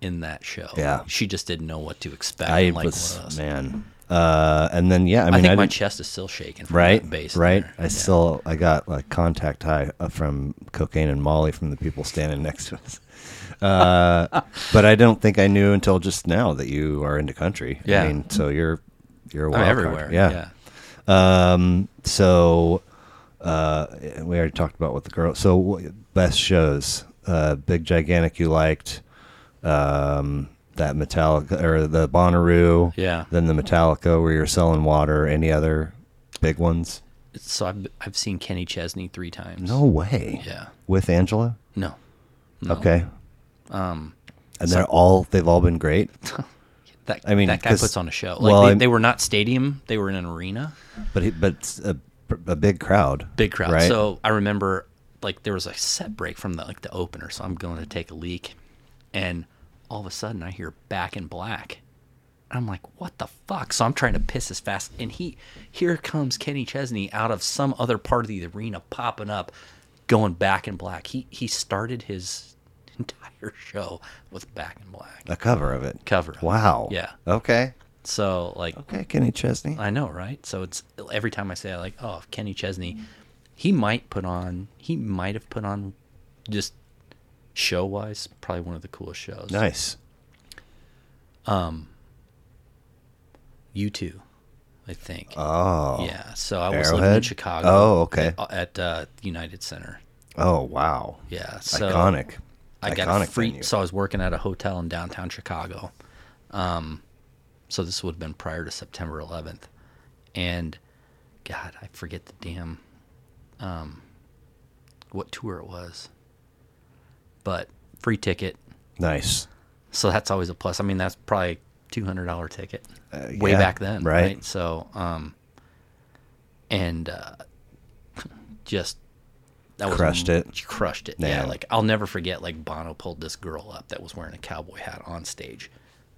B: in that show.
A: Yeah.
B: she just didn't know what to expect.
A: I
B: and, like,
A: was,
B: one of those.
A: man, Uh, and then yeah, I
B: I,
A: mean, I,
B: think my
A: didn't-
B: chest is still shaking. From
A: right,
B: that base
A: right.
B: there.
A: I
B: Yeah.
A: still I got like contact high uh, from cocaine and Molly from the people standing next to us. *laughs* Uh, but I don't think I knew until just now that you are into country.
B: Yeah.
A: I mean, so you're you're a
B: I'm
A: wild card.
B: everywhere. Yeah.
A: Um, so uh, we already talked about what the girl. So wh- best shows, uh, big gigantic. You liked um, that Metallica or the Bonnaroo.
B: Yeah.
A: Then the Metallica, where you're selling water. Any other big ones?
B: So I've I've seen Kenny Chesney three times.
A: No way.
B: Yeah.
A: With Angela.
B: No. No.
A: Okay.
B: Um,
A: And they're all they've all been great.
B: that
A: I mean,
B: that guy
A: 'cause-
B: puts on a show. Like
A: well,
B: they,
A: I'm-
B: they were not stadium. They were in an arena.
A: But he, but it's a, a big crowd.
B: big crowd.
A: Right?
B: So I remember like there was a set break from the like the opener, so I'm going to take a leak, and all of a sudden I hear Back in Black. I'm like, what the fuck? So I'm trying to piss as fast, and he here comes Kenny Chesney out of some other part of the arena, popping up, going Back in Black. He he started his *laughs* entire show with Back in Black
A: a cover of it.
B: cover. of it.
A: Wow.
B: Yeah.
A: Okay.
B: So like
A: Okay, Kenny Chesney.
B: I know, right? So it's every time I say like, oh, Kenny Chesney, he might put on, he might have put on, just show wise, probably one of the coolest shows.
A: Nice.
B: You too, I think.
A: Oh.
B: yeah. So I was living in
A: Arrowhead?
B: Chicago.
A: Oh, okay.
B: At, at, uh, United Center.
A: Oh wow.
B: Yeah. So
A: Iconic.
B: I got
A: Iconic
B: a free.
A: venue.
B: So I was working at a hotel in downtown Chicago. Um, so this would have been prior to September 11th, and God, I forget the damn, um, what tour it was, but free ticket.
A: Nice.
B: So that's always a plus. I mean, that's probably two hundred dollar ticket
A: Uh,
B: way
A: yeah,
B: back then,
A: right.
B: right? So, um, and uh, *laughs* just that was-
A: Crushed it.
B: she crushed it.
A: Yeah.
B: Yeah, like I'll never forget. Like Bono pulled this girl up that was wearing a cowboy hat on stage,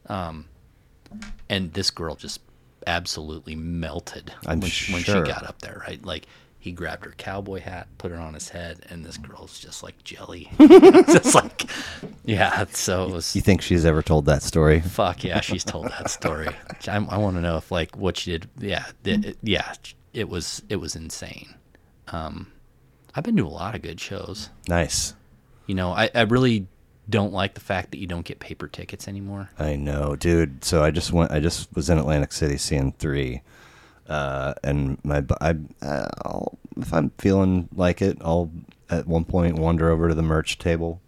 B: um, and this girl just absolutely melted
A: I'm
B: when, she- when
A: sure.
B: she got up there. Right, like he grabbed her cowboy hat, put it on his head, and this girl's just like jelly, *laughs* just like yeah. So it was
A: You think she's ever told that story?
B: fuck yeah she's told that story *laughs* i, I want to know if like what she did yeah it, it- yeah it was it was insane um i've been to a lot of good shows
A: Nice.
B: you know i, I really don't like the fact that you don't get paper tickets anymore
A: I know, dude. So I just went. I just was in Atlantic City seeing three, uh, and my bu- I uh, I'll, if I'm feeling like it, I'll at one point wander over to the merch table.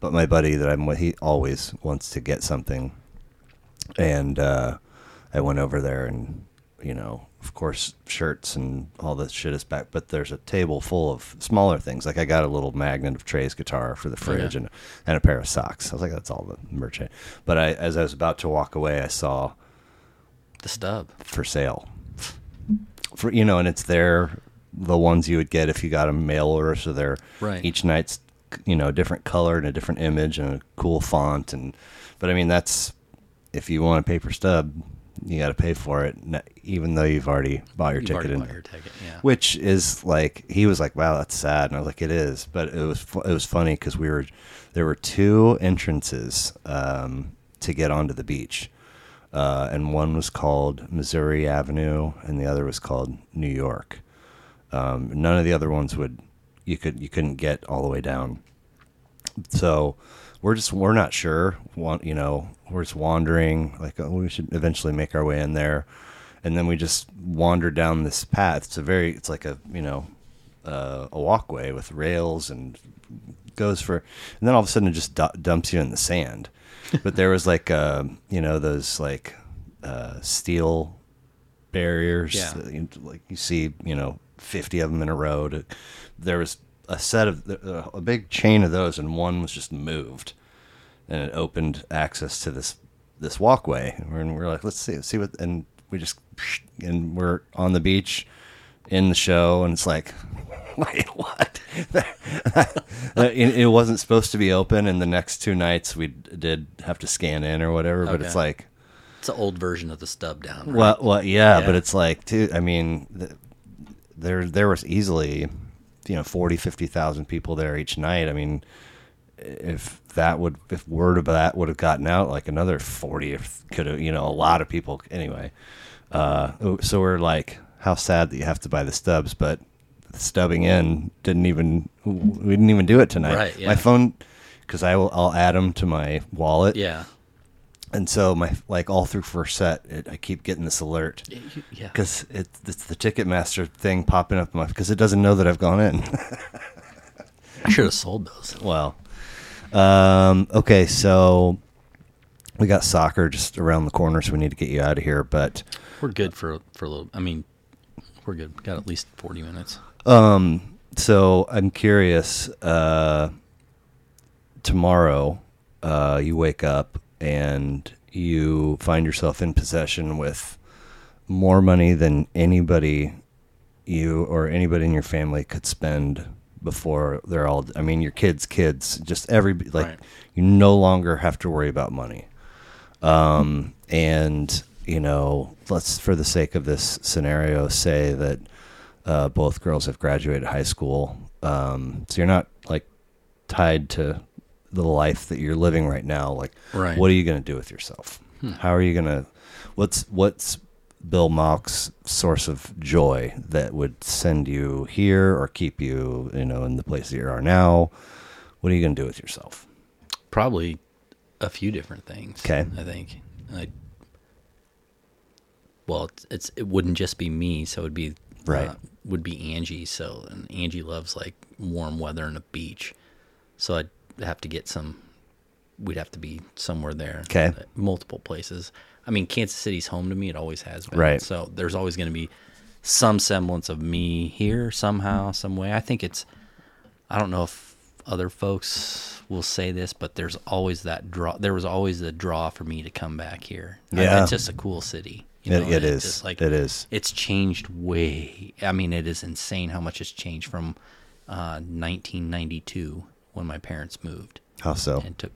A: But my buddy that I'm with, he always wants to get something, and uh, I went over there, and you know, of course, shirts and all that shit is back. But there's a table full of smaller things. Like I got a little magnet of Trey's guitar for the fridge, and and a pair of socks. I was like, that's all the merch. I-" But I, as I was about to walk away, I saw
B: the stub
A: for sale. For you know, and it's there the ones you would get if you got a mail order. So they're
B: Right.
A: each night's you know a different color and a different image and a cool font. And but I mean that's if you want a paper stub, you got to pay for it, n- even though you've already bought your
B: You've
A: ticket.
B: already
A: in
B: bought
A: there.
B: your ticket yeah
A: Which is like he was like, "Wow, that's sad," and I was like, "It is," but it was fu- it was funny because we were there were two entrances um, to get onto the beach, uh, and one was called Missouri Avenue, and the other was called New York. Um, none of the other ones would you could you couldn't get all the way down, so we're just we're not sure. Want you know we're just wandering like oh, we should eventually make our way in there, and then we just wander down this path. It's a very it's like a you know uh, a walkway with rails and goes for and then all of a sudden it just du- dumps you in the sand. But there was like uh, you know those like uh, steel barriers
B: Yeah.
A: that you, like you see you know 50 of them in a row to, there was a set of uh, a big chain of those and one was just moved and it opened access to this this walkway and we're, and we're like let's see see what and we just and we're on the beach in the show and it's like *laughs* wait what *laughs* Uh, it, it wasn't supposed to be open and the next two nights we did have to scan in or whatever but it's
B: Okay.
A: like
B: it's an old version of the stub down right?
A: well, well, yeah, but
B: Yeah.
A: it's like, dude, I mean, th- there there was easily, you know, 40, 50,000 people there each night. I mean, if that would, if word of that would have gotten out, like another 40 could have, you know, a lot of people, anyway. Uh, so we're like, how sad that you have to buy the stubs, but stubbing in didn't even we didn't even do it tonight.
B: Right, yeah.
A: My phone, because I will I'll add them to my wallet.
B: Yeah.
A: And so my like all through first set, it, I keep getting this alert
B: Yeah.
A: because it, it's the Ticketmaster thing popping up in my because it doesn't know that I've gone in. *laughs*
B: I should have sold those.
A: Well, um, okay, so we got soccer just around the corner, so we need to get you out of here. But
B: We're good for for a little. I mean, we're good. Got at least forty minutes.
A: um, so I'm curious. Uh, tomorrow, uh, you wake up and you find yourself in possession with more money than anybody you or anybody in your family could spend before they're all i mean your kids kids just every like
B: Right.
A: you no longer have to worry about money um and you know let's for the sake of this scenario say that uh both girls have graduated high school um so you're not like tied to the life that you're living right now like
B: Right. Hmm.
A: what are you going to do with yourself how are you going to what's what's bill mock's source of joy that would send you here or keep you you know in the place that you are now what are you going to do with yourself
B: Probably a few different things.
A: 'Kay.
B: I think. I, well, it's, it's it wouldn't just be me, so it'd be uh,
A: Right.
B: would be Angie. So and Angie loves like warm weather and a beach. So I'd have to get some. We'd have to be somewhere there. Uh,
A: 'Kay.
B: Multiple places. I mean, Kansas City's home to me. It always has been.
A: Right.
B: So there's always going to be some semblance of me here somehow, some way. I think it's. I don't know if other folks will say this, but there's always that draw. There was always the draw for me to come back here. I-
A: Yeah.
B: it's just a cool city. You
A: It-
B: know,
A: it
B: and
A: is.
B: just
A: It is.
B: It's changed way. I mean, it is insane how much it's changed from uh, 1992 when my parents moved
A: how so
B: and took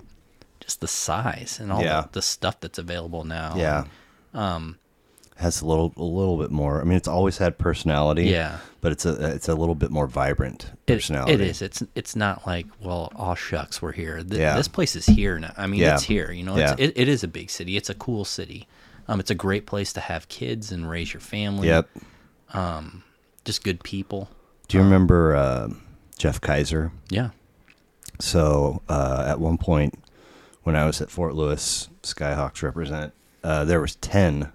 B: just the size and all
A: Yeah.
B: the, the stuff that's available now.
A: yeah um has a little a little bit more i mean it's always had personality
B: Yeah.
A: but it's a it's a little bit more vibrant
B: It-
A: personality
B: It is. It's it's not like well, all shucks, we're here. Th-
A: Yeah.
B: This place is here now. I mean,
A: Yeah.
B: it's here. You know, it's,
A: Yeah.
B: it, it is a big city. It's a cool city. Um, it's a great place to have kids and raise your family.
A: yep
B: Just good people.
A: do you remember um jeff kaiser
B: Yeah.
A: So uh, at one point, when I was at Fort Lewis, Skyhawks represent. Uh, there was ten,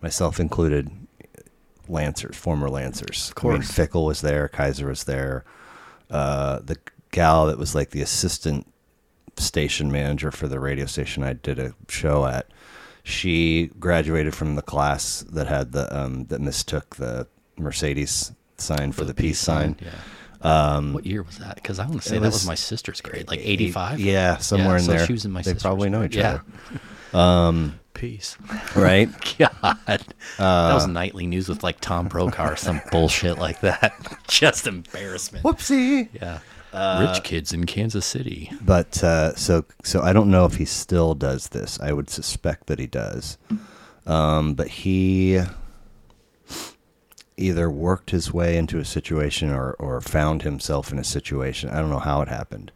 A: myself included, Lancers, former Lancers. Of I mean,
B: course.
A: Fickle was there, Kaiser was there. Uh, the gal that was like the assistant station manager for the radio station I did a show at. She graduated from the class that had the um, that mistook the Mercedes sign for the peace sign.
B: Yeah. Um, what year was that? Because I want to say
A: it
B: that was,
A: was
B: my sister's grade, like eighty five.
A: Yeah, somewhere in
B: so
A: there.
B: She was in my
A: they
B: sister's
A: probably know
B: grade.
A: each *laughs*
B: yeah. Um, Peace. *laughs*
A: other, right?
B: God, that
A: Uh,
B: was nightly news with like Tom Brokaw
A: *laughs*
B: or some bullshit like that. *laughs* Just embarrassment.
A: Whoopsie.
B: Yeah.
A: Uh,
B: Rich kids in Kansas City.
A: But uh, so so I don't know if he still does this. I would suspect that he does. Um, but he either worked his way into a situation or or found himself in a situation. I don't know how it happened,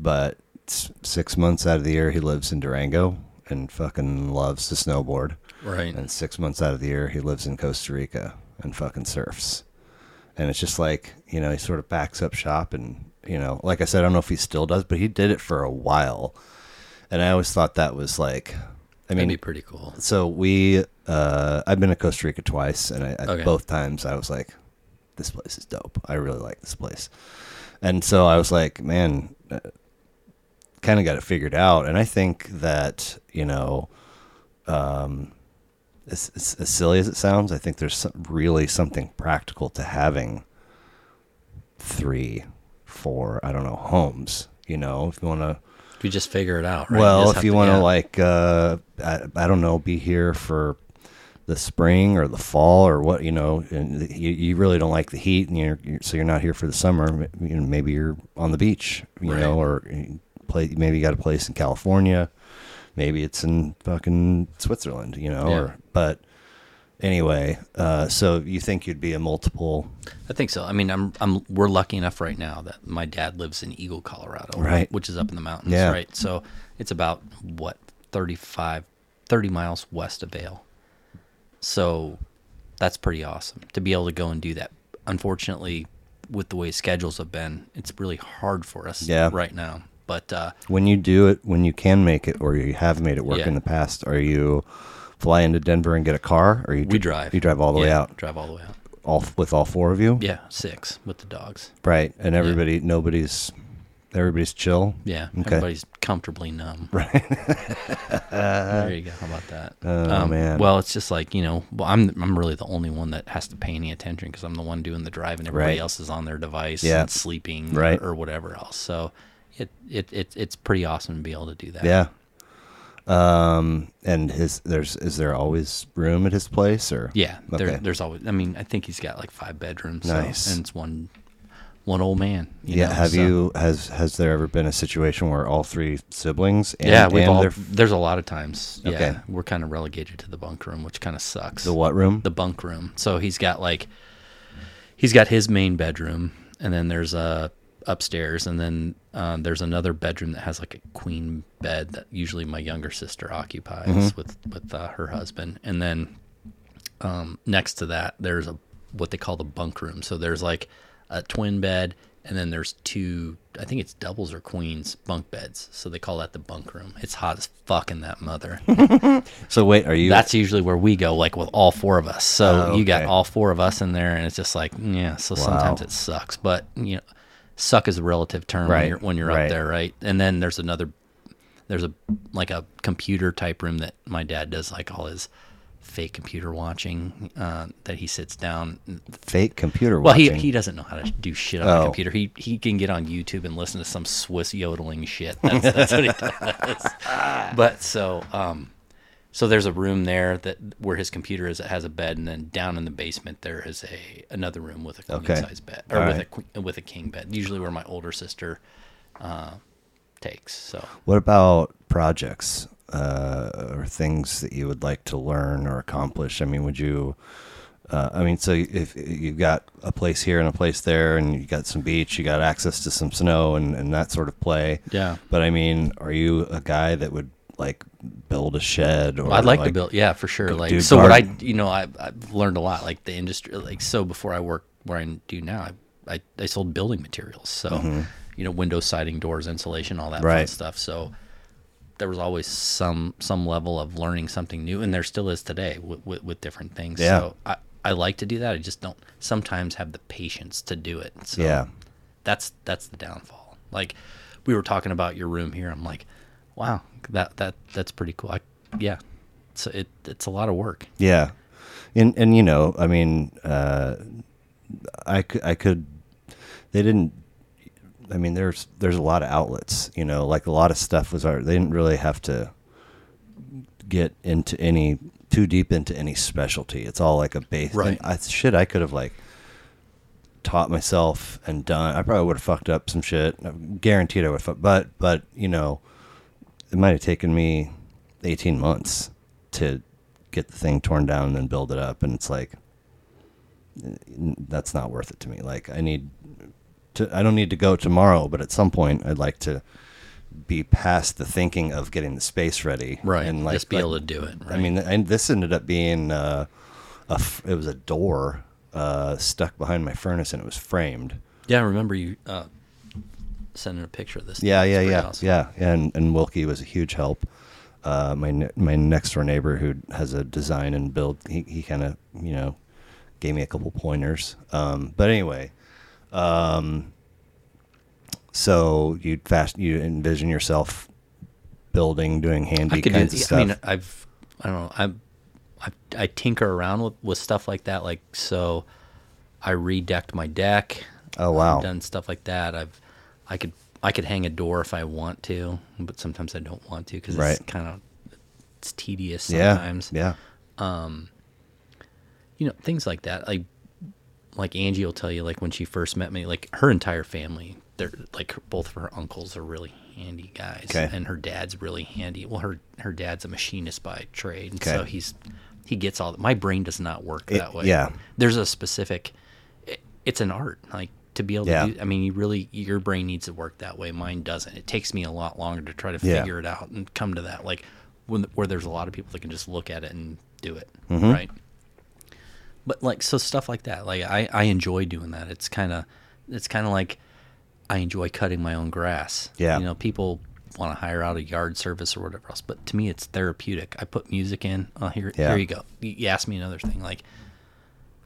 A: but s- six months out of the year he lives in Durango and fucking loves to snowboard.
B: Right.
A: And six months out of the year, he lives in Costa Rica and fucking surfs. And it's just like, you know, he sort of backs up shop and, you know, like I said, I don't know if he still does, but he did it for a while. And I always thought that was like, I
B: That'd
A: mean,
B: be pretty cool.
A: so we, uh, I've been to Costa Rica twice, and I, I-
B: Okay.
A: both times I was like, this place is dope. I really like this place. And so I was like, man, kind of got it figured out. And I think that, you know, um, as, as, as silly as it sounds, I think there's some, really something practical to having three, four, I don't know, homes. You know, if you want to
B: If you just figure it out, right?
A: well,
B: just have
A: if you want to
B: yeah.
A: like, uh, I, I don't know, be here for the spring or the fall or what, you know, and the- you, you really don't like the heat, and you're, you're so you're not here for the summer. M- You know, maybe you're on the beach, you
B: Right.
A: know, or you play. Maybe you got a place in California. Maybe it's in fucking Switzerland, you know.
B: Yeah.
A: Or but anyway, uh, so you think you'd be a multiple,
B: I think so. I mean, I'm, I'm, we're lucky enough right now that my dad lives in Eagle, Colorado,
A: Right.
B: Which is up in the mountains,
A: Yeah.
B: right? So it's about what 35, 30 miles west of Vale. So that's pretty awesome to be able to go and do that. Unfortunately, with the way schedules have been, it's really hard for us
A: Yeah.
B: right now. But uh,
A: When you do it, when you can make it, or you have made it work
B: Yeah.
A: in the past, are you fly into Denver and get a car, or you
B: we drive.
A: You drive all the way
B: Yeah,
A: out,
B: Drive all the way out.
A: all with all four of you,
B: Yeah, six with the dogs.
A: right? And everybody, nobody's, everybody's chill.
B: Yeah,
A: Okay.
B: everybody's comfortably
A: *laughs*
B: numb. Right. there you go. How about that? Um,
A: Oh, man.
B: Well, it's just like you know. Well, I'm I'm really the only one that has to pay any attention because I'm the one doing the driving. Everybody
A: Right.
B: else is on their device
A: Yeah.
B: and sleeping
A: Right.
B: or, whatever else. So it, it it it's pretty awesome to be able to do that.
A: Yeah. Um, and his there's is there always room at his place or
B: Yeah. There,
A: Okay.
B: There's always. I mean, I think he's got like five bedrooms. so-
A: Nice.
B: and it's one one old man. you
A: yeah.
B: know,
A: have
B: so-
A: you has has there ever been a situation where all three siblings and,
B: yeah, we've
A: and
B: all,
A: their
B: there's a lot of times. Yeah,
A: Okay.
B: we're kind of relegated to the bunk room, which kind of sucks.
A: the what room?
B: the bunk room. So he's got like he's got his main bedroom, and then there's a upstairs, and then uh, there's another bedroom that has like a queen bed that usually my younger sister occupies with with uh, her husband, and then um, next to that there's a what they call the bunk room. So there's like a twin bed. And then there's two, I think it's doubles or queens bunk beds. So they call that the bunk room. It's hot as fuck in that mother.
A: so wait, are you
B: That's usually where we go, like with all four of us. So
A: Oh,
B: you got
A: okay.
B: all four of us in there, and it's just like, yeah. So sometimes
A: Wow.
B: it sucks, but you know, suck is a relative term
A: Right,
B: when you're when you're
A: right.
B: up there, right? And then there's another, there's a like a computer type room that my dad does like all his fake computer watching uh, that he sits down.
A: fake computer
B: Well, he
A: watching?
B: he doesn't know how to do shit on
A: Oh.
B: the computer. He he can get on YouTube and listen to some Swiss yodeling shit. *laughs* That's, that's what he
A: *laughs*
B: does. but so um, so there's a room there that where his computer is. It has a bed, and then down in the basement there is a another room with a queen
A: Okay.
B: size bed or
A: All
B: with a
A: right.
B: queen, with a king bed. Usually where my older sister uh, takes. So
A: what about projects uh, or things that you would like to learn or accomplish? I mean, would you? Uh, I mean, so if you've got a place here and a place there, and you got some beach, you got access to some snow and, and that sort of play.
B: yeah.
A: But I mean, are you a guy that would like build a shed? Or
B: I'd like, to build, yeah, for sure. Like,
A: do
B: so what I,
A: garden-
B: you know, I, I've learned a lot. Like the industry, like so before I work where I do now, I, I, I sold building materials. So, you know, window siding, doors, insulation, all that fun
A: Mm-hmm. Right.
B: stuff. So there was always some some level of learning something new, and there still is today with with, with different things.
A: Yeah.
B: So I, I like to do that. I just don't sometimes have the patience to do it. So
A: Yeah.
B: that's that's the downfall. Like we were talking about your room here. I'm like, wow, that that that's pretty cool. I, yeah, so it it's a lot of work.
A: Yeah, and and you know, I mean, uh, I could, I could. They didn't. I mean, there's there's a lot of outlets. You know, like a lot of stuff was art. They didn't really have to get into any too deep into any specialty. It's all like a base. and
B: Right.
A: I, shit, I could have like taught myself and done. I probably would have fucked up some shit. I'm guaranteed I would. Fuck, but but you know, it might have taken me eighteen months to get the thing torn down and then build it up. And it's like n- that's not worth it to me. Like I need to. I don't need to go tomorrow, but at some point, I'd like to be past the thinking of getting the space ready
B: And
A: and like
B: just be
A: like-
B: able to do it. Right.
A: I mean, and this ended up being uh, a f- it was a door uh, stuck behind my furnace, and it was framed.
B: yeah. I remember you uh, sending a picture of this.
A: Yeah,
B: It's
A: yeah,
B: pretty
A: yeah,
B: awesome.
A: yeah. And and Wilkie was a huge help. Uh, my ne- my next door neighbor who has a design and build, he he kind of you know gave me a couple pointers. Um, but anyway, um, so you fast you envision yourself building, doing handy
B: I could do.
A: kinds of
B: This.
A: stuff.
B: I mean, I've I don't know. I'm I, I tinker around with, with stuff like that. Like so, I redecked my deck.
A: oh wow,
B: I've done stuff like that. I've I could I could hang a door if I want to, but sometimes I don't want to because
A: Right.
B: it's kind of it's tedious
A: yeah,
B: sometimes.
A: yeah,
B: You know things like that. Like like Angie will tell you, like when she first met me, like her entire family, they're like her- both of her uncles are really handy guys,
A: Okay.
B: and her dad's really handy. Well, her her dad's a machinist by trade, and so
A: Okay.
B: he's he gets all. My brain does not work that way.
A: yeah.
B: there's a specific. It, it's an art, like to be able
A: Yeah.
B: to. do I mean, you really your brain needs to work that way. Mine doesn't. It takes me a lot longer to try to
A: Yeah.
B: figure it
A: Mm-hmm.
B: out and come to that. Like when where there's a lot of people that can just look at it and do it, right? but like so stuff like that like i i enjoy doing that it's kind of it's kind of like i enjoy cutting my own grass
A: Yeah.
B: you know people want to hire out a yard service or whatever else but to me it's therapeutic i put music in oh here
A: Yeah.
B: here you go you, you asked me another thing like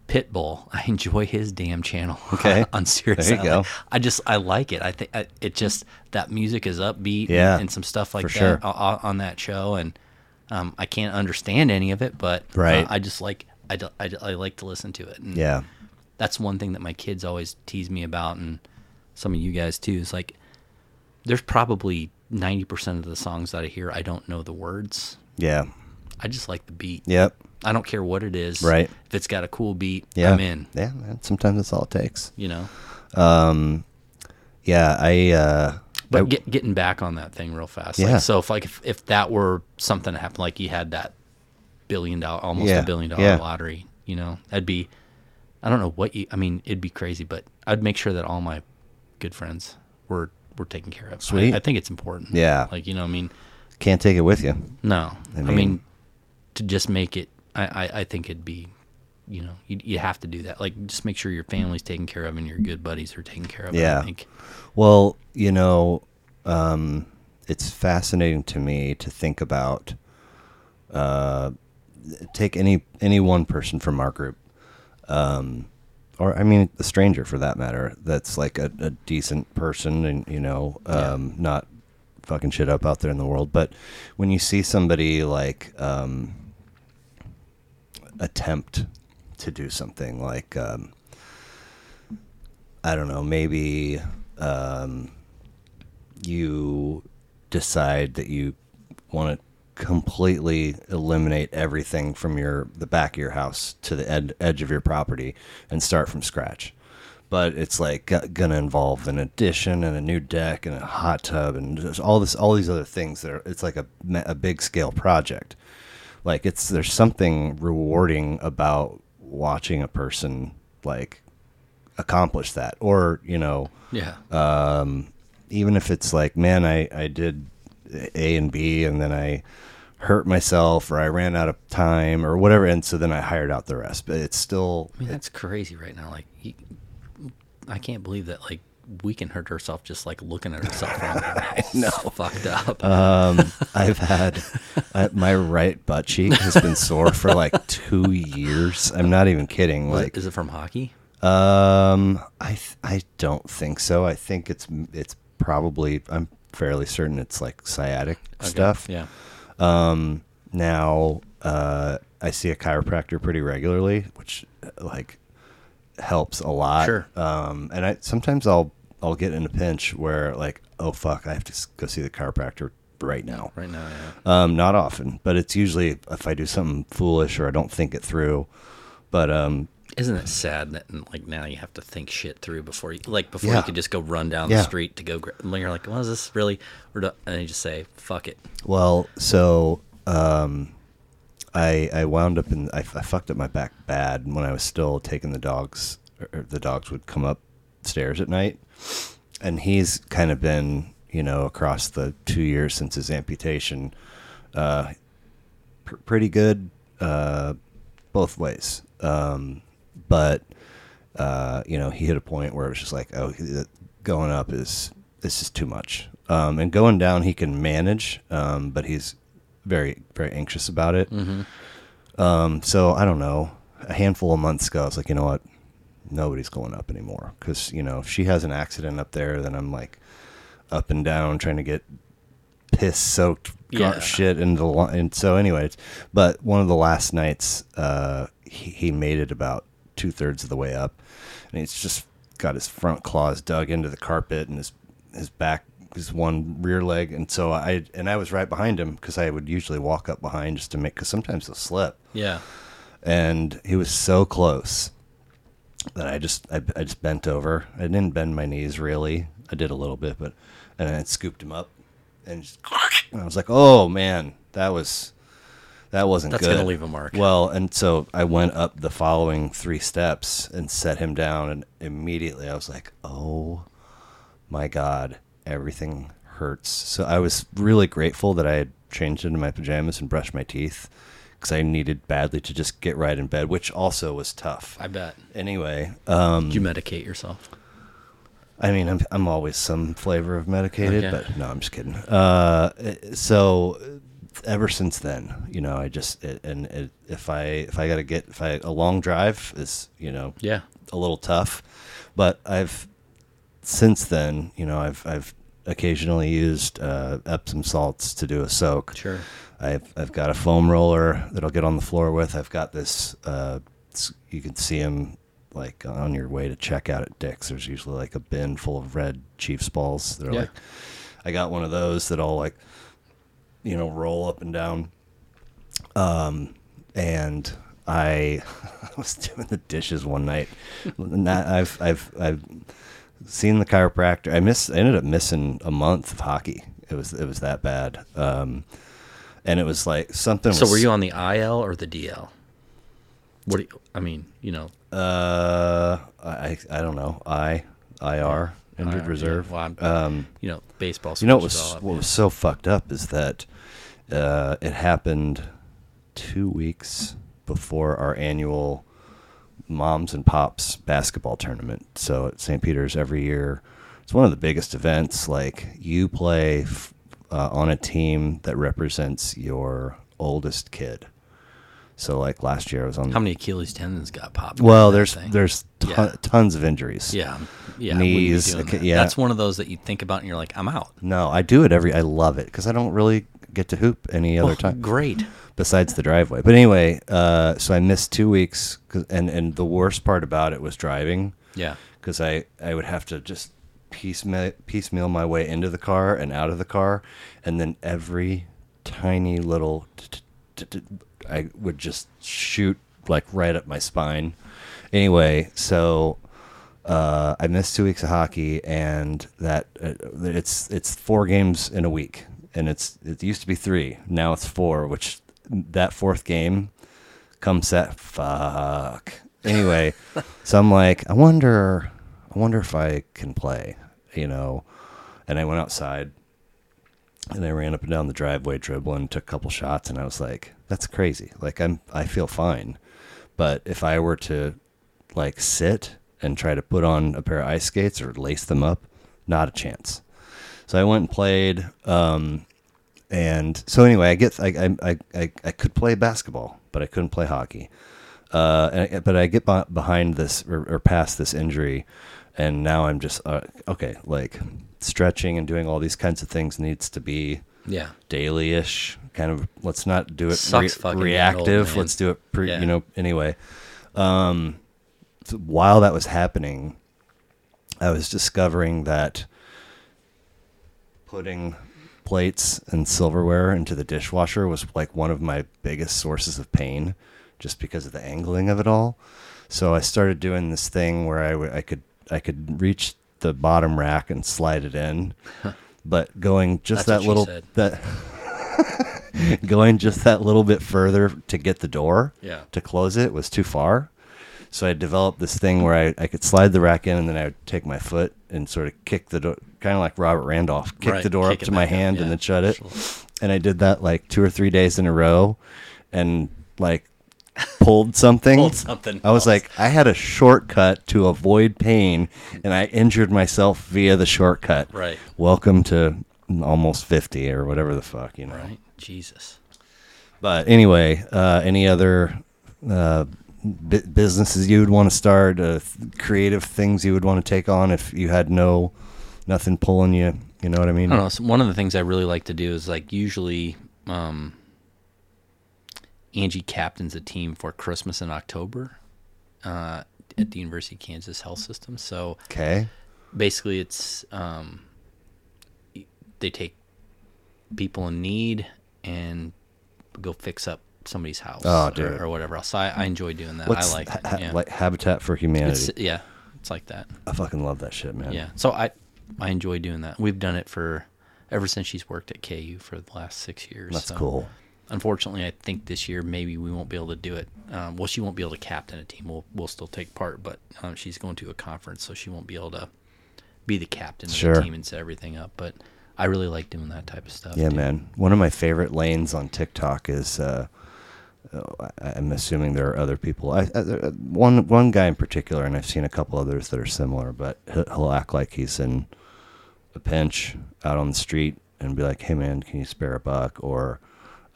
B: pitbull *laughs* i enjoy his damn channel *laughs*
A: Okay.
B: on serious
A: There you
B: Satellite.
A: go.
B: i just i like it i think I, it just that music is upbeat
A: Yeah,
B: and, and some stuff
A: for
B: like that
A: sure.
B: o- o- on that show and um, i can't understand any of it but uh,
A: Right.
B: i just like I, d- I d- I like to listen to it and
A: Yeah.
B: that's one thing that my kids always tease me about and some of you guys too is like there's probably 90% of the songs that i hear i don't know the words
A: Yeah.
B: i just like the beat
A: Yep.
B: i don't care what it is
A: Right.
B: if it's got a cool beat
A: Yeah.
B: i'm in
A: Yeah, man. Sometimes that's all it takes.
B: you know
A: Yeah, I uh
B: but
A: I-
B: get, getting back on that thing real fast
A: Yeah.
B: like, so if like if, if that were something to happen like you had that billion dollar almost
A: Yeah,
B: a billion dollar
A: yeah.
B: lottery you know that'd be i don't know what you i mean it'd be crazy but i'd make sure that all my good friends were were taken care of I-
A: Sweet.
B: I, think it's important
A: Yeah.
B: like you know what i mean
A: can't take it with you.
B: no i mean,
A: mean-
B: to just make it I, I i think it'd be you know you, you have to do that like just make sure your family's taken care of and your good buddies are taken care of
A: Yeah.
B: i think
A: Well, you know, um, it's fascinating to me to think about. Uh, take any any one person from our group, um, or I mean a stranger for that matter. That's like a, a decent person, and you know, um, not fucking shit up out there in the world. But when you see somebody like um, attempt to do something like. Um, I don't know, maybe um, you decide that you want to completely eliminate everything from your the back of your house to the ed- edge of your property and start from scratch. But it's like g- gonna involve an addition and a new deck and a hot tub and just all this, all these other things that are. It's like a ma- a big scale project. Like it's there's something rewarding about watching a person like accomplish that, or you know,
B: yeah
A: even if it's like, man, I, I did A and B and then I hurt myself or I ran out of time or whatever. And so then I hired out the rest, but it's still,
B: I mean, that's crazy right now. Like, you, I can't believe that. Like, we can hurt ourselves just like looking at ourselves.
A: *laughs*
B: I know, fucked up.
A: Uh, um, I've had I, my right butt cheek has been sore for like two years. I'm not even kidding.
B: Is it-
A: Like,
B: is it from hockey?
A: um, I, th- I don't think so. I think it's, it's probably, I'm fairly certain it's like sciatic stuff.
B: Yeah,
A: now uh, I see a chiropractor pretty regularly, which uh, like helps a lot.
B: Sure.
A: Um, and I sometimes I'll I'll get in a pinch where like oh fuck I have to s- go see the chiropractor right now.
B: right now. Yeah.
A: Um, not often, but it's usually if I do something foolish or I don't think it through. But um,
B: Isn't it sad that like now you have to think shit through before you like before
A: Yeah.
B: you could just go run down
A: Yeah.
B: the street to go? Gra- and you're like, well, is this really? Or do- and you just say, fuck it.
A: Well, so um, I I wound up in I, I fucked up my back bad when I was still taking the dogs. Or or the dogs would come upstairs at night, and he's kind of been you know across the two years since his amputation, uh, pr- pretty good uh, both ways. Um, but uh, you know, he hit a point where it was just like, oh, he- that- going up is this is too much. Um, and going down, he can manage, um, but he's very very anxious about it. Um, so I don't know. A handful of months ago, I was like, you know what? Nobody's going up anymore because you know if she has an accident up there, then I'm like up and down trying to get piss soaked
B: Yeah.
A: shit into the line. And so, anyways, but one of the last nights, uh, he, he made it about two thirds of the way up, and he's just got his front claws dug into the carpet and his his back his one rear leg and so i and i was right behind him because i would usually walk up behind just to make because sometimes they'll slip
B: Yeah,
A: and he was so close that I just I, I just bent over. I didn't bend my knees really. I did a little bit, but and I scooped him up and just and I was like, "Oh man, that was that wasn't
B: That's
A: good."
B: gonna leave a mark.
A: Well, and so I went up the following three steps and set him down and immediately I was like, "Oh my god, everything hurts." So I was really grateful that I had changed into my pajamas and brushed my teeth because I needed badly to just get right in bed, which also was tough.
B: I bet.
A: Anyway, um,
B: Did you medicate yourself?
A: I mean, I'm I'm always some flavor of medicated,
B: Okay.
A: but no, I'm just kidding. Uh, so ever since then, you know, I just it, and it, if I if I got to get if I a long drive is you know
B: Yeah.
A: a little tough, but I've since then, you know, I've I've occasionally used uh, Epsom salts to do a soak.
B: Sure.
A: I've I've got a foam roller that I'll get on the floor with. I've got this. Uh, s- you can see them like on your way to check out at Dick's. There's usually like a bin full of red Chiefs balls. They're
B: Yeah.
A: like, I got one of those that I'll like, you know, roll up and down. Um, and I *laughs* was doing the dishes one night. Not, I've I've I've seen the chiropractor. I miss. I ended up missing a month of hockey. It was it was that bad. Um, and it was like something.
B: So
A: was,
B: were you on the IL or the DL? What do you, I mean, you know,
A: Uh, I I don't know. I IR injured
B: IR,
A: reserve.
B: yeah. Well, I'm-
A: um,
B: you know, baseball.
A: you know what
B: switches
A: was
B: all up.
A: what was so fucked up is that uh, it happened two weeks before our annual moms and pops basketball tournament. So at St. Peter's every year, it's one of the biggest events. Like you play f- uh, on a team that represents your oldest kid. So like last year, I was on.
B: How many Achilles tendons got popped?
A: Well,
B: in that
A: there's
B: thing?
A: there's ton,
B: Yeah.
A: tons of injuries.
B: yeah, yeah, I wouldn't be
A: knees,
B: doing
A: okay,
B: that.
A: yeah.
B: That's one of those that you think about and you're like, I'm out.
A: No, I do it every. I love it because I don't really get to hoop any other
B: Well,
A: time
B: Oh, Great.
A: besides the driveway. But anyway, uh, so I missed two weeks, 'cause- and and the worst part about it was driving
B: Yeah.
A: because I I would have to just piecemeal piecemeal my way into the car and out of the car, and then every tiny little t- t- t- t- I would just shoot like right up my spine. Anyway, so uh, I missed two weeks of hockey, and that uh, it's it's four games in a week, and it's it used to be three, now it's four, which that fourth game comes that fuck. Anyway, *laughs* so I'm like, I wonder, I wonder if I can play, you know. And I went outside, and I ran up and down the driveway dribbling, took a couple shots, and I was like, that's crazy. Like I'm, I feel fine, but if I were to like sit and try to put on a pair of ice skates or lace them up, not a chance. So I went and played, um, and so anyway, I get I I, I- I I could play basketball, but I couldn't play hockey. Uh, and I, but I get b- behind this or, or past this injury, and now I'm just uh, okay. Like stretching and doing all these kinds of things needs to be
B: Yeah.
A: daily ish kind of. Let's not do it
B: Sucks fucking being old,
A: reactive.
B: man.
A: let's do it. Pre,
B: Yeah.
A: You know. Anyway, um, so while that was happening, I was discovering that putting plates and silverware into the dishwasher was like one of my biggest sources of pain just because of the angling of it all. So I started doing this thing where I, w- I could I could reach the bottom rack and slide it
B: *laughs*
A: in. But going just
B: That's
A: that
B: what
A: little
B: she said.
A: that *laughs* going just that little bit further to get the door
B: Yeah.
A: to close it was too far. So I developed this thing where I, I could slide the rack in and then I would take my foot and sort of kick the door, kind of like Robert Randolph, kick
B: Right,
A: the door
B: kick
A: up
B: it
A: to my
B: back up,
A: hand
B: yeah,
A: and then shut it.
B: sure.
A: And I did that like two or three days in a row and like
B: *laughs*
A: pulled something.
B: Pulled something
A: I was
B: else.
A: like, I had a shortcut to avoid pain and I injured myself via the shortcut.
B: Right.
A: Welcome to almost 50 or whatever the fuck, you know.
B: Right. Jesus.
A: But anyway, uh, any other uh, b- businesses you would want to start, uh, th- creative things you would want to take on if you had no nothing pulling you? You know what I mean?
B: I don't know. so One of the things I really like to do is like usually, um, Angie captains a team for Christmas in October uh, at the University of Kansas Health System. So
A: Okay.
B: basically, it's um, they take people in need and go fix up somebody's house
A: Oh, dude.
B: or, or whatever else. So I, I enjoy doing that. I like
A: ha-
B: it.
A: ha-
B: yeah.
A: like Habitat for
B: it's,
A: Humanity?
B: yeah, it's like that.
A: I fucking love that shit, man.
B: Yeah. So I I enjoy doing that. We've done it for ever since she's worked at KU for the last six years.
A: that's
B: So,
A: cool.
B: Unfortunately, I think this year maybe we won't be able to do it. Um, well, she won't be able to captain a team. We'll we'll still take part, but um, she's going to a conference, so she won't be able to be the captain of
A: Sure.
B: the team and set everything up. But I really like doing that type of stuff.
A: Yeah,
B: too.
A: man. One of my favorite lanes on TikTok is uh, oh, I- I'm assuming there are other people. I, I, there- one one guy in particular, and I've seen a couple others that are similar. But he'll, he'll act like he's in a pinch out on the street and be like, "Hey man, can you spare a buck?" Or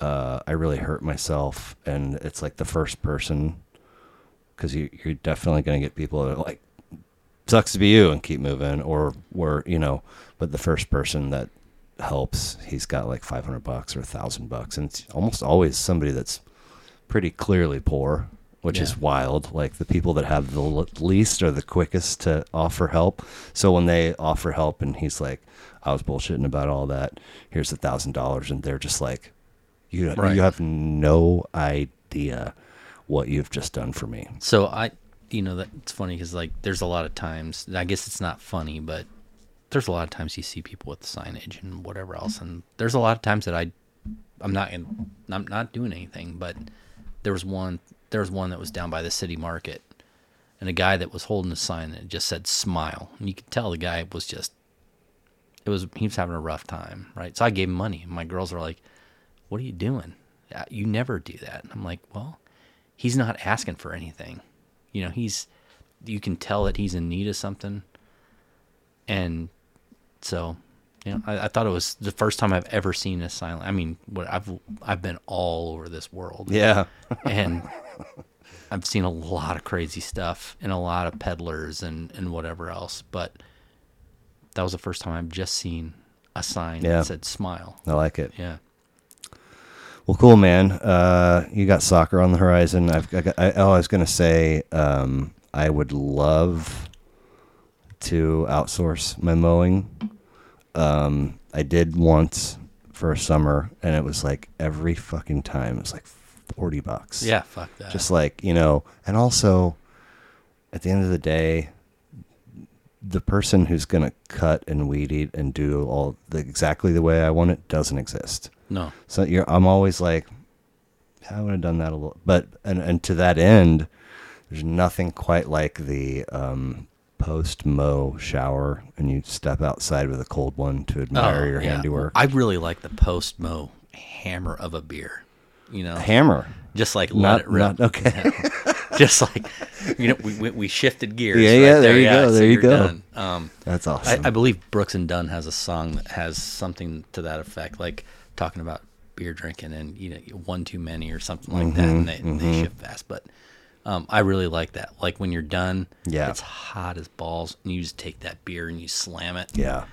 A: uh, "I really hurt myself," and it's like the first person because you, you're definitely going to get people that are like, "Sucks to be you," and keep moving, or were you know, but the first person that helps, he's got like 500 bucks or a thousand bucks, and it's almost always somebody that's pretty clearly poor, which is
B: Yeah.
A: wild. Like the people that have the l- least are the quickest to offer help. So when they offer help, and he's like, "I was bullshitting about all that. Here's a thousand dollars," and they're just like, "You
B: Right.
A: you have no idea." What you've just done for me.
B: So I, you know, that it's funny because like there's a lot of times. and I guess it's not funny, but there's a lot of times you see people with signage and whatever else, and there's a lot of times that I, I'm not in, I'm not doing anything. But there was one, there was one that was down by the city market, and a guy that was holding a sign that just said "smile," and you could tell the guy was just, it was he was having a rough time, right? So I gave him money, and my girls were like, "What are you doing? Uh, You never do that." And I'm like, "Well." he's not asking for anything. You know, he's you can tell that he's in need of something. And so, you know, I, I thought it was the first time I've ever seen a silent. I mean, what I've I've been all over this world,
A: Yeah.
B: and I've seen a lot of crazy stuff and a lot of peddlers and and whatever else. But that was the first time I've just seen a sign
A: Yeah.
B: that said "smile."
A: I like it.
B: Yeah,
A: Well, cool, man. Uh, you got soccer on the horizon. I've I, got, I, oh, I was gonna say, um, I would love to outsource my mowing. Um, I did once for a summer, and it was like every fucking time. It was like forty bucks.
B: yeah. Fuck that.
A: Just like you know, and also, at the end of the day, the person who's gonna cut and weed eat and do all the exactly the way I want it doesn't exist.
B: no.
A: So you're, I'm always like, I would have done that a little, but and and to that end, there's nothing quite like the um, post mow shower, and you step outside with a cold one to admire your
B: Oh, yeah.
A: handiwork.
B: I really like the post mo hammer of a beer. You know,
A: Hammer,
B: just like let
A: not
B: it rip.
A: not okay.
B: *laughs*
A: *laughs*
B: just like you know, we, we, we shifted gears.
A: Yeah,
B: right
A: yeah, there you go,
B: so
A: there you
B: you're
A: go.
B: done. Um,
A: That's
B: I,
A: awesome.
B: I believe Brooks and Dunn has a song that has something to that effect, like talking about beer drinking and you know one too many or something like that,
A: Mm-hmm,
B: and they, they shift fast. But um, I really like that. Like when you're done,
A: Yeah.
B: it's hot as balls, and you just take that beer and you slam it.
A: yeah.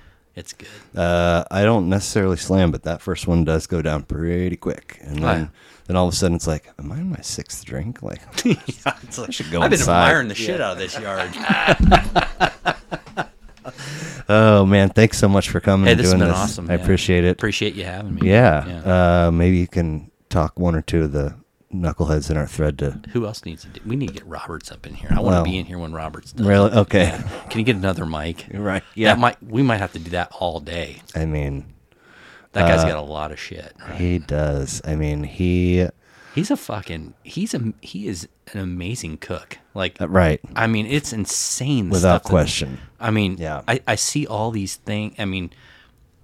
A: *laughs*
B: It's good.
A: Uh, I don't necessarily slam, but that first one does go down pretty quick, and
B: Oh,
A: then
B: yeah.
A: then all of a sudden it's like, am I on my sixth drink? Like,
B: *laughs*
A: *laughs*
B: Yeah, it's like,
A: go
B: I've been
A: inside.
B: admiring the shit out of this
A: *laughs*
B: yard.
A: oh man, thanks so much for coming.
B: hey,
A: and
B: this has
A: doing
B: been
A: this.
B: awesome.
A: I
B: man.
A: appreciate it.
B: Appreciate you having me.
A: Yeah. Uh, maybe you can talk one or two of the knuckleheads in our thread to.
B: Who else needs to do? We need to get Roberts up in here. I want
A: Well-
B: to be in here when Roberts does.
A: Really? *laughs*
B: *laughs*
A: Okay.
B: Can you get another mic?
A: right.
B: That might we might have to do that all day.
A: I mean,
B: That
A: Uh,
B: guy's got a lot of shit.
A: he does. I mean, he.
B: He's a fucking he's a he is an amazing cook. Like
A: uh, Right.
B: I mean, it's insane. the
A: Without
B: stuff that-
A: question.
B: I mean,
A: Yeah.
B: I, I see all these things. I mean,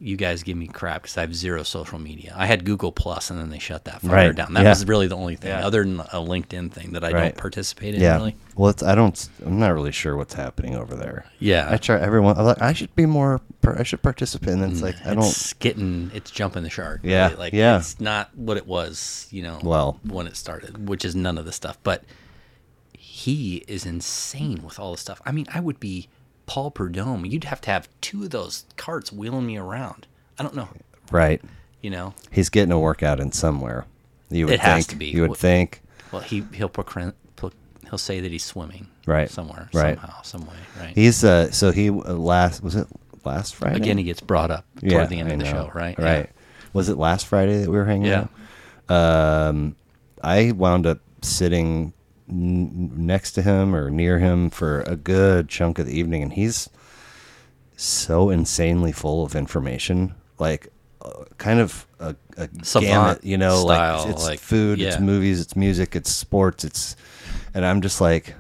B: you guys give me crap because I have zero social media. I had Google Plus, and then they shut that fucker
A: Right.
B: down. That
A: Yeah.
B: was really the only thing, other than a LinkedIn thing that I
A: Right.
B: don't participate in.
A: Yeah.
B: Really,
A: Well, it's, I don't. s- I'm not really sure what's happening over there.
B: Yeah.
A: I try everyone. I'm like, I should be more. par- I should participate. And then it's like, I don't.
B: Mm. it's getting it's jumping the shark.
A: Yeah,
B: really. like
A: yeah.
B: it's not what it was. You know,
A: Well.
B: when it started, which is none of the stuff. But he is insane with all the stuff. I mean, I would be Paul Perdome. You'd have to have two of those carts wheeling me around. I don't know.
A: Right.
B: You know,
A: He's getting a workout in somewhere. You would
B: It
A: think.
B: has to be.
A: You would
B: What-
A: think.
B: Well, he he'll procre- pro- he'll say that he's swimming
A: Right.
B: somewhere
A: Right.
B: somehow some way right.
A: He's uh. So he uh, last was it last Friday
B: Again, he gets brought up toward the end
A: I
B: of the
A: know.
B: show, right? Yeah.
A: Right. Was it last Friday that we were hanging
B: Yeah.
A: out? Um, I wound up sitting n- next to him or near him for a good chunk of the evening, and he's so insanely full of information, like uh, kind of a, a
B: Savant
A: gamut, you know, like
B: style,
A: it's, it's
B: like,
A: food, it's
B: yeah.
A: movies, it's music, it's sports, it's, and I'm just like,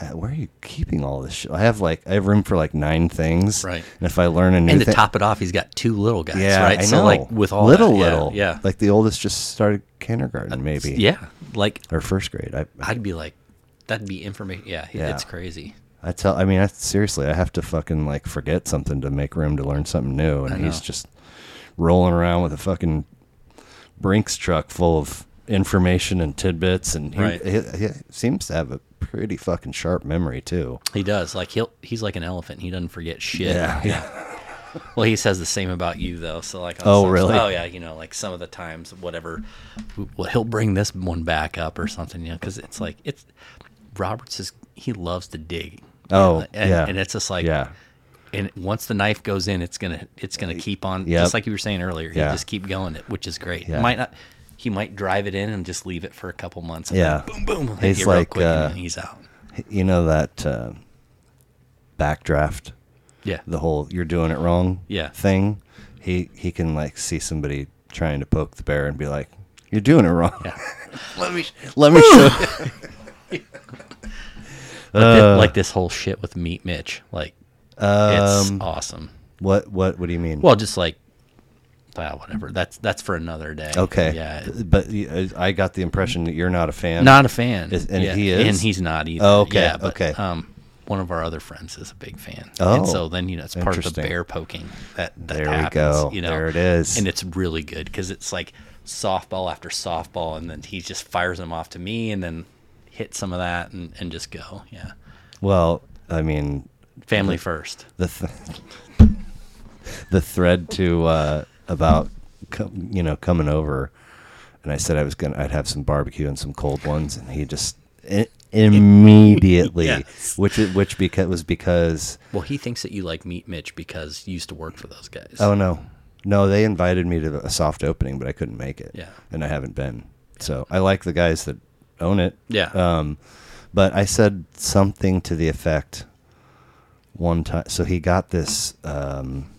A: uh, where are you keeping all this shit? I have like I have room for like nine things,
B: Right.
A: And if I learn a new
B: And to
A: thing,
B: top it off, he's got two little guys,
A: yeah,
B: right?
A: I
B: so
A: know.
B: like with all
A: little
B: that, yeah,
A: little,
B: yeah,
A: like the oldest just started kindergarten, maybe,
B: yeah. Like
A: or first grade. I,
B: I'd be like, that'd be information. Yeah, he-
A: Yeah.
B: it's crazy.
A: I tell, I mean, I, seriously, I have to fucking like forget something to make room to learn something new, and
B: I
A: he's
B: know.
A: just rolling around with a fucking Brinks truck full of information and tidbits, and he,
B: Right.
A: he, he seems to have a pretty fucking sharp memory too.
B: He does. Like he'll he's like an elephant. He doesn't forget shit.
A: Yeah, *laughs* yeah,
B: Well, he says the same about you though. So like,
A: Oh,
B: some-
A: really?
B: Oh yeah, you know, like some of the times, whatever. Well, he'll bring this one back up or something, you know, because it's like it's Roberts is he loves to dig.
A: Oh,
B: and,
A: yeah.
B: and it's just like
A: yeah.
B: And once the knife goes in, it's gonna it's gonna keep on
A: Yep.
B: just like you were saying earlier. He
A: Yeah.
B: just keep going it, which is great.
A: Yeah.
B: Might not he might drive it in and just leave it for a couple months. And
A: Yeah.
B: then boom, boom.
A: He's
B: hit you real
A: like,
B: quick and
A: uh,
B: then he's out.
A: You know that uh, backdraft,
B: Yeah.
A: the whole "you're doing it wrong"
B: Yeah.
A: thing. He he can like see somebody trying to poke the bear and be like, "You're doing it wrong."
B: Yeah.
A: *laughs* Let me let me show.
B: Thi-
A: uh,
B: like this whole shit with Meat Mitch. Like it's
A: Um,
B: awesome.
A: *laughs* What what what do you mean?
B: Well, just like ah, whatever. That's that's for another day.
A: okay,
B: Yeah.
A: B- but y- I got the impression that you're not a fan.
B: Not a fan.
A: Is- and
B: Yeah,
A: he is?
B: And he's not either.
A: Oh, okay,
B: Yeah, but,
A: okay.
B: Um one of our other friends is a big fan.
A: Oh,
B: and so then you know it's part of the
A: interesting.
B: bear poking that, that
A: There we
B: happens,
A: go.
B: You know?
A: There it is.
B: And it's really good because it's like softball after softball and then he just fires them off to me and then hit some of that and, and just go. Yeah.
A: Well, I mean
B: Family first.
A: the th- *laughs* the thread to uh, about com- you know coming over, and I said I was gonna I'd have some barbecue and some cold ones, and he just i- immediately,
B: *laughs* Yes.
A: which i- which because was because
B: Well, he thinks that you like Meat Mitch because you used to work for those guys.
A: oh no no they invited me to a soft opening, but I couldn't make it,
B: Yeah.
A: and I haven't been. So I like the guys that own it,
B: Yeah.
A: Um, but I said something to the effect one time. So he got this, um,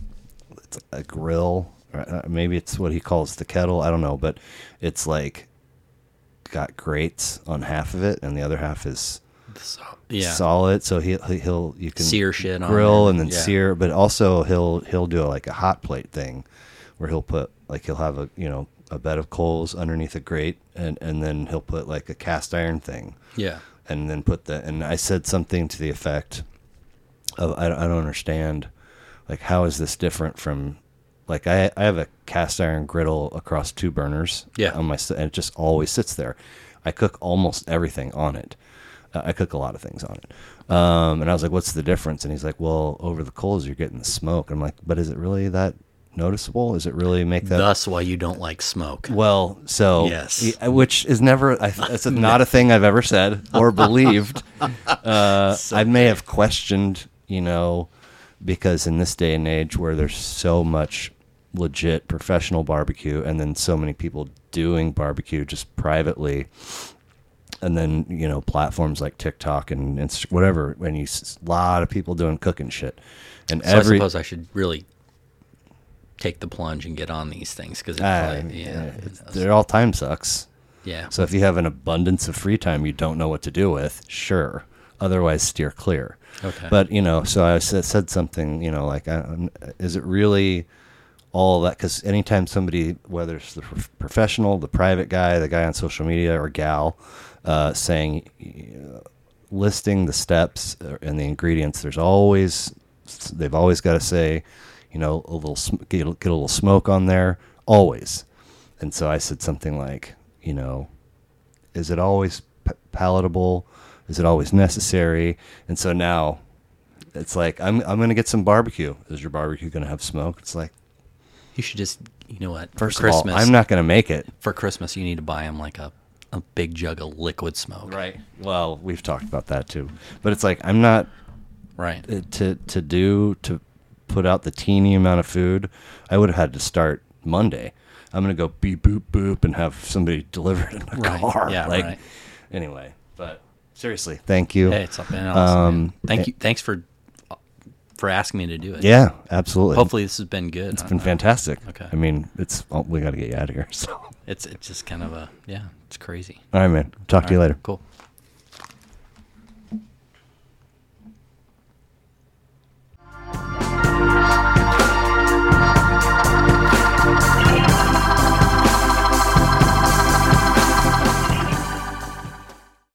A: it's a grill. or, uh, Maybe it's what he calls the kettle. I don't know, but it's like got grates on half of it, and the other half is
B: So, yeah.
A: solid. So he he- he'll you can
B: Sear shit on
A: grill
B: it.
A: and then
B: Yeah.
A: sear, but also he'll he'll do like a hot plate thing, where he'll put like he'll have a you know a bed of coals underneath a grate, and and then he'll put like a cast iron thing
B: Yeah.
A: and then put the and I said something to the effect of I, I don't understand like how is this different from like I I have a cast iron griddle across two burners
B: Yeah.
A: on my s- and it just always sits there. I cook almost everything on it. Uh, I cook a lot of things on it. Um, and I was like, "What's the difference?" And he's like, "Well, over the coals, you're getting the smoke." I'm like, "But is it really that noticeable? Is it really make that
B: Thus, why you don't like smoke.
A: well, so
B: Yes.
A: y- uh, which is never. I,
B: *laughs*
A: that's a- not a thing I've ever said or believed. Uh, I may have questioned, you know, because in this day and age where there's so much legit professional barbecue, and then so many people doing barbecue just privately, and then you know platforms like TikTok and Inst- whatever, and you a lot of people doing cooking shit, and
B: So I
A: every
B: suppose I should really take the plunge and get on these things because it's
A: uh,
B: like, yeah,
A: it's- they're all time sucks.
B: yeah.
A: So if you have an abundance of free time you don't know what to do with, sure. Otherwise, steer clear.
B: Okay.
A: But you know, so I said, said something, you know, like, I, I'm- is it really all that? Because anytime somebody, whether it's the prof- professional, the private guy, the guy on social media or gal, uh, saying, uh, listing the steps and the ingredients, there's always they've always got to say, you know, a little sm- get, a- get a little smoke on there, always. And so I said something like, you know, is it always p- palatable? Is it always necessary? And so now it's like I'm I'm gonna get some barbecue. Is your barbecue gonna have smoke? It's like
B: you should just, you know what?
A: first
B: for Christmas,
A: of all, I'm not gonna make it.
B: for Christmas, you need to buy him like a, a big jug of liquid smoke.
A: Right. Well, we've talked about that too, but it's like I'm not
B: Right.
A: uh, to to do to put out the teeny amount of food, I would have had to start Monday. I'm gonna go beep boop boop and have somebody *laughs* deliver it in a
B: Right.
A: car.
B: Yeah,
A: like
B: right.
A: anyway, but seriously, thank you.
B: Hey, it's been awesome. man.
A: Um,
B: Thank you. Thanks for for asking me to do it.
A: yeah, absolutely.
B: Hopefully, this has been good.
A: it's been fantastic.
B: Okay.
A: I mean, it's oh, we got to get you out of here. *laughs* So, all
B: It's it's just kind of a yeah. It's crazy.
A: right, man. Talk to you later.
B: Cool.